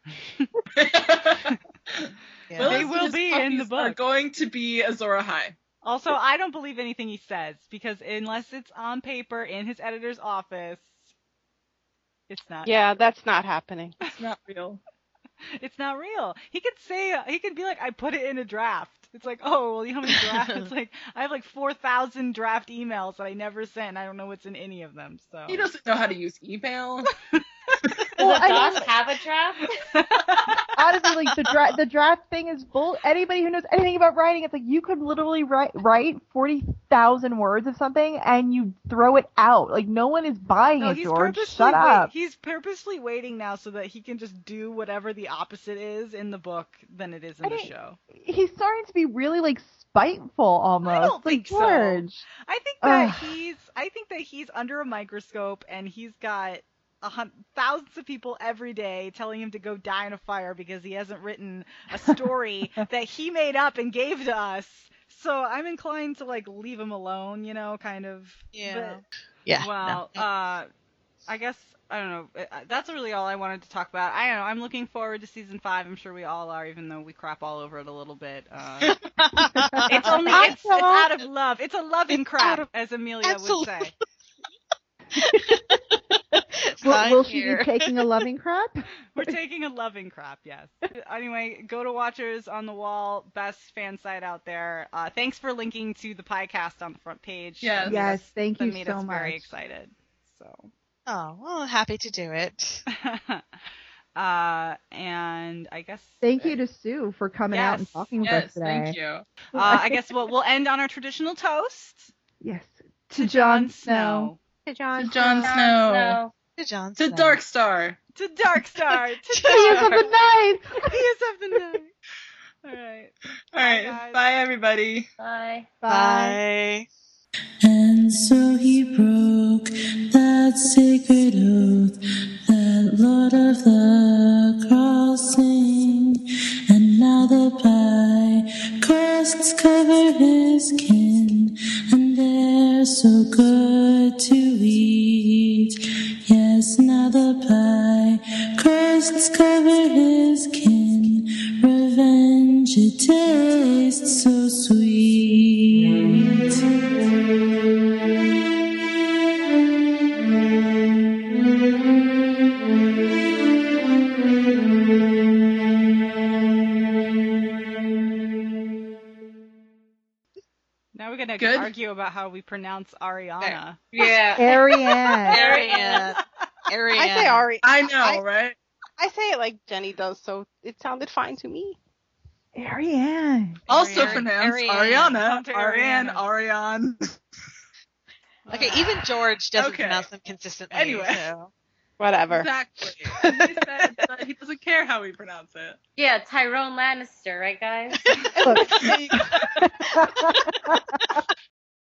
[SPEAKER 5] Yeah.
[SPEAKER 3] Willis
[SPEAKER 10] They
[SPEAKER 3] and
[SPEAKER 10] will
[SPEAKER 3] his
[SPEAKER 10] be in the
[SPEAKER 3] puppies Are
[SPEAKER 10] book.
[SPEAKER 3] going to be Azora High.
[SPEAKER 10] Also, I don't believe anything he says because unless it's on paper in his editor's office, it's not.
[SPEAKER 9] Yeah, that's not happening.
[SPEAKER 3] It's not real.
[SPEAKER 10] It's not real. He could say he could be like, "I put it in a draft." It's like, "Oh, well, you know how many drafts?" It's like I have like four thousand draft emails that I never sent. and I don't know what's in any of them. So
[SPEAKER 3] He doesn't know how to use email.
[SPEAKER 8] Does
[SPEAKER 7] Well,
[SPEAKER 8] the
[SPEAKER 7] I
[SPEAKER 8] DOS have a draft?
[SPEAKER 6] honestly, like the draft, the draft thing is bull. Anybody who knows anything about writing, it's like you could literally write write forty thousand words of something and you throw it out. Like no one is buying
[SPEAKER 10] No,
[SPEAKER 6] it,
[SPEAKER 10] he's
[SPEAKER 6] George.
[SPEAKER 10] purposely
[SPEAKER 6] Shut
[SPEAKER 10] wait-
[SPEAKER 6] up.
[SPEAKER 10] He's purposely waiting now so that he can just do whatever the opposite is in the book than it is in
[SPEAKER 6] I
[SPEAKER 10] the
[SPEAKER 6] don't-
[SPEAKER 10] show.
[SPEAKER 6] He's starting to be really like spiteful almost. like,
[SPEAKER 10] think so.
[SPEAKER 6] George.
[SPEAKER 10] I think that
[SPEAKER 6] Ugh.
[SPEAKER 10] he's I think that he's under a microscope and he's got a hun- thousands of people every day telling him to go die in a fire because he hasn't written a story that he made up and gave to us. So I'm inclined to like leave him alone, you know, kind of.
[SPEAKER 5] Yeah.
[SPEAKER 10] But-
[SPEAKER 5] Yeah.
[SPEAKER 10] well, uh, I guess I don't know. Uh, That's really all I wanted to talk about. I don't know. I'm looking forward to season five. I'm sure we all are, even though we crap all over it a little bit. Uh, it's only it's, it's out of love. It's a loving crap, as Amelia would
[SPEAKER 5] Absolutely.
[SPEAKER 10] say.
[SPEAKER 6] Will,
[SPEAKER 5] Sign
[SPEAKER 6] will she
[SPEAKER 5] here.
[SPEAKER 6] be taking a loving crap?
[SPEAKER 10] We're taking a loving crap, yes. Anyway, go to Watchers on the Wall, best fan site out there. Uh, thanks for linking to the podcast on the front page.
[SPEAKER 3] Yes.
[SPEAKER 10] That made
[SPEAKER 6] Yes,
[SPEAKER 10] us-
[SPEAKER 6] thank
[SPEAKER 10] that
[SPEAKER 6] you
[SPEAKER 10] made
[SPEAKER 6] so
[SPEAKER 10] us very
[SPEAKER 6] much.
[SPEAKER 10] excited. So.
[SPEAKER 5] Oh, well, happy to do it.
[SPEAKER 10] uh, and I guess
[SPEAKER 6] Thank you to Sue for coming out and
[SPEAKER 10] Yes,
[SPEAKER 6] talking with us
[SPEAKER 3] Yes,
[SPEAKER 6] today.
[SPEAKER 3] thank you.
[SPEAKER 10] Uh, I guess we'll we'll end on our traditional toast
[SPEAKER 6] Yes.
[SPEAKER 10] to Jon
[SPEAKER 6] Jon
[SPEAKER 10] Snow,
[SPEAKER 7] To John.
[SPEAKER 3] To Jon Snow.
[SPEAKER 5] To John
[SPEAKER 3] To
[SPEAKER 5] Snow.
[SPEAKER 3] Dark Star.
[SPEAKER 10] to Darkstar, to
[SPEAKER 6] He is of the night.
[SPEAKER 10] Peas of the Night. All right.
[SPEAKER 3] All right.
[SPEAKER 10] guys.
[SPEAKER 3] Bye, everybody.
[SPEAKER 8] Bye.
[SPEAKER 5] Bye.
[SPEAKER 2] And so he broke that sacred oath, that Lord of the Crossing. And now the pie crusts cover his kin, and they're so good to eat. Yes, now the pie crusts cover his kin, revenge it tastes so sweet.
[SPEAKER 10] Now we're gonna
[SPEAKER 3] Good.
[SPEAKER 10] argue about how we pronounce Ariana.
[SPEAKER 8] Yeah.
[SPEAKER 6] Ariane.
[SPEAKER 5] Arian. Arian.
[SPEAKER 9] I say Ari.
[SPEAKER 3] I know,
[SPEAKER 9] I-
[SPEAKER 3] right?
[SPEAKER 9] I say it like Jenny does, so it sounded fine to me.
[SPEAKER 6] Ariane.
[SPEAKER 3] Also
[SPEAKER 5] Ariane.
[SPEAKER 3] pronounced
[SPEAKER 5] Ariane.
[SPEAKER 3] Ariana.
[SPEAKER 10] to
[SPEAKER 3] Ariane.
[SPEAKER 10] Ariana.
[SPEAKER 3] Ariane.
[SPEAKER 5] Okay, even George doesn't
[SPEAKER 3] Okay.
[SPEAKER 5] pronounce them consistently.
[SPEAKER 3] Anyway.
[SPEAKER 5] so.
[SPEAKER 9] Whatever.
[SPEAKER 3] Exactly. He said that he doesn't care how we pronounce it.
[SPEAKER 8] Yeah, Tyrone Lannister, right guys?
[SPEAKER 6] Look,